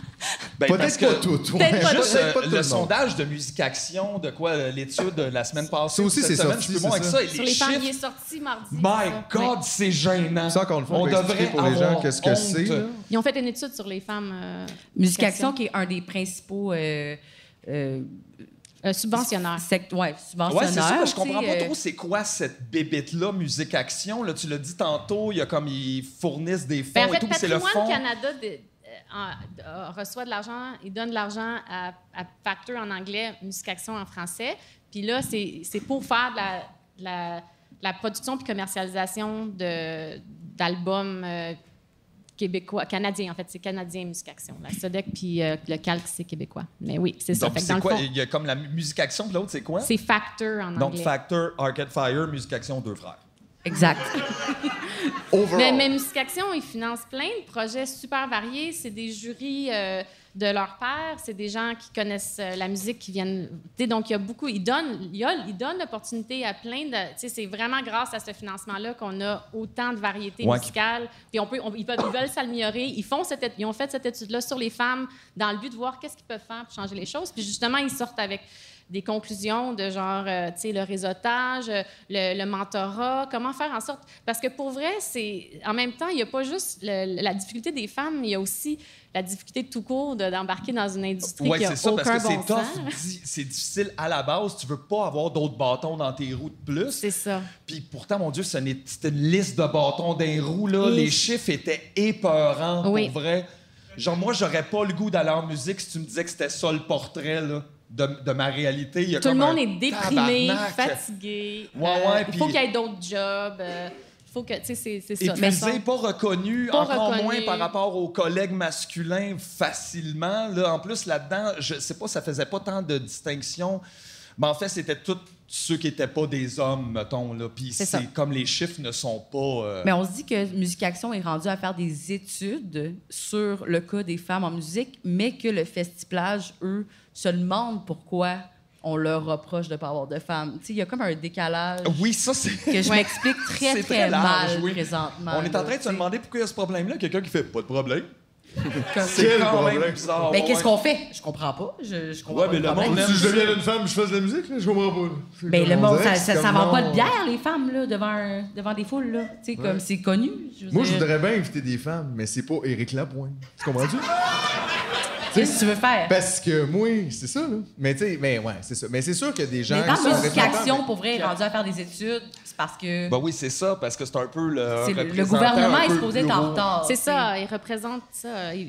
S3: Ben, parce
S4: Peut-être
S3: que-
S4: pas tout. ouais.
S11: Peut-être pas tout.
S3: Juste euh,
S4: Peut-être pas tout
S3: le
S4: monde.
S3: sondage de Musique Action, de quoi euh, l'étude de la semaine passée.
S4: Ça aussi,
S3: cette
S4: c'est
S3: semaine,
S4: sorti,
S3: je suis bon
S4: c'est
S3: avec
S4: ça.
S3: ça. et
S11: Sur
S3: les
S11: les
S3: chiffres,
S11: palmiers sortis mardi.
S3: My
S11: c'est ça.
S3: God,
S11: Ouais.
S3: c'est gênant.
S4: Ça, encore une fois, on
S3: on
S4: peut
S3: devrait
S4: expliquer pour les gens
S3: avoir
S4: qu'est-ce que c'est,
S3: honte.
S4: là.
S11: Ils ont fait une étude sur les femmes euh,
S14: Musique Action, qui est un des principaux euh, euh,
S11: euh, subventionnaires.
S14: sect- ouais, subventionneurs.
S3: Ouais, c'est ça. Je
S14: tu sais,
S3: comprends pas
S14: euh,
S3: trop c'est quoi cette bébête-là, Musique Action. Là, tu l'as dit tantôt, il y a comme ils fournissent des fonds
S11: Ben, en fait,
S3: et tout, puis c'est le
S11: Patrimoine
S3: fond.
S11: Canada de- euh, en- euh, reçoit de l'argent, il donne de l'argent à, à Facteur en anglais, Musique Action en français. Puis là, c'est c'est pour faire de la, de la- de la production puis commercialisation de- d'albums euh, québécois, canadiens. En fait, c'est canadien Musique Action. La Sodec puis euh, le Calque, c'est québécois. Mais oui, c'est ça.
S3: Donc,
S11: Fait que dans
S3: c'est
S11: le
S3: quoi?
S11: fond,
S3: Il y a comme la mu- Musique Action, puis l'autre, c'est quoi?
S11: c'est Facteur en
S3: Donc,
S11: anglais.
S3: Factor, Arcade Fire, Musique Action, deux frères.
S14: euh, Exact.
S11: Mais, mais Musique Action, ils financent plein de projets super variés. C'est des jurys euh, de leur père, c'est des gens qui connaissent euh, la musique, qui viennent. tu sais, donc, il y a beaucoup. Ils donnent, il y a- ils donnent l'opportunité à plein de. tu sais, C'est vraiment grâce à ce financement-là qu'on a autant de variétés
S3: Ouais.
S11: musicales. Puis on peut, on- ils, peuvent, ils veulent s'améliorer. Ils, font cette étu- ils ont fait cette étude-là sur les femmes dans le but de voir qu'est-ce qu'ils peuvent faire pour changer les choses. Puis justement, ils sortent avec des conclusions de genre, euh, tu sais, le réseautage, euh, le, le mentorat, comment faire en sorte. Parce que pour vrai, c'est. En même temps, il n'y a pas juste le- la difficulté des femmes, il y a aussi la difficulté tout court de- d'embarquer dans une industrie
S3: Oui,
S11: qui a
S3: c'est ça,
S11: aucun
S3: parce que
S11: bon
S3: c'est tough,
S11: sens.
S3: di- c'est difficile à la base. Tu veux pas avoir d'autres bâtons dans tes roues de plus.
S11: C'est ça.
S3: Puis pourtant, mon Dieu, ce n'est- c'était une liste de bâtons d'un roue, là.
S11: Oui.
S3: Les chiffres étaient épeurants,
S11: Oui.
S3: pour vrai. Genre, moi, j'aurais pas le goût d'aller en musique si tu me disais que c'était ça le portrait, là, de, de ma réalité. Il y a
S11: Tout le
S3: comme
S11: monde
S3: un
S11: est déprimé,
S3: tabarnak.
S11: fatigué.
S3: Ouais,
S11: euh,
S3: ouais,
S11: il faut
S3: puis-
S11: qu'il y ait d'autres jobs. euh, Il faut que. Tu sais, c'est- c'est ça.
S3: Épuisé,
S11: Mais-
S3: pas reconnu,
S11: Pas
S3: encore
S11: reconnu.
S3: moins par rapport aux collègues masculins facilement. Là, en plus, là-dedans, je sais pas, ça faisait pas tant de distinction. Mais en fait, c'était tous ceux qui n'étaient pas des hommes, mettons. Là. Puis
S14: C'est
S3: c'est,
S14: ça.
S3: comme les chiffres ne sont pas. euh,
S14: Mais on se dit que Musique Action est rendu à faire des études sur le cas des femmes en musique, mais que le Festiplage, eux, se demandent pourquoi on leur reproche de ne pas avoir de femmes. Tu sais, Il y a comme un décalage
S3: Oui, ça, c'est.
S14: que je
S3: Ouais.
S14: m'explique très,
S3: C'est
S14: très,
S3: très large,
S14: mal
S3: oui.
S14: présentement.
S3: On est en train de se
S14: là,
S3: demander pourquoi il y a ce problème-là. Quelqu'un qui fait pas de problème.
S14: Comme-
S3: C'est quand même bizarre.
S14: Mais Ben, qu'est-ce
S3: ouais.
S14: qu'on fait? Je comprends pas. Je, je comprends
S3: Ouais,
S14: pas
S3: mais le
S14: problème.
S3: monde aime
S2: Si je
S3: ça.
S2: deviens une femme, je fais de la musique, là, je comprends pas. C'est
S14: Ben,
S2: comme-
S14: le
S2: on
S14: monde,
S2: dirait
S14: ça,
S2: que
S14: ça,
S2: c'est
S14: ça
S2: comme
S14: vend pas
S2: non.
S14: de bière, les femmes, là, devant, un- devant des foules, là. Tu sais, comme c'est connu. veux
S2: Moi, je
S14: dire.
S2: voudrais bien inviter des femmes, mais c'est pas Éric Lapointe. Tu comprends-tu?
S14: Qu'est-ce que tu veux faire?
S2: Parce que moi, c'est ça, là. Mais tu sais, mais ouais, c'est ça. Mais c'est sûr que des gens.
S14: mais
S2: qui sont
S14: dans Musique
S2: réfractaires,
S14: Action, pour vrai, est rendu à faire des études, c'est parce que
S3: Ben oui, c'est ça, parce que c'est un peu
S14: c'est
S3: le.
S14: le, le
S3: représentant
S14: gouvernement
S3: un
S14: est
S3: peu
S14: supposé être en
S3: bureau.
S14: retard.
S11: C'est
S14: tu sais.
S11: ça, ils représentent ça. Ils,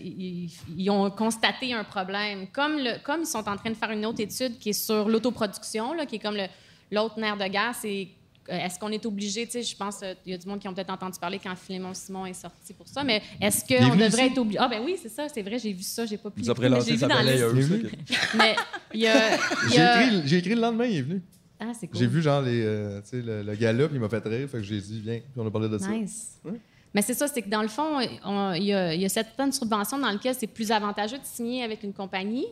S11: ils- ils ont constaté un problème. Comme, le- comme ils sont en train de faire une autre étude qui est sur l'autoproduction, là, qui est comme le- l'autre nerf de guerre, c'est euh, est-ce qu'on est obligé, tu sais, je pense, euh, il y a du monde qui ont peut-être entendu parler quand Philémon Simon est sorti pour ça, mais est-ce
S2: est
S11: qu'on
S2: venu
S11: devrait
S2: ici?
S11: être obligé? Ah ben oui, c'est ça, c'est vrai, j'ai vu ça, j'ai pas pu.
S3: Il nous a
S11: mais j'ai
S3: présenté
S11: vu
S3: sa
S11: dans la liste.
S3: balayeuse. ça,
S11: Mais il y a... il y
S2: J'ai
S11: a-
S14: euh,
S2: écrit, j'ai écrit le lendemain, il est venu.
S11: Ah, c'est cool.
S14: Oh.
S2: J'ai vu genre les, euh, tu sais, le, le gala, puis il m'a fait rire, fait que j'ai dit viens, puis on a parlé de ça.
S11: Nice. Mais c'est ça, c'est que dans le fond, on- il y, a- il y a certaines subventions dans lesquelles c'est plus avantageux de signer avec une compagnie.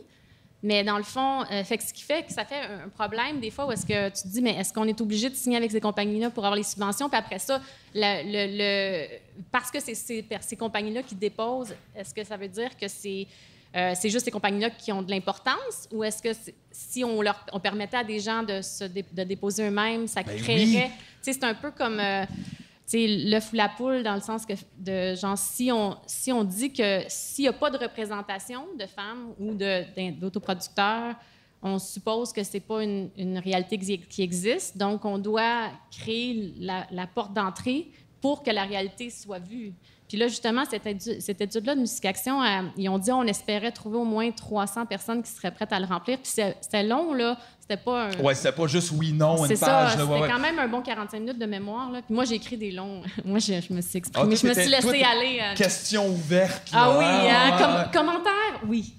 S11: Mais dans le fond, euh, fait que ce qui fait que ça fait un un problème des fois où est-ce que tu te dis, mais est-ce qu'on est obligé de signer avec ces compagnies-là pour avoir les subventions? Puis après ça, la- le, le- parce que c'est ces, per- ces compagnies-là qui déposent, est-ce que ça veut dire que c'est euh, c'est juste ces compagnies-là qui ont de l'importance? Ou est-ce que c'est- si on, leur, on permettait à des gens de, se dé- de déposer eux-mêmes, ça
S3: Ben
S11: créerait...
S3: oui.
S11: Tu sais, c'est un peu comme... euh, tu sais, l'œuf ou la poule, dans le sens que, de, genre, si on, si on dit que s'il n'y a pas de représentation de femmes ou de- d'in- d'autoproducteurs, on suppose que c'est pas une, une réalité qui qui existe. Donc, on doit créer la, la porte d'entrée pour que la réalité soit vue. Puis là, justement, cette, édu- cette étude-là de Musique Action, euh, ils ont dit on espérait trouver au moins 300 personnes qui seraient prêtes à le remplir. Puis c'est- c'était long, là. C'était pas un,
S3: Ouais, c'était pas juste oui, non,
S11: c'est
S3: une
S11: ça,
S3: page. là,
S11: c'était
S3: ouais, ouais.
S11: quand même un bon 45 minutes de mémoire. Là. Puis moi, j'ai écrit des longs. moi, je, je me suis
S3: Ah,
S11: exprimée.
S3: toi,
S11: je me suis
S3: t'étais- toi,
S11: laissée
S3: t'es-
S11: aller. euh,
S3: Question ouverte.
S11: Ah
S3: là,
S11: oui, hein,
S3: ouais,
S11: com-
S3: ouais.
S11: commentaire, oui.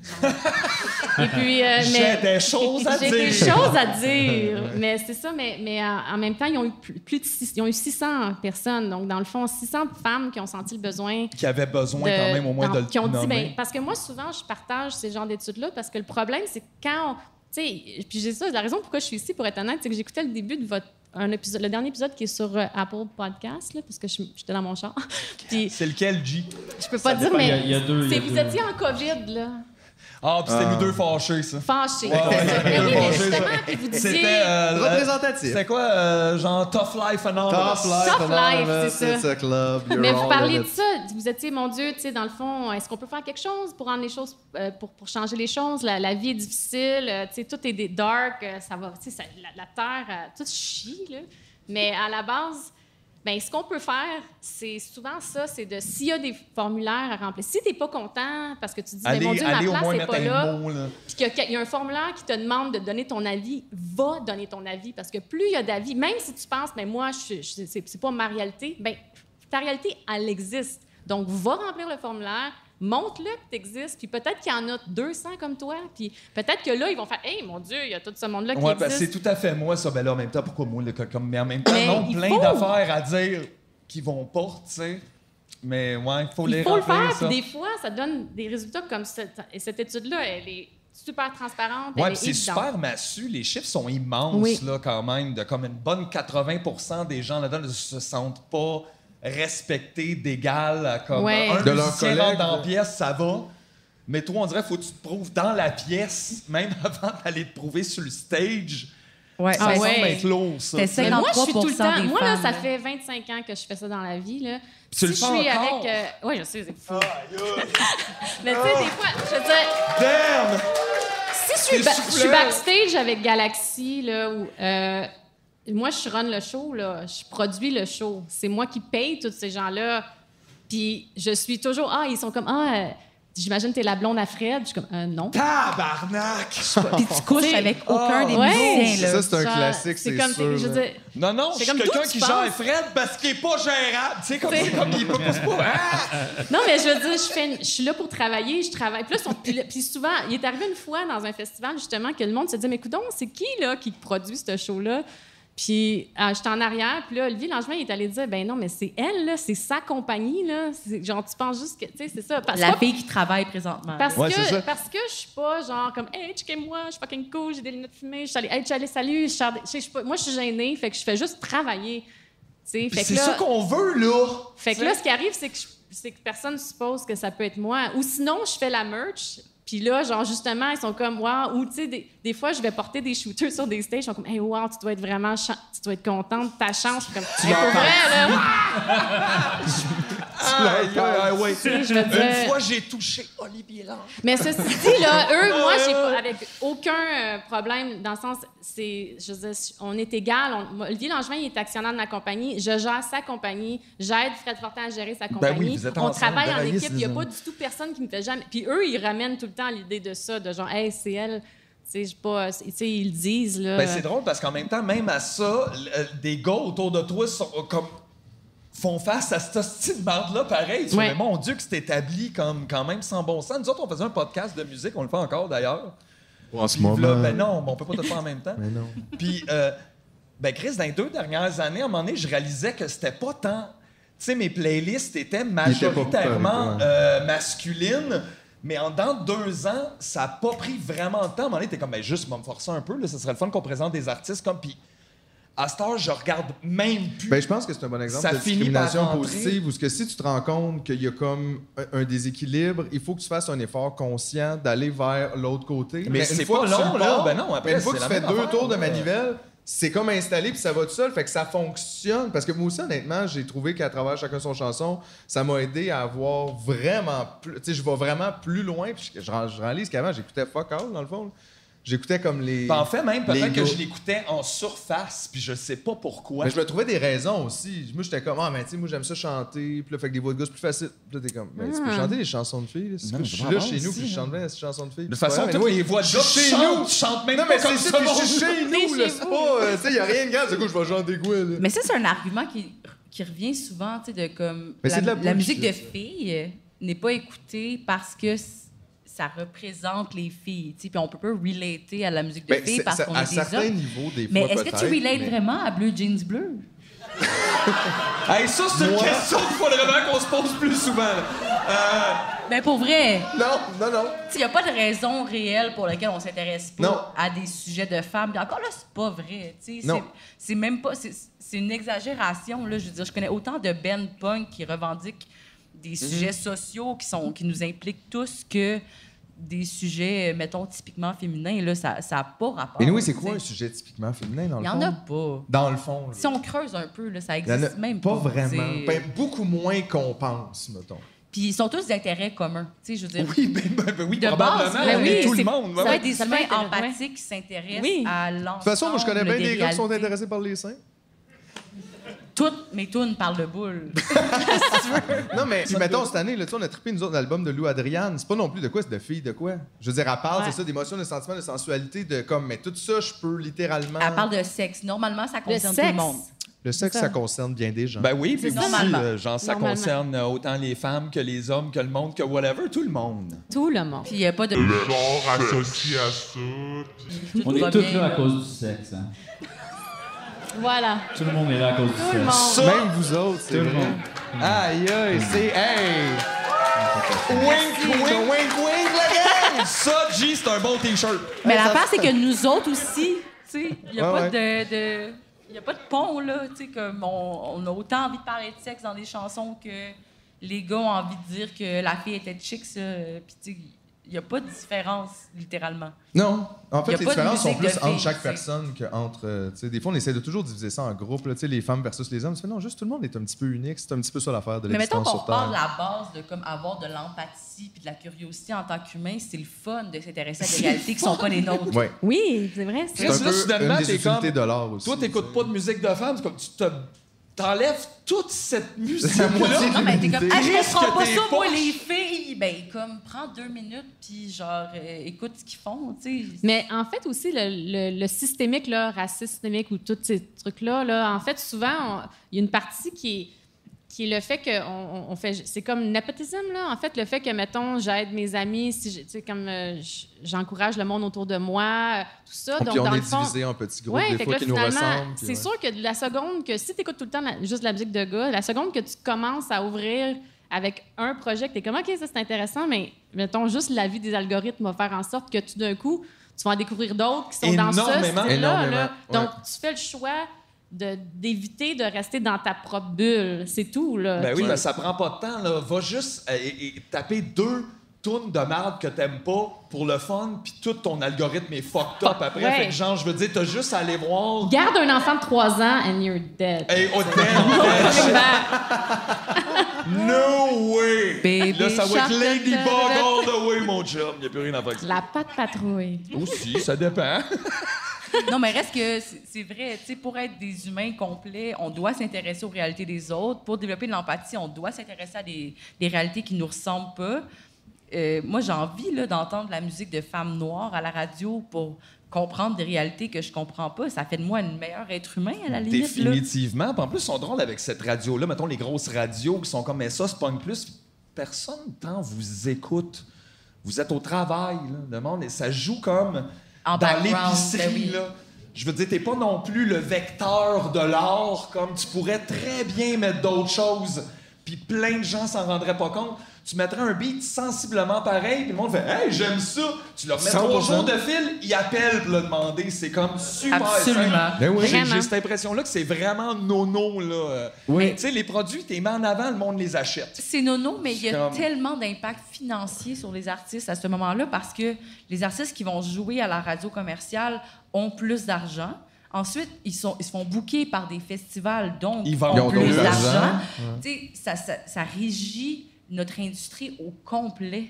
S11: Et puis, euh,
S3: J'ai
S11: mais
S3: des choses à
S11: j'ai des
S3: dire.
S11: choses à dire. mais c'est ça, mais, mais euh, en même temps, ils ont eu plus plus de six- ils ont eu 600 personnes. Donc, dans le fond, 600 femmes qui ont senti le besoin
S3: Qui avait besoin
S11: de-
S3: quand même au moins
S11: dans-
S3: de le
S11: qui ont dit,
S3: nommer.
S11: ben, parce que moi, souvent, je partage ces genres d'études-là parce que le problème, c'est que quand on. Tu sais, puis j'ai ça, la raison pourquoi je suis ici, pour être honnête, c'est que j'écoutais le début de votre. Un épisode, le dernier épisode qui est sur euh, Apple Podcast, là, parce que je- j'étais dans mon char. puis
S3: C'est lequel, G?
S11: je peux pas dire,
S6: dépend, il y a-
S11: mais
S6: il y a deux- il y
S11: c'est-
S6: a
S11: vous
S6: deux.
S11: étiez en COVID, là,
S3: Ah, puis c'était nous deux fâchés, ça.
S11: fâchés.
S3: Ouais, ouais, ouais,
S11: mais oui, mais
S3: fâchés,
S11: justement,
S3: ça.
S11: puis vous disiez.
S3: C'était. euh, la-
S2: Représentatif.
S3: C'était quoi, euh, genre Tough Life and
S2: Tough life,
S11: Tough life,
S2: anonymous,
S11: c'est ça.
S2: it's a club, you're
S11: Mais vous
S2: all
S11: parliez
S2: in
S11: de
S2: it.
S11: ça. Vous étiez, mon Dieu, tu sais, dans le fond, est-ce qu'on peut faire quelque chose pour rendre les choses, euh, pour, pour changer les choses? La, la vie est difficile, euh, tu sais, tout est des dark, euh, ça va, tu sais, ça- la, la terre, euh, tout chie, là. Mais à la base, ben, ce qu'on peut faire, c'est souvent ça, c'est de, s'il y a des formulaires à remplir, si t'es pas content parce que tu dis, mais mon
S3: Allez,
S11: Dieu,
S3: allez au
S11: ma
S3: moins
S11: place n'est
S3: mettre
S11: pas là,
S3: un mot, là.
S11: puis qu'il y a- qu'il y a un formulaire qui te demande de donner ton avis, va donner ton avis. Parce que plus il y a d'avis, même si tu penses, mais moi, je, je- c'est c'est pas ma réalité, ben ta réalité, elle existe. Donc, va remplir le formulaire, montre-le que tu existes, puis peut-être qu'il y en a 200 comme toi, puis peut-être que là, ils vont faire Hey, mon Dieu, il y a tout ce monde-là qui
S3: Ouais, parce que ben, c'est
S11: existe.
S3: tout à fait moi, ça. Ben là, en même temps, pourquoi moi, le comme. Mais en même temps,
S11: Mais
S3: non,
S11: il
S3: plein
S11: faut.
S3: d'affaires à dire qui vont pas, tu sais. Mais ouais, il faut les
S11: Il faut le
S3: remplir,
S11: faire,
S3: ça.
S11: puis des fois, ça donne des résultats comme cette, et cette étude-là, elle est super transparente.
S3: Ouais,
S11: elle
S3: puis
S11: est
S3: c'est
S11: évidente.
S3: super massu. Les chiffres sont immenses,
S11: ben, Oui.
S3: là, quand même. De comme une bonne 80 des gens là-dedans ne se sentent pas respectés d'égal. à Comme
S11: Ouais.
S3: un
S2: De leurs
S3: musicien
S2: collègues,
S3: rentre dans
S2: là.
S3: la pièce, ça va. Mais toi, on dirait faut que tu te prouves dans la pièce, même avant d'aller te prouver sur le stage.
S14: Ouais,
S3: ça
S14: ouais.
S3: semble
S11: Ah ouais.
S3: être lourd, ça.
S14: C'est
S11: Mais moi, je
S14: 53
S11: suis tout le temps.
S14: des
S11: Moi, là,
S14: femmes,
S11: ça
S14: là.
S11: fait 25 ans que je fais ça dans la vie. Là.
S3: Puis tu le
S11: si
S3: fais
S11: je suis
S3: encore?
S11: avec. euh, ouais, je sais, c'est fou. Mais tu sais, des fois, je veux dire,
S3: Damn!
S11: si je suis,
S3: T'es
S11: ba- je suis
S3: souffleur.
S11: backstage avec Galaxy, là, où, euh, moi, je run le show, là, je produis le show. C'est moi qui paye tous ces gens-là. Puis je suis toujours. Ah, ils sont comme. Ah, euh, j'imagine que t'es la blonde à Fred. Je suis comme. Euh, non.
S3: Tabarnak!
S14: Puis tu couches
S11: T'sais,
S14: avec aucun des
S11: Oh, ouais.
S14: musiciens, là.
S4: Ça, c'est un
S11: Genre,
S4: classique, c'est
S11: comme,
S4: sûr.
S11: Je veux
S4: là.
S11: dire,
S3: Non, non,
S11: C'est
S3: je suis
S11: comme
S3: quelqu'un
S11: toi,
S3: qui
S11: tu
S3: gère
S11: penses.
S3: Fred parce qu'il est pas gérable. Tu sais, comme,
S11: T'sais.
S3: c'est comme il peut pas. Ah!
S11: Non, mais je veux dire, je, fais une- je suis là pour travailler, je travaille. Puis, là, son- puis là- puis souvent, il est arrivé une fois dans un festival, justement, que le monde se dit Mais coudons, c'est qui, là, qui produit ce show-là Puis ah, j'étais en arrière, puis là, Olivier Langevin, il est allé dire Ben non, mais c'est elle, là, c'est sa compagnie, là. C'est- Genre, tu penses juste que. Tu sais, c'est ça. Parce,
S14: La
S11: pas-
S14: fille qui travaille présentement.
S11: parce
S3: Ouais, c'est
S11: que,
S3: ça.
S11: parce que je suis pas genre comme Hey, checkez-moi, je suis fucking cool, j'ai des lunettes fumées, je suis allée, hey, je suis allée, salut, je suis allée- je sais, je suis pas- Moi, je suis gênée, fait que je fais juste travailler. Tu sais,
S3: Puis
S11: fait que
S3: C'est
S11: là-
S3: ça qu'on veut, là.
S11: fait que là, ce qui arrive, c'est que, je- c'est que personne suppose que ça peut être moi. Ou sinon, je fais la merch. Puis là, genre, justement, ils sont comme, wow. Ou, tu sais, des, des fois, je vais porter des shooters sur des stages. Ils sont comme, hey, wow, tu dois être vraiment, chan- tu dois être contente de ta chance. Je suis comme, tu pour vrai, là.
S3: Aïe, aïe, aïe, ouais.
S11: sais, je veux dire-
S3: Une fois, j'ai touché Olivier Lange.
S11: Mais ceci dit, là, eux, moi, j'ai pas, avec aucun euh, problème, dans le sens, c'est, je veux dire, si on est égal. On, moi, Olivier Langevin, il est actionnaire de ma compagnie. Je gère sa compagnie. J'aide Fred Fortin à gérer sa compagnie.
S3: Ben oui, vous êtes
S11: on
S3: ensemble.
S11: travaille en
S3: Travaillez,
S11: équipe. Il n'y a
S3: c'est
S11: pas du tout personne qui me fait jamais. Puis eux, ils ramènent tout le temps l'idée de ça, de genre, hey, c'est elle. Tu sais, je sais pas, tu sais, ils le disent, là.
S3: Ben, c'est drôle parce qu'en même temps, même à ça, l- euh, des gars autour de toi sont euh, comme font face à cette hostie de bande-là pareil. Tu
S11: Ouais.
S3: fais, Mais mon Dieu, que c'est établi comme quand même sans bon sens. Nous autres, on faisait un podcast de musique, on le fait encore d'ailleurs.
S4: en ce
S3: Puis
S4: moment.
S3: là, ben non, mais on peut pas tout faire en même temps.
S4: Mais non.
S3: Puis, euh, ben Chris, dans les deux dernières années, à un moment donné, je réalisais que c'était pas tant. Tu sais, mes playlists étaient majoritairement
S4: coupable, ouais.
S3: euh, masculines. Mais en dans deux ans, ça a pas pris vraiment de temps. À un moment donné, t'es comme, ben juste, je vais me forcer un peu. Là, ce serait le fun qu'on présente des artistes comme. Puis, à cette heure, je regarde même plus.
S4: Ben, je pense que c'est un bon exemple
S3: Ça
S4: de
S3: finit
S4: discrimination
S3: par rentrer.
S4: positive où ce que si tu te rends compte qu'il y a comme un, un déséquilibre, il faut que tu fasses un effort conscient d'aller vers l'autre côté.
S3: Mais
S4: une
S3: c'est
S4: fois
S3: pas
S4: que tu
S3: long,
S4: le
S3: là.
S4: pars,
S3: Ben non, après,
S4: une fois
S3: c'est
S4: que tu
S3: la
S4: fais
S3: même
S4: deux
S3: affaire,
S4: tours de
S3: là.
S4: manivelle, c'est comme installé puis ça va tout seul. Fait que ça fonctionne. Parce que moi aussi, honnêtement, j'ai trouvé qu'à travers chacun son chanson, ça m'a aidé à avoir vraiment plus. Tu sais, je vais vraiment plus loin. Puis je, je, je réalise qu'avant, j'écoutais fuck all, dans le fond. J'écoutais comme les.
S3: Puis Ben, en fait, même
S4: Les
S3: peut-être que
S4: gars.
S3: je l'écoutais en surface, puis je sais pas pourquoi.
S4: Mais je me trouvais des raisons aussi. Moi, j'étais comme, ah, mais tu sais, moi, j'aime ça chanter. Puis là, fait que des voix de gars, c'est plus facile. Puis là, t'es comme, mais tu
S14: Ah.
S4: peux chanter des chansons de filles. là. C'est
S3: Non,
S4: que
S3: mais
S4: je
S3: c'est
S4: suis
S3: pas
S4: là
S3: grave
S4: chez nous,
S3: aussi,
S4: puis je
S3: hein.
S4: chante bien des chansons de filles.
S3: De toute façon, toutes les voix de gars
S4: chez
S3: chantent-
S4: nous.
S3: chantent même
S4: Non,
S3: pas
S4: mais c'est
S3: comme
S4: ça,
S3: ça.
S4: puis
S3: mon
S4: je suis
S3: Dieu.
S4: chez nous, là. C'est pas, euh, tu sais, il n'y a rien de grave. Du coup, je vais chanter quoi, là.
S14: Mais ça, c'est un argument qui, qui revient souvent, tu sais, de comme.
S4: Mais
S14: la,
S4: c'est de la bullshit.
S14: musique de filles n'est pas écoutée parce que c- ça représente les filles, tu sais, puis on peut pas relater à la musique de
S4: Ben,
S14: filles
S4: c'est-
S14: parce
S4: ça-
S14: qu'on
S4: à
S14: est des
S4: certains
S14: hommes.
S4: niveaux, des
S14: Mais
S4: fois,
S14: est-ce que tu
S4: peut-être,
S14: relates
S4: mais-
S14: vraiment à Bleu Jeans Bleu?
S3: Hey, ça, c'est une question qu'il faudrait vraiment qu'on se pose plus souvent. là. Euh,
S14: Ben pour vrai,
S4: Non, non, non.
S14: il n'y a pas de raison réelle pour laquelle on s'intéresse pas
S4: Non.
S14: à des sujets de femmes. Puis encore là, c'est pas vrai. tu sais, c'est-
S4: Non.
S14: C'est même pas. c'est- C'est une exagération. Là, je veux dire, je connais autant de Ben Punk qui revendiquent des
S4: Mhm.
S14: sujets sociaux qui, sont, qui nous impliquent tous que des sujets, mettons, typiquement féminins. Là, ça n'a pas rapport.
S4: Mais oui, c'est quoi
S14: tu
S4: un
S14: sais.
S4: sujet typiquement féminin, dans le
S14: Il n'y
S4: fond?
S14: en a pas.
S4: Dans le fond, là.
S14: Si on creuse un peu, là, ça
S4: Il y en a
S14: existe même
S4: pas
S14: pas.
S4: vraiment.
S14: tu sais.
S4: Ben, beaucoup moins qu'on pense, mettons.
S14: Puis ils sont tous des intérêts communs. tu sais, Je veux dire,
S3: Oui, ben, ben, ben oui,
S14: De
S3: probablement.
S14: base,
S11: ben
S3: on
S11: oui,
S3: est tout
S11: c'est-
S3: le monde.
S14: Ça
S3: ouais,
S14: va
S3: ouais.
S14: être des
S11: Ça
S14: humains
S11: peut être-
S14: empathiques qui s'intéressent
S11: Oui.
S14: à l'ensemble.
S4: De toute façon, moi, je connais bien des gars qui sont
S14: réalités.
S4: intéressés par les seins.
S14: Toutes mes tunes par le boule.
S4: Non, mais puis mettons, cette année, là, tu sais, on a trippé nous autres l'album de Lou Adriane. C'est pas non plus de quoi, c'est de filles, de quoi. Je veux dire, elle parle,
S11: Ouais.
S4: c'est ça, d'émotions, de sentiments, de sensualité, de comme, mais tout ça, je peux littéralement.
S14: Elle parle de sexe. Normalement, ça
S11: Le
S14: concerne tout Ah. le
S11: sexe.
S14: monde.
S4: Le sexe, ça. concerne bien des gens.
S3: Ben oui, puis
S14: C'est
S3: aussi,
S14: normalement.
S3: euh, genre, ça
S11: Normalement.
S3: concerne euh, autant les femmes que les hommes, que le monde, que whatever, tout le monde.
S11: Tout le monde.
S14: Puis il n'y a pas de.
S15: genre associé à ça.
S14: Tout
S1: On
S14: va
S1: est tous
S14: bien,
S1: là à cause du sexe. Hein.
S11: Voilà.
S1: Tout le monde est là à cause du
S11: Tout le
S1: sexe.
S11: monde.
S4: Même vous autres,
S1: Tout
S4: c'est
S1: le
S4: vrai.
S1: monde.
S4: Aïe, aïe, c'est. Hey!
S3: Wink, wink, wink, wink, la gang! Ça, G, c'est un bon T-shirt.
S14: Mais l'affaire, c'est que nous autres aussi, tu sais, il n'y a
S4: Ouais,
S14: pas de. de- Il y a pas de pont, là. Tu sais, comme on, on a autant envie de parler de sexe dans des chansons que les gars ont envie de dire que la fille était chic, ça. Puis, tu sais, Il n'y a pas de différence, littéralement.
S4: Non. En
S14: Y
S4: fait,
S14: a
S4: les
S14: pas de
S4: différences sont
S14: musique
S4: plus
S14: de
S4: entre
S14: filles,
S4: chaque
S14: c'est-
S4: personne qu'entre. euh, tu sais, des fois, on essaie de toujours diviser ça en groupes. là, tu sais, Les femmes versus les hommes. Tu fais, non, juste tout le monde est un petit peu unique. C'est un petit peu ça l'affaire de
S14: Mais mettons
S4: l'existence sur
S14: qu'on repart de
S4: Terre.
S14: la base de comme avoir de l'empathie puis de la curiosité en tant qu'humain, c'est le fun de s'intéresser à des réalités qui sont pas les nôtres.
S4: Ouais.
S11: Oui, c'est vrai. ça.
S4: C'est un
S3: Chris, là,
S4: peu
S3: soudainement,
S4: une des
S3: t'es comme.
S4: utilités de l'art aussi.
S3: Toi, t'écoutes pas de musique de femme, c'est comme tu te. T'enlèves toute cette
S4: La moitié
S3: musique-là.
S14: Non, mais t'es comme, ah, je
S3: Risque
S14: comprends pas
S3: t'es
S14: ça, moi,
S3: poche.
S14: les filles. Ben, comme, prends deux minutes, puis genre, euh, écoute ce qu'ils font, tu sais.
S11: Mais en fait aussi, le, le- le systémique, là, racisme systémique ou tous ces trucs-là, là, en fait, souvent, on- il y a une partie qui est, qui est le fait qu'on on- on fait... C'est comme népotisme, là. En fait, le fait que, mettons, j'aide mes amis, si j'ai- tu sais, comme euh, j- j'encourage le monde autour de moi, euh, tout
S4: Ah,
S11: ça.
S4: Puis
S11: Donc,
S4: on
S11: dans
S4: est
S11: le fond...
S4: divisé en petits groupes,
S11: Ouais,
S4: des
S11: fait
S4: fois,
S11: que
S4: qui
S11: là,
S4: nous
S11: finalement,
S4: ressemblent. puis
S11: c'est
S4: ouais.
S11: sûr que de la seconde que si tu écoutes tout le temps la- juste de la musique de gars, la seconde que tu commences à ouvrir avec un projet, que tu es comme, OK, ça c'est intéressant, mais mettons juste la vie des algorithmes va faire en sorte que tout d'un coup, tu vas en découvrir d'autres qui sont dans ce
S3: Énormément.
S11: style-là.
S4: Énormément,
S11: là. Donc,
S4: ouais.
S11: tu fais le choix de- d'éviter de, rester dans ta propre bulle. C'est tout. Là.
S3: Ben oui,
S11: Tu-
S3: mais ça prend pas de temps. Là. Va juste euh, et- et taper deux tonnes de merde que t'aimes pas pour le fun, puis tout ton algorithme est fucked up après.
S11: Ouais.
S3: Fait que genre, je veux dire, t'as juste à aller voir.
S11: Garde un enfant de 3 ans and you're dead.
S3: Hey, oh, damn,
S11: Vraiment.
S3: euh, no way!
S14: Baby
S3: là, ça va
S11: shark,
S3: être Ladybug all the way, mon chum. Y a plus rien à faire avec ça.
S11: La patte patrouille.
S3: Aussi, ça dépend.
S14: Non, mais reste que c'est c'est vrai, tu sais, pour être des humains complets, on doit s'intéresser aux réalités des autres. Pour développer de l'empathie, on doit s'intéresser à des, des réalités qui nous ressemblent pas. Euh, moi, j'ai envie là, d'entendre la musique de femmes noires à la radio pour comprendre des réalités que je comprends pas. Ça fait de moi une meilleure être humain, à la limite. là.
S3: Définitivement. Puis en plus, ils sont drôles avec cette radio-là. Mettons les grosses radios qui sont comme mais ça, Spunk Plus. Personne tant vous écoute. Vous êtes au travail, là. Le monde, et ça joue comme
S14: En
S3: dans
S14: background, ben
S3: l'épicerie,
S14: oui.
S3: là. Je veux dire, t'es pas non plus le vecteur de l'art, comme tu pourrais très bien mettre d'autres choses, puis plein de gens s'en rendraient pas compte. Tu mettrais un beat sensiblement pareil, puis le monde fait Hey, j'aime ça! Tu leur mets trois
S4: 100%.
S3: jours de fil, ils appellent pour le demander. C'est comme super
S14: Absolument.
S3: simple.
S4: Ben oui.
S3: J'ai-
S11: Vraiment.
S3: J'ai cette impression-là que c'est vraiment nono, là. Euh, Tu sais, les produits, t'es mis en avant, le monde les achète.
S14: C'est nono, mais il y a
S3: Comme-
S14: tellement d'impact financier sur les artistes à ce moment-là parce que les artistes qui vont jouer à la radio commerciale ont plus d'argent. Ensuite, ils, sont, ils se font booker par des festivals, donc
S3: Ils vendent
S14: ont
S4: plus
S14: plus d'argent.
S4: d'argent.
S14: Tu sais, Ça, ça- ça régit notre industrie au complet.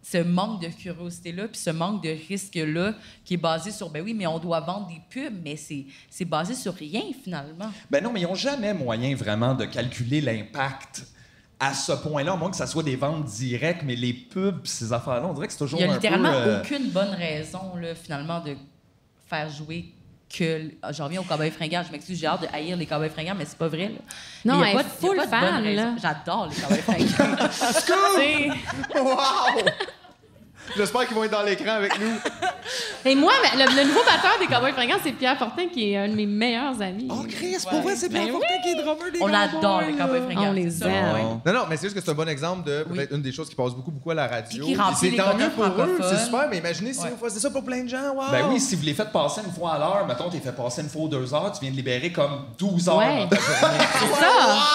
S14: Ce manque de curiosité-là, puis ce manque de risque-là, qui est basé sur, ben oui, mais on doit vendre des pubs, mais c'est c'est basé sur rien finalement.
S3: Ben non, mais ils n'ont jamais moyen vraiment de calculer l'impact à ce point-là, à moins que ça soit des ventes directes, mais les pubs, ces affaires-là, on dirait que c'est toujours
S14: Il n'y
S3: un
S14: a littéralement
S3: peu... euh,
S14: aucune bonne raison, là, finalement, de faire jouer que. l- Ah, J'en reviens aux cowboys fringants. Je m'excuse, j'ai hâte de haïr les cowboys fringants, mais c'est pas vrai. Là.
S11: Non,
S14: Mais il y a
S11: elle
S14: pas
S11: est
S14: de-
S11: full
S14: il y a pas de bonne
S11: fan,
S14: raison.
S11: là.
S14: J'adore les cowboys fringants.
S11: C'est-
S4: Wow! J'espère qu'ils vont être dans l'écran avec nous.
S11: Et moi, ben, le, le nouveau batteur des Cowboys Fringants, c'est Pierre Fortin, qui est un de mes meilleurs amis.
S3: Oh, Chris, pour vrai, c'est bien
S11: Ben
S3: important qu'il est drummer des
S14: On
S3: Cowboys,
S14: adore les
S3: là.
S14: cowboys fringants.
S11: On les
S14: Ça,
S11: aime.
S14: ouais.
S4: Non, non, mais c'est juste que c'est un bon exemple de
S14: Oui.
S4: peut-être une des choses qui passe beaucoup, beaucoup à la radio.
S14: Puis qui remplit
S4: c'est
S14: les
S4: tant
S14: quotas
S4: mieux pour eux,
S14: francophones.
S4: c'est super, mais imaginez si
S14: Ouais.
S4: on faisait ça pour plein de gens, wow!
S14: Ah.
S3: Ben oui, si vous les faites passer une fois à l'heure, mettons, t'es fait passer une fois aux deux heures, tu viens de libérer comme 12 heures
S11: Ouais.
S3: dans ta journée.
S11: C'est ça,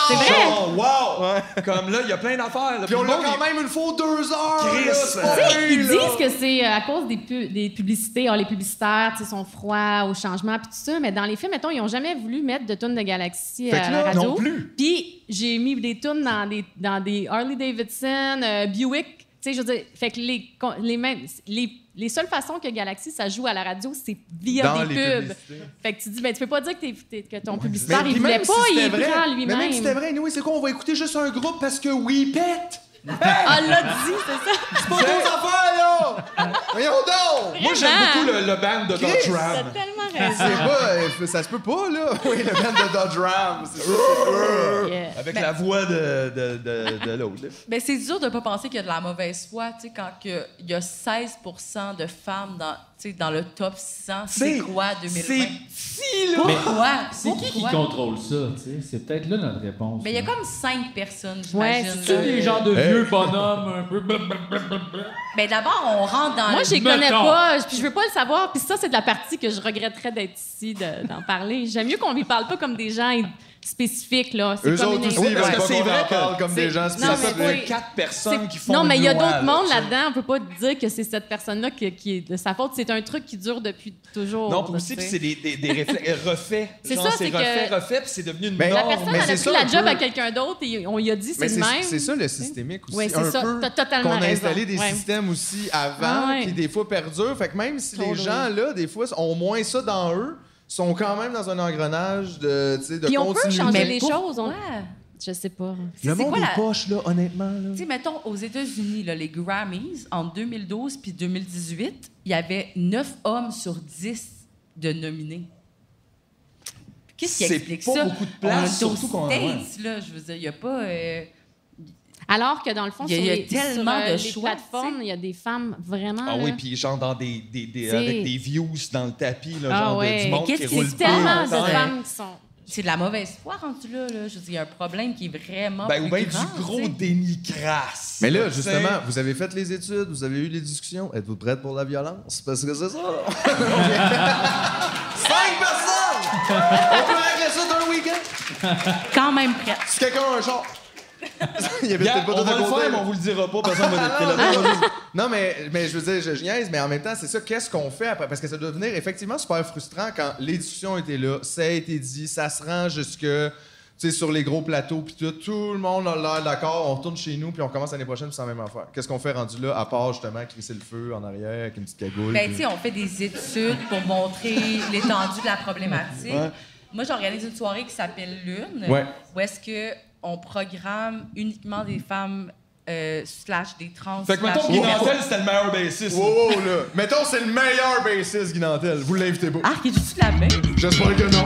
S11: c'est vrai.
S3: Genre, wow! Comme là, il y a plein d'affaires. là.
S4: Puis on
S3: le
S4: l'a
S3: monde,
S4: quand même une fois deux heures!
S3: Chris, euh,
S4: là, c'est pas
S11: Tu sais,
S4: vrai,
S11: ils
S4: là.
S11: disent que c'est euh, à cause des, pu- des publicités. Ah, les publicitaires, tu sais, sont froids au changement, puis tout ça. Mais dans les films, mettons, ils n'ont jamais voulu mettre de tunes de Galaxy
S3: Fait
S11: à
S3: que
S11: la
S3: là,
S11: radio.
S3: non plus.
S11: Puis j'ai mis des tunes dans des, dans des Harley Davidson, euh, Buick. Tu sais, je veux dire, fait que les, con- les mêmes. Les, les seules façons que Galaxy, ça joue à la radio, c'est via
S4: Dans
S11: des
S4: les
S11: pubs.
S4: publicités.
S11: Fait que tu dis, ben, tu peux pas dire que, t'es- t'es- que ton
S4: Mais
S11: publicitaire,
S4: puis
S11: il voulait
S4: même
S11: pas,
S4: si
S11: il
S4: c'était
S11: est
S4: vrai-
S11: prêt
S4: Mais même
S11: lui-même.
S4: si c'était vrai, nous, c'est quoi, on va écouter juste un groupe parce que oui, pète!
S11: Ah, l'a dit, c'est ça.
S4: C'est pas deux affaires, là! Voyons donc!
S3: Moi, j'aime beaucoup le, le band de
S4: Chris,
S3: Dodge Ram.
S11: T'as tellement
S4: C'est
S11: raison.
S4: pas, euh, ça se peut pas, là! Oui, le band de Dodge Ram, c'est ça.
S11: Yeah. Ben
S3: Avec la voix de, de, de, de l'autre. là.
S14: Mais c'est dur de ne pas penser qu'il y a de la mauvaise foi, tu sais, quand que il y a 16 de femmes dans, tu sais, dans le top 100. C'est
S3: C'est-
S14: quoi 2020?
S3: petit, là!
S14: Pourquoi?
S1: C'est qui qui
S14: Pourquoi?
S1: contrôle ça? tu sais? C'est peut-être là notre réponse.
S14: Mais il y a comme 5 personnes,
S11: Ouais,
S14: j'imagine.
S1: C'est
S14: là.
S1: des genres de
S4: Hey.
S1: vieux bonhommes un peu. blablabla.
S14: Ben d'abord, on rentre dans
S11: Moi,
S14: le-
S11: je les connais
S1: Mettons.
S11: pas, puis je veux pas le savoir. Puis ça, c'est de la partie que je regretterais d'être ici, de- d'en parler. J'aime mieux qu'on lui parle pas comme des gens spécifique. Là.
S4: Eux
S11: comme
S4: autres
S11: une-
S4: aussi,
S3: Oui,
S4: ils
S3: parce
S4: veulent
S3: que
S4: pas
S3: c'est
S4: qu'on
S3: vrai
S4: en
S3: que
S4: parle comme des gens
S11: Non,
S3: Ça
S11: mais
S3: peut
S4: spécifiques.
S11: oui.
S3: être quatre personnes qui font
S11: Non,
S3: de
S11: mais il y a
S3: loi,
S11: d'autres
S3: là,
S11: mondes
S3: tu sais.
S11: là-dedans. On peut pas dire que c'est cette personne-là qui, qui est de sa faute. C'est un truc qui dure depuis toujours.
S3: Non,
S11: là,
S3: puis aussi,
S11: tu
S3: puis
S11: sais.
S3: c'est des, des, des réflexes- refaits.
S11: C'est
S3: Genre,
S11: ça,
S3: c'est
S11: c'est
S3: refait,
S11: que- Ben,
S3: refait, puis c'est devenu une
S4: Mais
S11: La
S3: norme.
S11: personne,
S4: mais
S11: elle a
S4: c'est
S11: pris
S4: ça,
S11: la
S4: un
S11: job
S4: peu.
S11: à quelqu'un d'autre et on lui a dit c'est
S4: Mais
S11: le
S4: c'est
S11: même.
S4: c'est ça le systémique aussi.
S11: Ouais, c'est
S4: un
S11: ça.
S4: peu
S11: T'as totalement
S4: qu'on a
S11: raison.
S4: installé des
S11: Ouais.
S4: systèmes aussi avant,
S11: Ah ouais.
S4: qui des fois perdurent. Fait que même si les
S11: Totally.
S4: gens, là, des fois, ont moins ça dans eux, sont quand même dans un engrenage de, tu sais, de
S11: Puis on peut
S4: continuité.
S11: changer les
S14: pour-
S11: choses. on-
S14: Ouais.
S11: Je sais pas.
S4: Le
S14: C'est
S4: monde
S14: quoi la-
S4: est poche, là, honnêtement. Là.
S14: Tu sais, mettons, aux États-Unis, là, les Grammys, en 2012 puis 2018, il y avait 9 hommes sur 10 de nominés. Qu'est-ce qui
S3: C'est
S14: explique
S3: pas
S14: ça?
S3: beaucoup de place,
S14: On est aux
S3: surtout qu'on-
S14: States, là, je veux dire, il n'y a pas... euh,
S11: Alors que dans le fond,
S14: Il y a-
S11: sur
S14: il y a
S11: les,
S14: tellement
S11: sur, euh,
S14: de
S11: les
S14: choix,
S11: plateformes,
S14: tu
S11: il y a des femmes vraiment.
S3: Ah oui,
S11: là.
S3: puis genre dans des, des, des-
S11: hein. C'est-
S3: avec des views dans le tapis, là,
S11: Ah
S3: genre de-
S11: ouais.
S3: du monde
S14: Mais
S3: qui
S14: qu'est-ce
S3: roule
S14: qui-
S11: C'est tellement
S3: pas.
S11: de
S14: Ouais.
S11: femmes qui sont.
S14: C'est de la mauvaise foi rendu là, là. Je veux dire, il y a un problème qui est vraiment
S3: Ben, ou
S14: plus
S3: bien
S14: grand,
S3: du gros
S14: tu sais.
S3: déni crasse.
S4: Mais là,
S3: Tu sais.
S4: justement, vous avez fait les études, vous avez eu les discussions. Êtes-vous prête pour la violence? Parce que c'est ça. là. Cinq personnes! On peut régler ça d'un week-end.
S14: Quand même prêt.
S4: Si quelqu'un a un char. Il y avait
S3: Gars,
S4: peut-être pas
S3: on
S4: d'autre
S3: va le
S4: côté,
S3: faire, mais
S4: là.
S3: on vous le dira pas, parce qu'on va
S4: Ah,
S3: être
S4: non,
S3: là-dedans.
S4: non, non. Non, mais, mais je veux dire, je, je niaise, mais en même temps, c'est ça, qu'est-ce qu'on fait après? Parce que ça doit devenir effectivement super frustrant quand les discussions étaient là, ça a été dit, ça se rend jusque, tu sais, sur les gros plateaux, puis tout, tout le monde a l'air d'accord, on retourne chez nous, puis on commence l'année prochaine, puis c'est la même affaire. Qu'est-ce qu'on fait rendu là, à part justement crisser le feu en arrière avec une petite cagoule?
S14: Ben,
S4: puis-
S14: tu sais, on fait des études pour montrer l'étendue de la problématique. Moi, j'organise une soirée qui s'appelle Lune,
S4: Ouais.
S14: où est-ce que on programme uniquement des femmes euh, slash des trans.
S3: Fait que
S14: slash
S11: Ah,
S3: mettons,
S14: des-
S3: Guinantel, c'était le meilleur bassiste.
S4: Wow, wow, là! Mettons, c'est le meilleur bassiste, Guinantel. Vous l'invitez pas.
S14: Ah, il est juste la main.
S4: J'espère que non.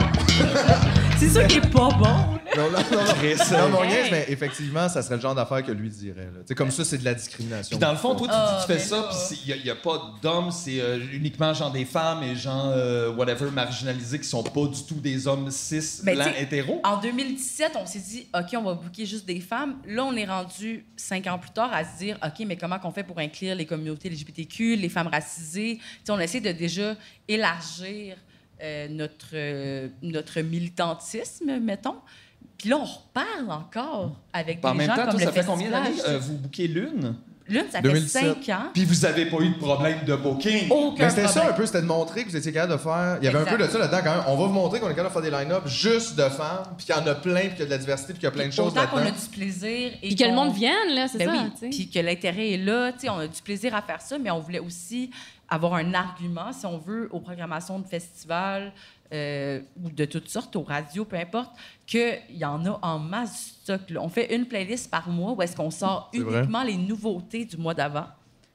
S14: C'est sûr qu'il est pas bon.
S4: Non, non, non.
S3: Chris. hein.
S4: Non, mon niaise, mais effectivement, ça serait le genre d'affaire que lui dirait. là. Tu sais,
S14: Ben.
S4: comme ça, c'est de la discrimination.
S3: Puis dans le fond, toi, tu,
S14: Ah,
S3: tu fais
S14: ben
S3: ça,
S14: là.
S3: puis il n'y a, pas d'hommes, c'est euh, uniquement genre des femmes et gens, euh, whatever, marginalisés qui sont pas du tout des hommes cis,
S14: Ben,
S3: blancs,
S14: tu sais,
S3: hétéros.
S14: En 2017, on s'est dit, OK, on va booker juste des femmes. Là, on est rendu cinq ans plus tard à se dire, OK, mais comment qu'on fait pour inclure les communautés LGBTQ, les femmes racisées? Tu sais, on essaie de déjà élargir euh, notre, euh, notre militantisme, mettons. Puis là, on reparle encore avec
S3: Puis en
S14: des
S3: même
S14: gens
S3: temps,
S14: comme
S3: toi,
S14: le
S3: ça fait combien
S14: festival.
S3: d'années euh, vous bouquez l'une?
S14: L'une, ça
S4: 2017.
S14: fait cinq ans.
S3: Puis vous avez pas eu de problème de booking.
S14: Aucun
S4: Mais c'était ça un
S14: problème.
S4: peu, c'était de montrer que vous étiez capable de faire. Il y avait un
S14: Exact.
S4: peu de ça là-dedans quand même. On va vous montrer qu'on est capable de faire des line-up juste de femmes, puis qu'il y en a plein, puis qu'il y a de la diversité, puis qu'il y a plein de choses
S14: Autant qu'on a
S4: là-dedans.
S14: du plaisir. Et
S11: Puis que le
S14: qu'on-
S11: monde vienne, là, c'est
S14: Ben
S11: ça.
S14: oui,
S11: tu sais.
S14: puis que l'intérêt est là, tu sais, on a du plaisir à faire ça, mais on voulait aussi avoir un argument, si on veut, aux programmations de festivals euh, ou de toutes sortes, aux radios, peu importe, qu'il y en a en masse du stock. là. On fait une playlist par mois où est-ce qu'on sort
S4: vrai.
S14: uniquement les nouveautés du mois d'avant.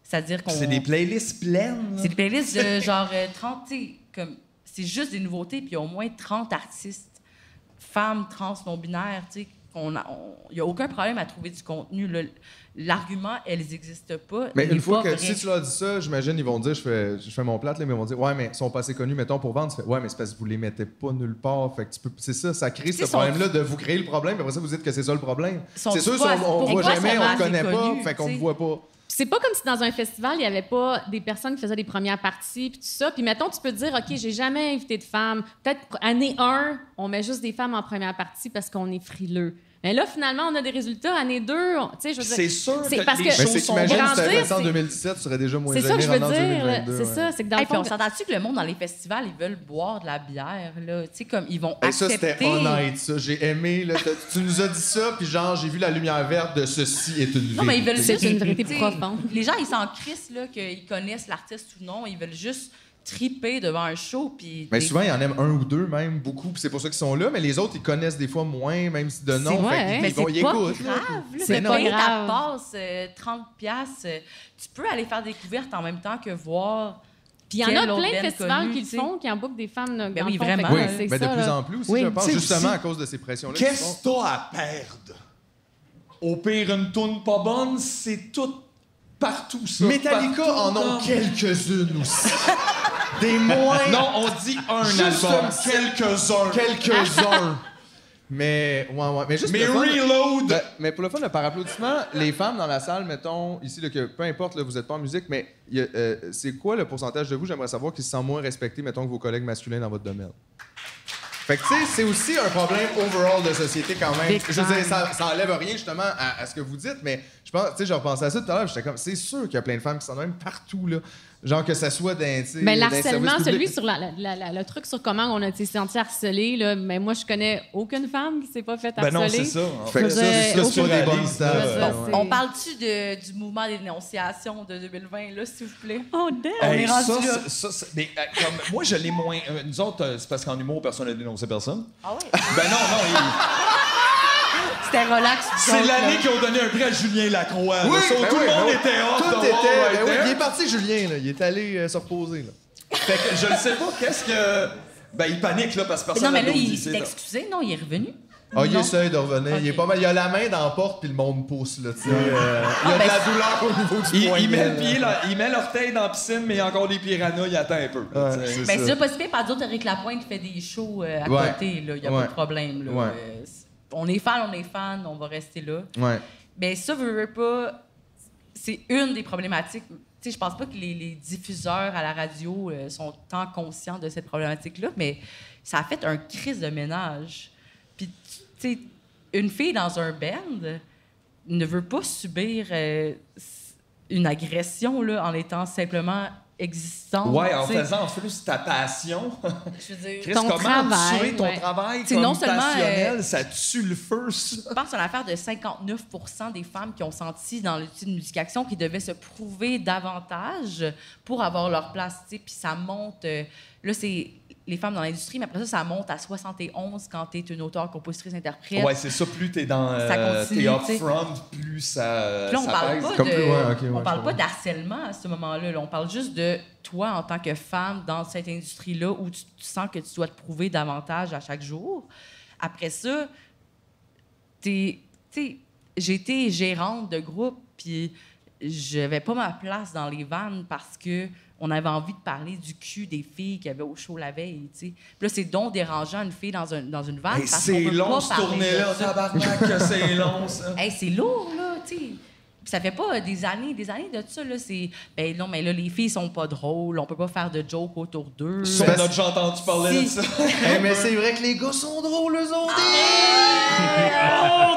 S14: C'est-à-dire qu'on...
S3: C'est des playlists pleines. là.
S14: C'est des playlists de genre euh, 30, tu sais, comme c'est juste des nouveautés, puis il y a au moins 30 artistes, femmes, trans, non-binaires, tu sais, qu'on a- on- il n'y a aucun problème à trouver du contenu. là. L'argument, elles n'existent pas.
S4: Mais
S14: il
S4: une
S14: est
S4: fois
S14: pas
S4: que
S14: vrai.
S4: si tu leur dis ça, j'imagine ils vont dire je fais, je fais mon plat, là, mais ils vont dire ouais, mais ils sont pas assez connus, mettons, pour vendre. Tu fais, ouais, mais c'est parce que vous les mettez pas nulle part. Fait que tu peux. C'est ça, ça crée ce
S14: sais,
S4: problème-là de vous créer le problème, puis après ça, vous dites que c'est ça le problème.
S14: Sont
S4: C'est sûr, si on,
S14: pas-
S4: on
S14: pourquoi
S4: voit
S14: sont
S4: jamais, on
S14: pas
S4: le connaît
S14: assez
S4: pas,
S14: connus,
S4: fait qu'on
S14: tu
S4: ne
S14: sais?
S4: voit pas.
S11: Puis c'est pas comme si dans un festival, il n'y avait pas des personnes qui faisaient les premières parties, puis tout ça. Puis mettons, tu peux te dire, OK, j'ai jamais invité de femmes. Peut-être pr- année 1, on met juste des femmes en première partie parce qu'on est frileux. Mais là, finalement, on a des résultats. Année 2, on- tu sais, je veux
S3: C'est
S11: dire.
S3: sûr
S11: c'est
S3: que
S11: parce
S3: les
S11: que-
S4: Mais
S3: choses
S4: c'est
S3: sont
S4: qu'imagine si tu
S11: grandir,
S4: avais fait ça en
S11: c'est-
S4: 2017, tu serais déjà moins
S11: C'est ça que
S4: gêné
S11: je veux
S4: rendu en
S11: dire. là.
S4: 2022,
S11: C'est
S4: ouais.
S11: ça, c'est que dans
S14: Hey,
S11: le
S14: puis
S11: fond,
S14: on s'entend-tu que le monde dans les festivals, ils veulent boire de la bière, là? Tu sais, comme ils vont
S4: Et ça,
S14: accepter...
S4: c'était honnête, ça. J'ai aimé. là. T'as- tu nous as dit ça, puis genre, j'ai vu la lumière verte de ceci est une vérité.
S14: Non, mais ils veulent
S11: C'est
S14: juste-
S11: une vérité
S14: t'sais,
S11: profonde.
S14: Les gens, ils s'en crissent là, qu'ils connaissent l'artiste ou non. Ils veulent juste triper devant un show. Puis
S4: Mais
S14: des-
S4: souvent, il y en aime un ou deux, même beaucoup, puis c'est pour ça qu'ils sont là. Mais les autres, ils connaissent des fois moins, même si de nom.
S11: C'est-
S4: fait
S11: ouais,
S4: qu'ils-
S11: mais
S4: ils vont y
S14: c'est pas
S4: écouter.
S14: grave. Ah, là,
S11: C'est
S14: de
S11: pas
S14: payer
S11: grave.
S14: ta passe, euh, 30 piastres, euh, tu peux aller faire des couvertes en même temps que voir.
S11: Puis il y en
S14: quel
S11: a
S14: autre
S11: plein de
S14: band
S11: festivals
S14: connu,
S11: qui le
S14: t'sais.
S11: font, qui emboquent des femmes. là,
S14: Ben
S11: dans
S14: oui,
S11: le fond.
S14: vraiment.
S11: Fait
S4: Oui,
S11: que,
S14: Ouais,
S11: euh, c'est
S4: ben, de
S11: ça,
S4: plus
S11: là.
S4: en plus aussi,
S11: Oui.
S4: je pense,
S3: T'sais,
S4: justement
S3: aussi,
S4: à cause de ces pressions-là. qu'ils
S3: Qu'est-ce que t'as à perdre? Au pire, une toune pas bonne, c'est tout partout
S4: font.
S3: ça.
S4: Metallica
S3: partout,
S4: en ont
S3: dans-
S4: quelques-unes aussi. des moins.
S3: Non, on dit un
S4: Juste
S3: album.
S4: un-
S3: Quelques-uns.
S4: Quelques-uns. mais, ouais, ouais. Ah! Mais juste
S3: Mais
S4: le fun-
S3: reload!
S4: Ben, mais pour le fun, le par applaudissement, les femmes dans la salle, mettons, ici, là, que peu importe, là, vous n'êtes pas en musique, mais il y a, euh, c'est quoi le pourcentage de vous, j'aimerais savoir, qui se sent moins respecté, mettons, que vos collègues masculins dans votre domaine? Fait que, tu sais, c'est aussi un problème overall de société quand même.
S11: Big
S4: Je veux dire,
S11: time.
S4: ça, ça enlève rien justement à, à ce que vous dites, mais je pense, tu sais, je repensais à ça tout à l'heure, j'étais comme, c'est sûr qu'il y a plein de femmes qui sont de même partout, là. Genre que ça soit d'un.
S11: Mais l'harcèlement, celui sur la- la- la- le truc sur comment on a été senti harcelé, là, mais moi, je connais aucune femme qui s'est pas faite harceler.
S3: Ben non, c'est ça.
S4: Fait que
S11: Je
S4: ça,
S11: veux
S4: c'est
S11: dire,
S4: ça, c'est pas
S11: aucune-
S4: des bonnes
S11: Je veux
S4: stades.
S11: dire, c'est-
S14: On parle-tu de- du mouvement des dénonciations de 2020, là, s'il vous plaît?
S11: Oh, damn!
S14: On
S3: Hey,
S14: est rendu
S3: ça,
S14: là.
S3: c'est- ça, c'est- mais, euh, comme, moi, je l'ai moins. euh, nous autres, euh, c'est parce qu'en humour, personne n'a dénoncé personne.
S14: Ah oui?
S3: Ben non, non. il-
S14: C'était relax. vous
S3: c'est
S14: autres,
S3: l'année
S14: là.
S3: qu'ils ont donné un prix à Julien Lacroix. là.
S4: Oui,
S3: So,
S4: ben
S3: tout
S4: oui,
S3: le monde
S4: ben oui.
S3: était hors
S4: Tout était. ben oui, il est parti, Julien, là. Il est allé euh, se reposer, là.
S3: Fait que je ne sais pas qu'est-ce que. Ben, il panique, là, parce que
S14: Mais
S3: personne
S14: Non, mais là,
S3: l'applaudit,
S14: il
S3: c'est
S14: s'est
S3: ça.
S14: excusé. Non, il est revenu.
S4: Ah, il
S14: Non.
S4: essaye de revenir. Il est
S14: Ok.
S4: pas mal. Il a la main dans la porte, puis le monde pousse, là, tu sais. euh, il y a
S14: ben,
S4: de la douleur au niveau du
S3: Il,
S4: poignet.
S3: il met le
S4: là.
S3: pied, là, il met l'orteil dans la piscine, mais il y a encore des piranhas, il attend un peu. là,
S4: Ouais,
S3: tu sais.
S4: c'est
S14: Ben,
S4: ça.
S14: c'est déjà possible par d'autres Eric Lapointe qui fait des shows euh, à
S4: Ouais.
S14: côté, là. Il n'y a
S4: Ouais.
S14: pas de problème, là.
S4: Ouais.
S14: Euh, c'est- on est fan, on est fan, on va rester là.
S4: Ouais.
S14: Mais Ben, ça, veux, veux pas, c'est une des problématiques. Tu sais, je pense pas que les, les diffuseurs à la radio euh, sont tant conscients de cette problématique-là, mais ça a fait un crise de ménage. Puis, tu sais, une fille dans un band ne veut pas subir euh, s- une agression là, en étant simplement existante.
S3: Ouais, en
S14: tu sais.
S3: faisant en plus ta passion.
S14: Je veux dire,
S3: Chris,
S11: Ton
S3: comment
S11: travail,
S3: tuer ton
S11: ouais.
S3: travail
S14: C'est
S3: comme
S14: non seulement,
S3: passionnel,
S14: euh,
S3: ça tue le feu, ça.
S14: Je pense à l'affaire de 59 des femmes qui ont senti dans l'étude de musique action qu'ils devaient se prouver davantage pour avoir leur place. tu sais. Puis ça monte. euh, là, c'est les femmes dans l'industrie, mais après ça, ça monte à 71 quand tu es une auteure, compositrice, interprète.
S3: Ouais, c'est ça. Plus t'es dans.
S14: Ça
S3: Euh,
S14: continue,
S3: t'es
S14: tu sais.
S3: off-front, plus ça.
S14: Puis là, on
S3: Euh, ça
S14: parle
S3: pèse.
S14: pas hein,
S4: comme
S14: de,
S4: plus- ouais, ok, ouais,
S14: on
S4: je
S14: parle
S4: comprends.
S14: pas d'harcèlement à ce moment-là. là. On parle juste de toi en tant que femme dans cette industrie-là où tu, tu sens que tu dois te prouver davantage à chaque jour. Après ça, t'es- t'sais, j'ai été gérante de groupe, puis je n'avais pas ma place dans les vannes parce que on avait envie de parler du cul des filles qu'il y avait au show la veille. t'sais. Puis là, c'est donc dérangeant une fille dans, un- dans une vanne.
S3: Hey,
S14: parce qu'on
S3: c'est
S14: peut
S3: long,
S14: pas
S3: ce
S14: parler de
S3: tournée-là.
S14: ça.
S3: Tabarnak, que c'est long, ça.
S14: Hey, c'est lourd, là, tu sais. Puis Ça fait pas euh, des années, des années de ça, là. C'est, ben non, mais là, les filles sont pas drôles, on peut pas faire de jokes autour d'eux.
S3: Sur
S4: Parce-
S3: notre j'ai entendu parler de ça.
S14: Si.
S4: Hey, mais c'est vrai que les gars sont drôles, eux autres.
S14: Ah,
S3: Oh,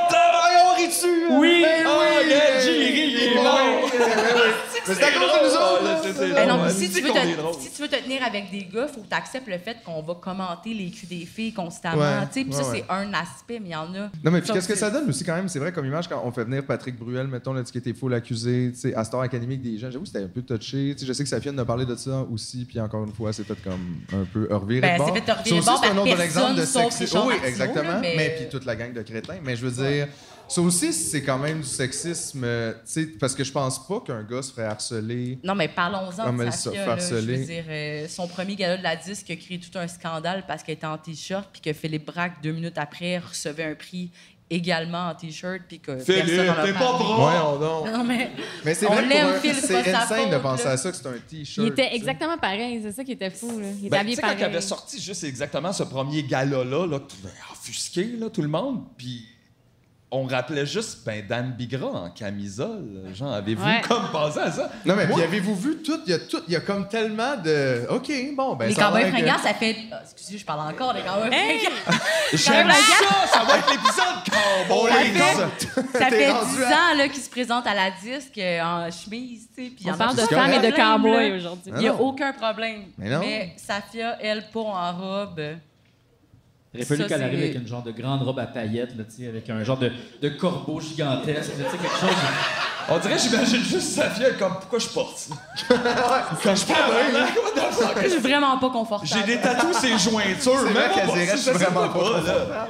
S4: on rit dessus. hein.
S6: Oui,
S4: Ben
S3: Ah,
S4: oui,
S3: regarde,
S4: ben-
S3: j'ai ri, il est
S4: bon.
S3: bon.
S4: Mais c'est à cause de nous autres, là.
S14: Ben non,
S3: Ouais.
S14: puis si,
S3: C'est
S14: tu veux
S3: qu'on est drôle.
S14: te, si tu veux te tenir avec des gars, faut que tu acceptes le fait qu'on va commenter les culs des filles constamment.
S4: Ouais,
S14: tu sais, puis ça,
S4: ouais, ouais.
S14: c'est un aspect, mais il y en a.
S4: Non, mais puis qu'est-ce que ça donne aussi, quand même? C'est vrai, comme image, quand on fait venir Patrick Bruel, mettons, là, qui était faux l'accusé, tu sais, à Star Academy, des gens, j'avoue, c'était un peu touché. Tu sais, je sais que Safiane a parlé de ça aussi, puis encore une fois, c'est peut-être comme un peu reviré
S14: Ben,
S4: de bord.
S14: c'est fait revirer
S4: Ça
S14: de
S4: aussi,
S14: bord
S4: c'est
S14: par
S4: un autre bon exemple de
S14: personne, sauf
S4: sexisme.
S14: Richard
S4: oui,
S14: Martineau,
S4: exactement.
S14: là,
S4: Mais...
S14: mais-
S4: puis toute la gang de crétins. Mais je veux dire, ça aussi, c'est quand même du sexisme, euh, tu sais, parce que je pense pas qu'un gars se ferait harceler.
S14: Non, mais parlons-en
S4: Non, mais
S14: de
S4: ça,
S14: Safia,
S4: faire
S14: là, je veux
S4: sceller.
S14: dire, euh, son premier gala de la disque a créé tout un scandale parce qu'elle était en T-shirt, puis que Philippe Braque, deux minutes après, recevait un prix également en T-shirt, puis que personne
S3: Philippe,
S14: en a
S3: t'es pas
S14: parlé.
S3: pro.
S4: Voyons donc.
S14: Non, mais...
S4: Mais c'est
S14: On
S4: vrai que
S14: l'aime,
S4: pour un-
S14: Phil, c'est
S4: c'est
S14: pas sa
S4: insane de
S14: faute,
S4: penser
S14: là.
S4: à ça, que c'est un T-shirt.
S11: Il était
S4: tu sais.
S11: exactement pareil, c'est ça qui était fou. Là. Il était
S3: Ben, tu
S11: habillé
S3: sais, quand il
S11: pareil.
S3: avait sorti juste exactement ce premier gala-là, là, tout- ben, offusqué, là, tout le monde, puis on rappelait juste ben, Dan Bigra en camisole. Genre, avez-vous
S11: Ouais.
S3: comme pensé à ça?
S4: Non, mais
S3: Moi,
S4: puis avez-vous vu tout? Il y a tout, il y a comme tellement de. OK, bon, ben.
S14: les
S4: ça a
S14: cowboys
S4: l'air que-
S14: fringants, ça fait... Ah, excusez, je parle encore des cowboys fringants.
S3: j'aime
S14: la
S3: ça! Ça va être l'épisode Cowboy!
S14: Ça fait- Ça
S4: T'es
S14: fait 10
S4: rendu à-
S14: ans là, qu'ils se présentent à la disque euh, en chemise, tu sais, puis il y en
S11: On
S14: a
S11: parle de
S14: pas
S11: femmes et de
S14: problème, là.
S11: cowboys aujourd'hui.
S14: Il n'y a
S4: non.
S14: aucun problème.
S4: Mais non.
S14: Safia, elle, pas en robe...
S1: Il aurait fallu
S14: Ça,
S1: qu'elle arrive
S14: c'est-
S1: avec une genre de grande robe à paillettes, là, tu sais, avec un genre de, de corbeau gigantesque, là, tu sais, quelque chose.
S3: On dirait, j'imagine juste sa fille comme pourquoi je porte ça? Quand je parle,
S14: Je suis vraiment pas confortable.
S3: J'ai des tatous ses jointures,
S4: C'est
S3: mais
S4: vrai
S3: moi,
S4: qu'elle
S3: porte
S4: dirait,
S3: ça,
S4: je suis
S3: ça, ça va
S4: vraiment pas
S3: là.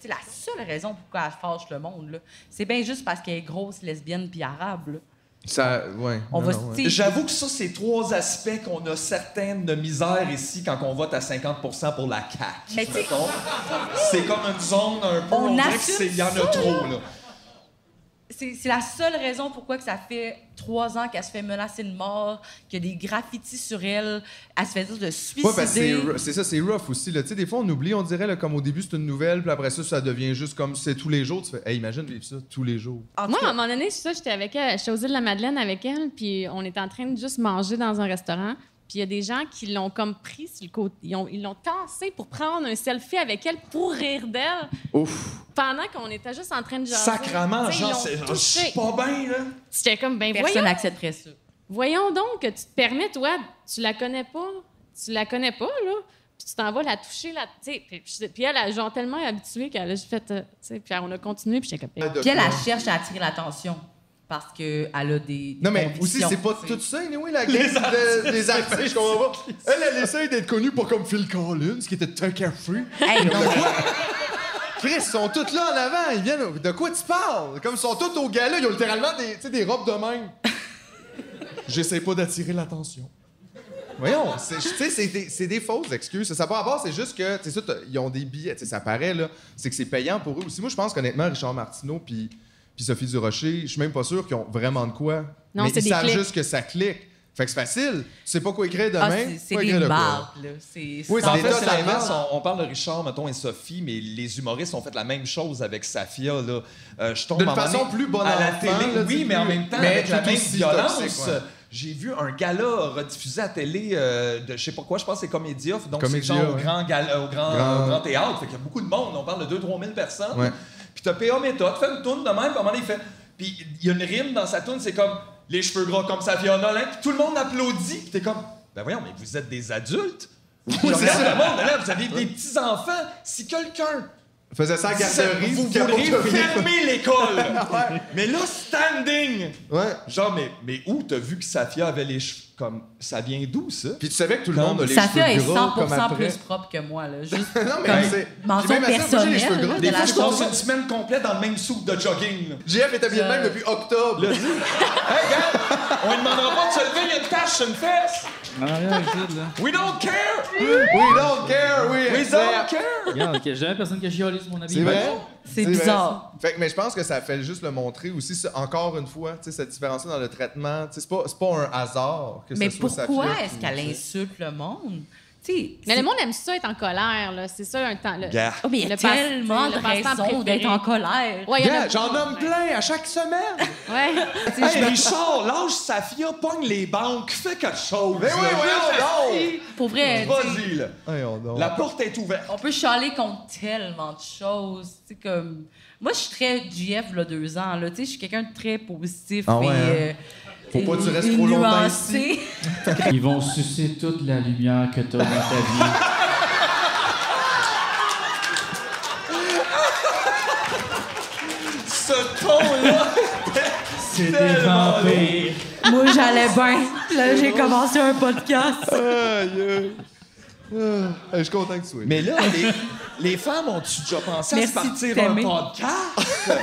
S14: C'est la seule raison pourquoi elle fâche le monde. là. C'est bien juste parce qu'elle est grosse, lesbienne puis arabe. là.
S4: Ça, ouais.
S14: On
S4: non,
S14: va
S4: non, ouais.
S14: se
S3: J'avoue que ça, c'est trois aspects qu'on a certaines de misère ici quand on vote à 50 pour la CAQ.
S14: Mais tu sais-
S3: mettons. C'est comme une zone un peu.
S14: On
S3: dirait que
S14: assume
S3: c'est- il y en a
S14: ça,
S3: trop, là.
S14: C'est c'est la seule raison pourquoi que ça fait trois ans qu'elle se fait menacer de mort, qu'il y a des graffitis sur elle, elle se fait dire de suicider.
S4: Ouais, parce que c'est ru- c'est ça, c'est rough aussi. là. Tu sais, des fois, on oublie, on dirait, là, comme au début, c'est une nouvelle, puis après ça, ça devient juste comme c'est tous les jours. Tu fais, hey, imagine vivre ça tous les jours.
S14: En tout
S11: Moi,
S14: cas,
S11: à un moment donné, c'est ça, j'étais avec elle, j'étais aux îles de la Madeleine avec elle, puis on était en train de juste manger dans un restaurant. Puis il y a des gens qui l'ont comme pris sur le côté. Ils, ont- ils l'ont tassé pour prendre un selfie avec elle pour rire d'elle.
S3: Ouf.
S11: Pendant qu'on était juste en train de jaser.
S3: Sacrament,
S11: Tu sais,
S3: genre,
S11: ils
S3: c'est- je
S11: l'ont
S3: suis
S11: touché.
S3: pas bien, là.
S11: J'étais comme, ben
S14: Personne
S11: voyons.
S14: n'accepterait ça.
S11: Voyons donc que tu te permets, toi, tu la connais pas, tu la connais pas, là, puis tu t'en vas la toucher, là, tu sais. Puis, je- puis elle, a genre tellement habituée qu'elle a juste fait, euh, tu sais, puis on a continué, puis j'étais comme...
S14: Puis elle, elle cherche à attirer l'attention parce qu'elle a des.
S4: Non, mais
S14: convictions,
S4: aussi, c'est pas
S14: tu sais.
S4: tout ça, anyway, la game de- des artistes, je comprends pas. Elle, elle essaye d'être connue pas comme Phil Collins, qui était un carefree.
S14: Hey,
S4: Comme de quoi? Chris, ils sont tous là en avant, ils viennent. De quoi tu parles? Comme ils sont tous au gala, ils ont littéralement des, tu sais, des robes de même. J'essaie pas d'attirer l'attention. Voyons, c'est- tu sais, c'est des, c'est des fausses excuses. Ça n'a pas rapport, c'est juste que, tu sais, ça, t'as- ils ont des billets, tu sais, ça paraît, là. C'est que c'est payant pour eux aussi. Moi, je pense qu'honnêtement, Richard Martineau puis puis Sophie Durocher, je suis même pas sûr qu'ils ont vraiment de quoi.
S11: Non,
S4: Mais
S11: c'est
S4: ils
S11: des
S4: savent
S11: clics.
S4: juste que ça clique. Fait que c'est facile. Tu sais pas quoi écrire
S14: Ah,
S4: demain.
S14: c'est- c'est
S4: quoi
S14: des
S4: écrire de quoi.
S14: barres, là. C'est
S4: Oui,
S14: c'est
S4: c'est
S3: En
S4: des
S3: fait,
S4: tas
S3: c'est
S4: de
S3: l'inverse.
S4: marde.
S3: On, on parle de Richard, mettons, et Sophie, mais les humoristes ont fait la même chose avec Safia. Là. Euh, je tombe
S4: D'une
S3: à un moment
S4: façon
S3: donné
S4: plus bonne
S3: à la
S4: enfant,
S3: télé.
S4: là,
S3: oui,
S4: dis
S3: mais en
S4: plus.
S3: même temps,
S4: Mais
S3: avec la
S4: tout
S3: même
S4: aussi
S3: violence.
S4: toxique, ouais.
S3: euh, J'ai vu un gala rediffusé à télé euh, de je sais pas quoi, je pense que c'est Comédia, donc c'est
S4: Comédia,
S3: genre au,
S4: ouais.
S3: grand gala- au grand,
S4: Grand-
S3: au grand théâtre. Fait qu'il y a beaucoup de monde, on parle de 2-3 000 personnes.
S4: Ouais.
S3: Puis t'as P.A. Méthode, fait une tourne de même, comment il fait. Puis il y a une rime dans sa tourne, c'est comme les cheveux gras comme Safia Nolin, puis tout le monde applaudit, puis t'es comme, ben voyons, mais vous êtes des adultes. Puis regarde le monde, là, vous avez des petits-enfants. Si quelqu'un
S4: Faisait ça à la garderie,
S3: vous
S4: puis qu'elle
S3: voudriez
S4: monte le film.
S3: fermer l'école, mais là, standing!
S4: Ouais.
S3: Genre, mais, mais où t'as vu que Safia avait les cheveux comme. Ça vient d'où, ça?
S4: Puis tu savais que tout le monde a les
S14: Safia est
S4: cheveux gros
S14: 100
S4: comme après.
S14: plus propre que moi, là. Juste
S4: Non, mais
S14: comme
S4: c'est-
S14: mention
S4: Puis même à ça, moi, j'ai les
S14: personnelle
S4: cheveux gras.
S14: de
S4: Des
S14: la
S4: fois,
S3: Je
S4: je
S14: chose.
S3: passe une semaine complète dans le même soupe de jogging. là.
S4: JF est habillé de même depuis octobre.
S3: Là, dis, hey, gars, on lui demandera pas de se lever, il y a une tache sur une fesse.
S1: Ah, regarde, Jude, là.
S3: We don't care!
S4: We don't care, we
S3: We
S4: accept.
S3: don't care!
S1: Regarde, ok, j'ai jamais personne qui a chialé sur mon habit.
S4: C'est vrai?
S14: C'est
S4: vrai.
S14: bizarre.
S4: Fait que- mais je pense que ça fait juste le montrer aussi, ça, encore une fois, tu sais, cette différence dans le traitement. Tu sais, C'est pas, c'est pas un hasard que
S14: Mais
S4: ce soit Safia
S14: pourquoi
S4: qui-
S14: est-ce qu'elle insulte le monde? Tu sais,
S11: Mais
S14: c'est-
S11: le monde aime ça être en colère, là. C'est ça un temps. Le,
S3: Gars.
S14: Oh, mais il y a
S11: le passe-
S14: tellement
S11: le
S14: de
S11: passe-temps
S14: raisons
S11: préféré.
S14: d'être en colère.
S11: Ouais, il y en a
S4: Gars, j'en nomme plein à chaque semaine!
S11: Ouais.
S14: Tu sais, je
S3: Hey,
S14: me-
S3: Richard, lâche Safia, pogne les banques, fais quelque chose.
S4: Mais oui,
S3: là.
S4: voyons
S14: Pour vrai, tu sais,
S3: Vas-y, là.
S4: Voyons donc.
S3: La porte est ouverte.
S14: on peut chialer contre tellement de choses. tu sais, comme... Moi, je suis très GF, là, deux ans. Là. Tu sais, Je suis quelqu'un de très positif.
S4: Ah ouais,
S14: et,
S4: hein?
S14: euh,
S4: Faut pas que tu
S14: et-
S4: restes
S14: et
S4: trop longtemps
S14: nuancé.
S1: Ils vont sucer toute la lumière que t'as dans ta vie.
S3: Ce ton-là,
S1: C'est des
S3: Tellement
S1: vampires.
S14: Moi, j'allais bien. Là, j'ai commencé un podcast.
S4: Aïe, aïe. Ah, je suis content que tu sois. là.
S3: Mais là, les, les femmes ont-tu déjà pensé
S14: Merci
S3: à se
S14: de
S3: partir un
S14: t'aimer.
S3: podcast?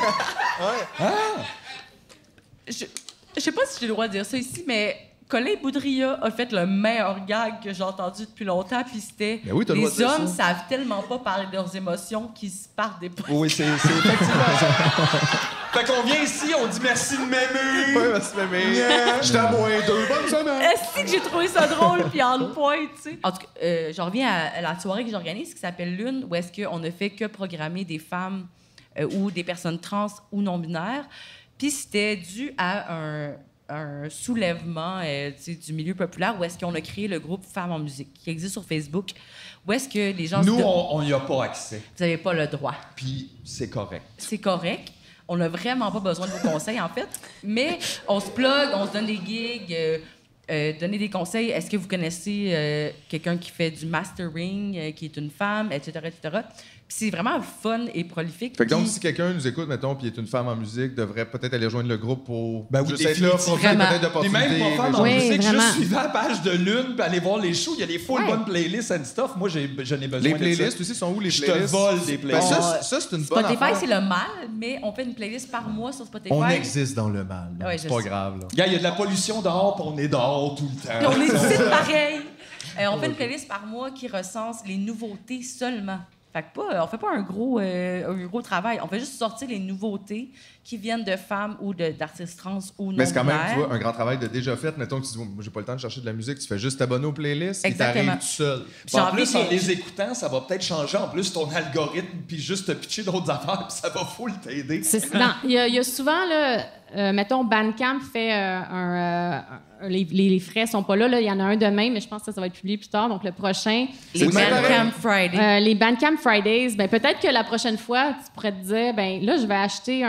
S14: Je je sais pas si j'ai le droit de dire ça ici, mais Colin Boudria a fait le meilleur gag que j'ai entendu depuis longtemps, puis c'était
S4: Ben oui, t'as le droit de
S14: les
S4: dire
S14: hommes
S4: ça.
S14: savent tellement pas parler de leurs émotions qu'ils se partent des points.
S3: Oui, c'est c'est effectivement ça. Fait qu'on vient ici, on dit merci de m'aimer.
S4: Ouais, merci, mémé. Je t'ai moins deux. Bonne semaine!
S14: Est-ce que j'ai trouvé ça drôle, puis en le point, tu sais? En tout cas, euh, j'en reviens à la soirée que j'organise qui s'appelle Lune, où est-ce qu'on ne fait que programmer des femmes euh, ou des personnes trans ou non-binaires. Puis c'était dû à un, un soulèvement euh, tu sais, du milieu populaire où est-ce qu'on a créé le groupe Femmes en musique qui existe sur Facebook, où est-ce que les gens... se
S3: Nous,
S14: don-
S3: on n'y a pas accès.
S14: Vous n'avez pas le droit.
S3: Puis c'est correct.
S14: C'est correct. On n'a vraiment pas besoin de vos conseils, en fait. Mais on se plug, on se donne des gigs, euh, euh, donner des conseils. Est-ce que vous connaissez euh, quelqu'un qui fait du mastering, euh, qui est une femme, etc., etc. Puis c'est vraiment fun et prolifique.
S4: Fait que donc,
S14: Puis-
S4: si quelqu'un nous écoute, mettons, puis est une femme en musique, devrait peut-être aller rejoindre le groupe pour
S3: Ben oui,
S4: juste être là,
S3: définitivement.
S4: profiter peut-être
S3: Puis
S4: d'opportunités.
S3: même pas
S4: des
S3: faire
S4: choses.
S3: dans
S11: Oui,
S3: musique,
S11: vraiment.
S3: juste suivez la page de Lune, puis aller voir les shows. Il y a les full
S11: Ouais.
S3: bonnes playlists and stuff. Moi, j'ai, je n'ai besoin
S4: Les
S3: de
S4: playlists
S3: ça.
S4: aussi sont où, les
S3: Je te
S4: playlists?
S3: vole des
S4: Ben,
S3: playlists.
S4: ça, c'est-
S14: On-
S4: ça, c'est une bonne
S14: Spotify,
S4: affaire.
S14: c'est le mal, mais on fait une playlist par mois sur Spotify.
S4: On existe dans le mal. là.
S14: Ouais,
S4: c'est
S14: je
S4: pas
S14: sais.
S4: grave. Là.
S3: Gars, il y a de la pollution dehors, puis on est dehors tout le
S14: Puis
S3: temps.
S14: on est ici pareil. Euh, on fait une playlist par mois qui recense les nouveautés seulement. Fait que pas, on fait pas un gros, euh, un gros travail. On fait juste sortir les nouveautés qui viennent de femmes ou de- d'artistes trans ou non
S4: Mais c'est quand même, tu
S14: binaires.
S4: vois, un grand travail de déjà fait. Mettons que tu dis, Moi, j'ai pas le temps de chercher de la musique, tu fais juste t'abonner aux playlists et
S14: Exactement.
S4: t'arrives tout seul.
S3: Puis
S14: J'ai
S3: en
S14: envie
S3: plus, en
S14: de-
S3: les écoutant, ça va peut-être changer en plus ton algorithme, puis juste te pitcher d'autres affaires, puis ça va full t'aider.
S11: C'est- non, Il y, a- il y a souvent, là, euh, mettons, Bandcamp fait euh, un. euh, les, les, les frais sont pas là, là. Il y en a un demain, mais je pense que ça, ça va être publié plus tard. Donc, le prochain.
S14: Les Bandcamp Friday.
S11: Euh, les Bandcamp Fridays, ben, peut-être que la prochaine fois, tu pourrais te dire ben, là, je vais acheter un,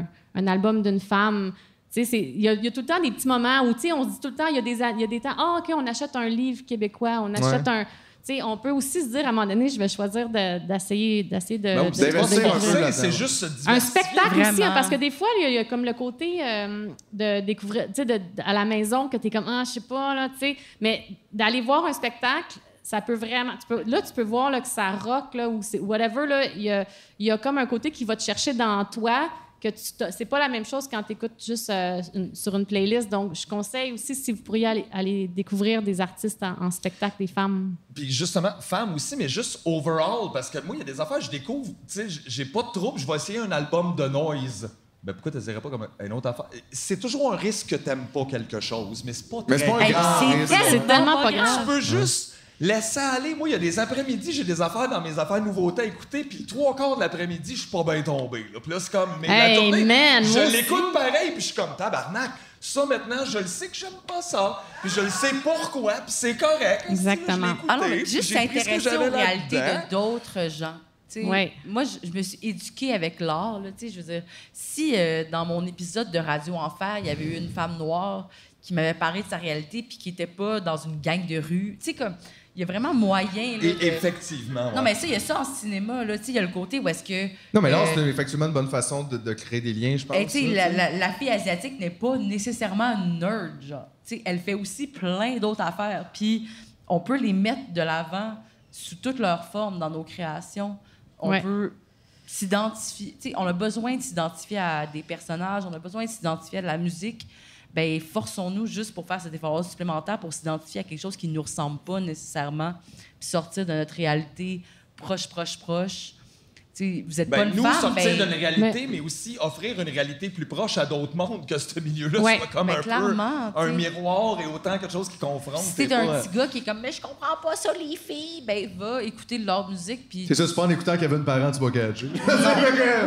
S11: un- un album d'une femme. Tu sais, c'est- Il y, a il y a tout le temps des petits moments où tu sais, on se dit tout le temps il y, a des a- il y a des temps, ah, OK, on achète un livre québécois, on achète un. tu sais, on peut aussi se dire à un moment donné, je vais choisir de- d'essayer d'essayer de.
S4: Ben oui,
S11: de-
S4: c'est
S11: de-
S4: un
S11: de-
S4: peu
S11: de-
S4: là-dedans.
S3: conseil, c'est juste se diversifier.
S11: un spectacle aussi,
S14: Vraiment.
S11: hein, parce que des fois, il y a- il y, a comme le côté euh, de découvrir, tu sais, de- de- à la maison, que tu es comme, ah, je sais pas, là, tu sais. Mais d'aller voir un spectacle, ça peut vraiment. tu peux- là, tu peux voir là, que ça rock, là, ou c'est- whatever, là. Il y a, il y a comme un côté qui va te chercher dans toi, que tu t'as- c'est pas la même chose quand tu écoutes juste euh, une- sur une playlist. Donc, je conseille aussi, si vous pourriez aller, aller découvrir des artistes en, en spectacle, des femmes.
S3: Puis justement, femme aussi, mais juste overall, parce que moi, il y a des affaires, que je découvre, tu sais, j- j'ai pas de trouble, je vais essayer un album de noise. Ben pourquoi tu dirais pas comme un- une autre affaire? C'est toujours un risque que t'aimes pas quelque chose, mais c'est pas
S4: Ah, Mais
S3: très
S4: c'est pas un
S14: Hey,
S4: grand
S14: c'est
S4: risque.
S14: tellement
S11: C'est tellement
S14: pas
S11: pas
S14: grave.
S11: grave.
S3: Je veux juste laisser aller. Moi, il y a des après-midi, j'ai des affaires dans mes affaires nouveautés à écouter, puis le trois quarts de l'après-midi, je suis pas bien tombé. Là. Puis là, c'est comme, mais la
S11: Hey,
S3: journée,
S11: man, moi
S3: je
S11: aussi.
S3: l'écoute pareil, puis je suis comme, tabarnak. Ça, maintenant, je le sais que j'aime pas ça, puis je le sais pourquoi, puis c'est correct.
S11: Exactement.
S3: Je l'ai écouté,
S14: Alors,
S3: puis
S14: Ah juste
S3: j'ai pris ce que
S14: s'intéresser
S3: j'avais
S14: aux réalités
S3: là-dedans.
S14: de d'autres gens. Tu sais,
S11: Ouais.
S14: Moi, je, je me suis éduquée avec l'art. là, tu sais, Je veux dire, si euh, dans mon épisode de Radio Enfer, il y avait eu une femme noire qui m'avait parlé de sa réalité puis qui n'était pas dans une gang de rue, tu sais, comme, il y a vraiment moyen. là, de-
S3: Et effectivement. ouais.
S14: Non, mais ça, il y a ça en cinéma. Là, tu sais, il y a le côté où est-ce que.
S4: Non, mais là,
S14: euh,
S4: c'est effectivement une bonne façon de, de créer des liens, je pense.
S14: et Eh, tu sais,
S4: là,
S14: la,
S4: tu sais.
S14: la- la fille asiatique n'est pas nécessairement une nerd, genre. Tu sais, elle fait aussi plein d'autres affaires. Puis on peut les mettre de l'avant sous toutes leurs formes dans nos créations. On
S11: Ouais.
S14: peut s'identifier. Tu sais, on a besoin de s'identifier à des personnages, on a besoin de s'identifier à de la musique. Ben, forçons-nous juste pour faire cet effort supplémentaire pour s'identifier à quelque chose qui ne nous ressemble pas nécessairement, puis sortir de notre réalité proche, proche, proche. Tu sais, vous n'êtes pas
S3: Ben,
S14: une
S3: nous
S14: femme,
S3: sortir
S14: ben-
S3: d'une réalité, mais... aussi offrir une réalité plus proche à d'autres mondes que ce milieu-là
S11: Ouais,
S3: soit comme
S14: ben,
S3: un peu
S14: clairement,
S3: un
S14: t'sais.
S3: miroir et autant quelque chose qui confronte.
S14: Si t'es
S3: t'es
S14: un
S3: pas-
S14: petit gars qui est comme, mais je comprends pas ça, les filles, ben va écouter de leur musique, puis.
S2: C'est ça, c'est pas en écoutant Kevin Parent, tu vas catcher.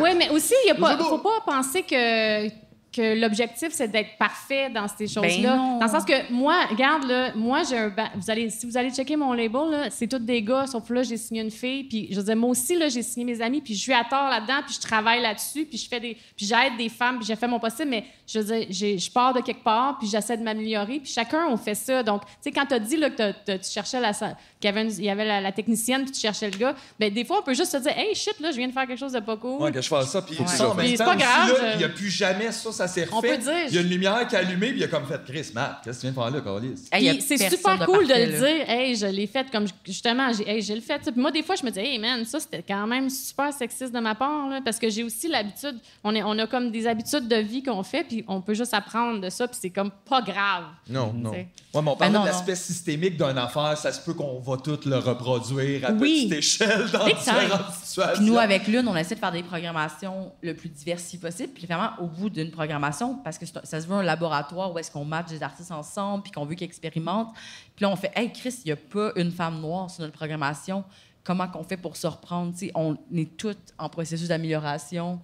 S11: Oui, mais aussi, il ne faut pas penser que, que l'objectif, c'est d'être parfait dans ces choses-là.
S14: non.
S11: dans le sens que moi, regarde, là, moi, j'ai un. ba- Vous allez, si vous allez checker mon label, là, c'est tous des gars, sauf que là, j'ai signé une fille. Puis, je veux dire, moi aussi, là, j'ai signé mes amis, puis je suis à tort là-dedans, puis je travaille là-dessus, puis je fais des. Puis j'aide des femmes, puis j'ai fait mon possible, mais je veux dire, j'ai- je pars de quelque part, puis j'essaie de m'améliorer, puis chacun, on fait ça. Donc, tu sais, quand tu as dit là, que t'as- t'as- tu cherchais la. sa- qu'il y avait une- Il y avait la, la technicienne, puis tu cherchais le gars, ben, des fois, on peut juste se dire, hey, shit, là, je viens de faire quelque chose de pas cool.
S3: Ouais, que je fasse ça. Puis
S14: Ouais.
S3: ça, en
S11: Puis
S3: même
S11: c'est
S3: temps,
S11: pas
S3: aussi,
S11: grave,
S3: là,
S11: je-
S3: il n'y a plus jamais ça, ça s'est refait.
S11: On peut dire,
S3: Il y a une lumière qui est allumée, puis il a comme fait Chris, Matt, qu'est-ce que tu viens de faire là, Carlis?
S14: Hey, y a
S11: Puis c'est
S14: personne
S11: super cool de
S14: parfait,
S11: le
S14: là.
S11: dire, hey, je l'ai fait, comme je- justement, j'ai hey, je le fait. Puis moi, des fois, je me dis, hey man, ça c'était quand même super sexiste de ma part, là, parce que j'ai aussi l'habitude, on, est, on a comme des habitudes de vie qu'on fait, puis on peut juste apprendre de ça, puis c'est comme pas grave.
S4: Non,
S11: tu
S4: non.
S11: sais. Ben
S3: Ouais, mais on parle
S14: non,
S3: de
S14: non.
S3: l'aspect systémique d'une affaire, ça se peut qu'on va tout le reproduire à
S14: Oui.
S3: petite échelle dans
S14: Big time.
S3: différentes situations.
S14: Puis nous, avec Lune, on essaie de faire des programmations le plus diversifiées possible. Puis vraiment, au bout d'une programmation, parce que c'est un- ça se veut un laboratoire où est-ce qu'on match des artistes ensemble, puis qu'on veut qu'ils expérimentent. Puis là, on fait Hey, Chris, il n'y a pas une femme noire sur notre programmation. Comment qu'on fait pour se reprendre? Tu sais, on est toutes en processus d'amélioration.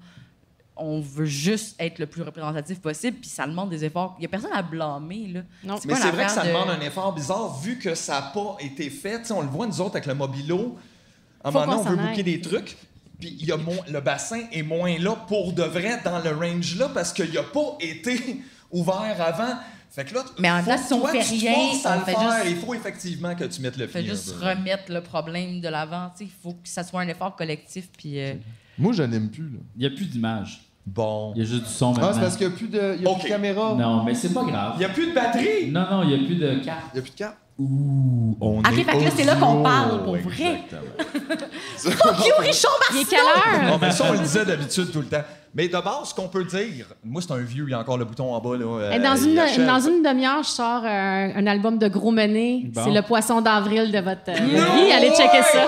S14: On veut juste être le plus représentatif possible, puis ça demande des efforts. Il n'y a personne à blâmer. Là.
S11: Non.
S3: Mais
S14: pas
S3: c'est
S14: une
S3: vrai que ça
S14: affaire de-
S3: demande un effort bizarre vu que ça n'a pas été fait. Tu sais, on le voit, nous autres, avec le mobilo. À un
S11: Faut
S3: moment donné,
S11: qu'on
S3: on veut
S11: s'en
S3: bouquer
S11: aille.
S3: des trucs. Puis il y a moins- le bassin est moins là pour de vrai dans le range-là parce qu'il n'a pas été ouvert avant. Fait que là,
S14: Mais en
S3: faut
S14: fait,
S3: que
S14: si on
S3: toi,
S14: fait
S3: tu te
S14: rien,
S3: forces à
S14: on
S3: le
S14: fait
S3: faire.
S14: juste-
S3: Il faut effectivement que tu mettes le
S14: Fait
S3: pied. un
S14: juste
S3: peu.
S14: remettre le problème de l'avant. tu sais. Il faut que ça soit un effort collectif. Puis, euh,
S2: Moi, je n'aime plus, là.
S1: Il n'y a plus d'image.
S3: Bon.
S1: Il y a juste du son maintenant.
S2: Ah, c'est parce qu'il n'y a plus de, il y a
S3: Ok.
S2: plus de caméra.
S1: Non, mais c'est pas grave.
S3: Il n'y a plus de batterie!
S1: Non, non, il n'y a plus de carte.
S2: Il n'y a plus de carte.
S3: Ouh, on
S14: OK, fait que là, c'est là qu'on parle, pour vrai. Fuck you, Richard
S11: Il est
S14: Martineau!
S11: quelle heure?
S3: Non, mais ça, on le disait d'habitude tout le temps. Mais de base, ce qu'on peut dire, moi, c'est un vieux, il y a encore le bouton en bas. Là, euh,
S11: Hey, dans,
S3: il
S11: une,
S3: achève.
S11: dans une demi-heure, je sors euh, un album de Gros Mené.
S1: Bon.
S11: C'est le poisson d'avril de votre euh, vie. Allez checker ça.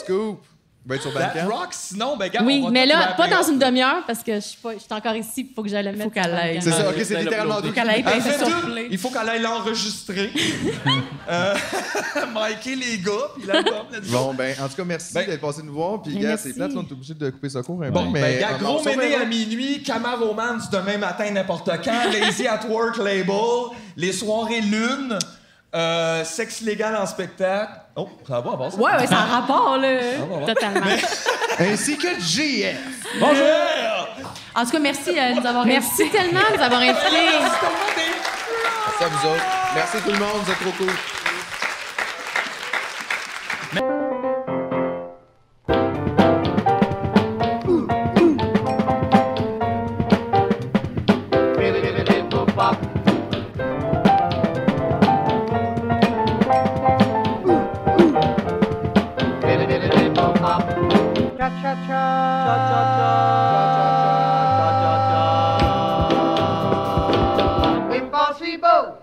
S2: Scoop!
S4: Va être sur
S3: Oh! That
S4: Bandcamp.
S3: Rock, sinon, ben, gars,
S11: Oui, mais là, pas dans une demi-heure parce que je suis pas- je suis encore ici. Il faut que j'aille le mettre.
S2: qu'elle
S11: sur le
S2: aille.
S11: gang.
S4: C'est ça, ok,
S3: Ah,
S4: c'est
S3: ben,
S4: littéralement
S3: l'uploader.
S4: deux.
S2: Qu'elle aille
S3: Elle
S2: pincer
S3: fait
S2: sur
S3: tout.
S2: play.
S3: Il faut qu'elle aille l'enregistrer. euh, Mikey, les gars, puis l'album. let's go.
S4: Bon, ben, en tout cas, merci
S3: Ben-
S4: d'être passé nous voir. Puis,
S11: Ben,
S4: gars, c'est
S11: merci.
S4: plate, là, on est obligé de couper ça court un
S3: Bon,
S4: peu.
S3: ben,
S4: mais
S3: gars,
S4: on-
S3: gros
S4: on s'en
S3: méné
S4: reverra.
S3: à minuit, Camaromance demain matin, n'importe quand, Lazy at Work Label, les soirées lune, euh, sexe légal en spectacle. Oh, ça va, bon, ça
S2: Ouais, ouais, c'est un rapport, là.
S3: va, bon.
S11: Totalement.
S4: Ainsi que JF.
S3: Bonjour!
S2: En tout cas, merci euh, de nous avoir
S11: Merci tellement de nous avoir invités.
S4: Merci à vous autres. Merci tout le monde, vous êtes trop cool.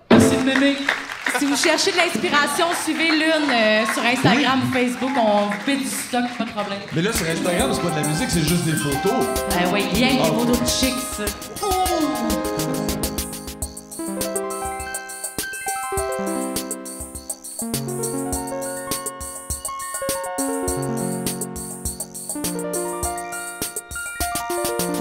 S2: Merci de m'aimer. Si vous cherchez de l'inspiration, suivez Lune euh, sur Instagram ou Facebook. On vous fait du stock, pas de problème.
S3: Mais là, sur Instagram, c'est pas de la musique, c'est juste des photos.
S2: Ben ouais, bien que des photos de chic, ça.
S16: Thank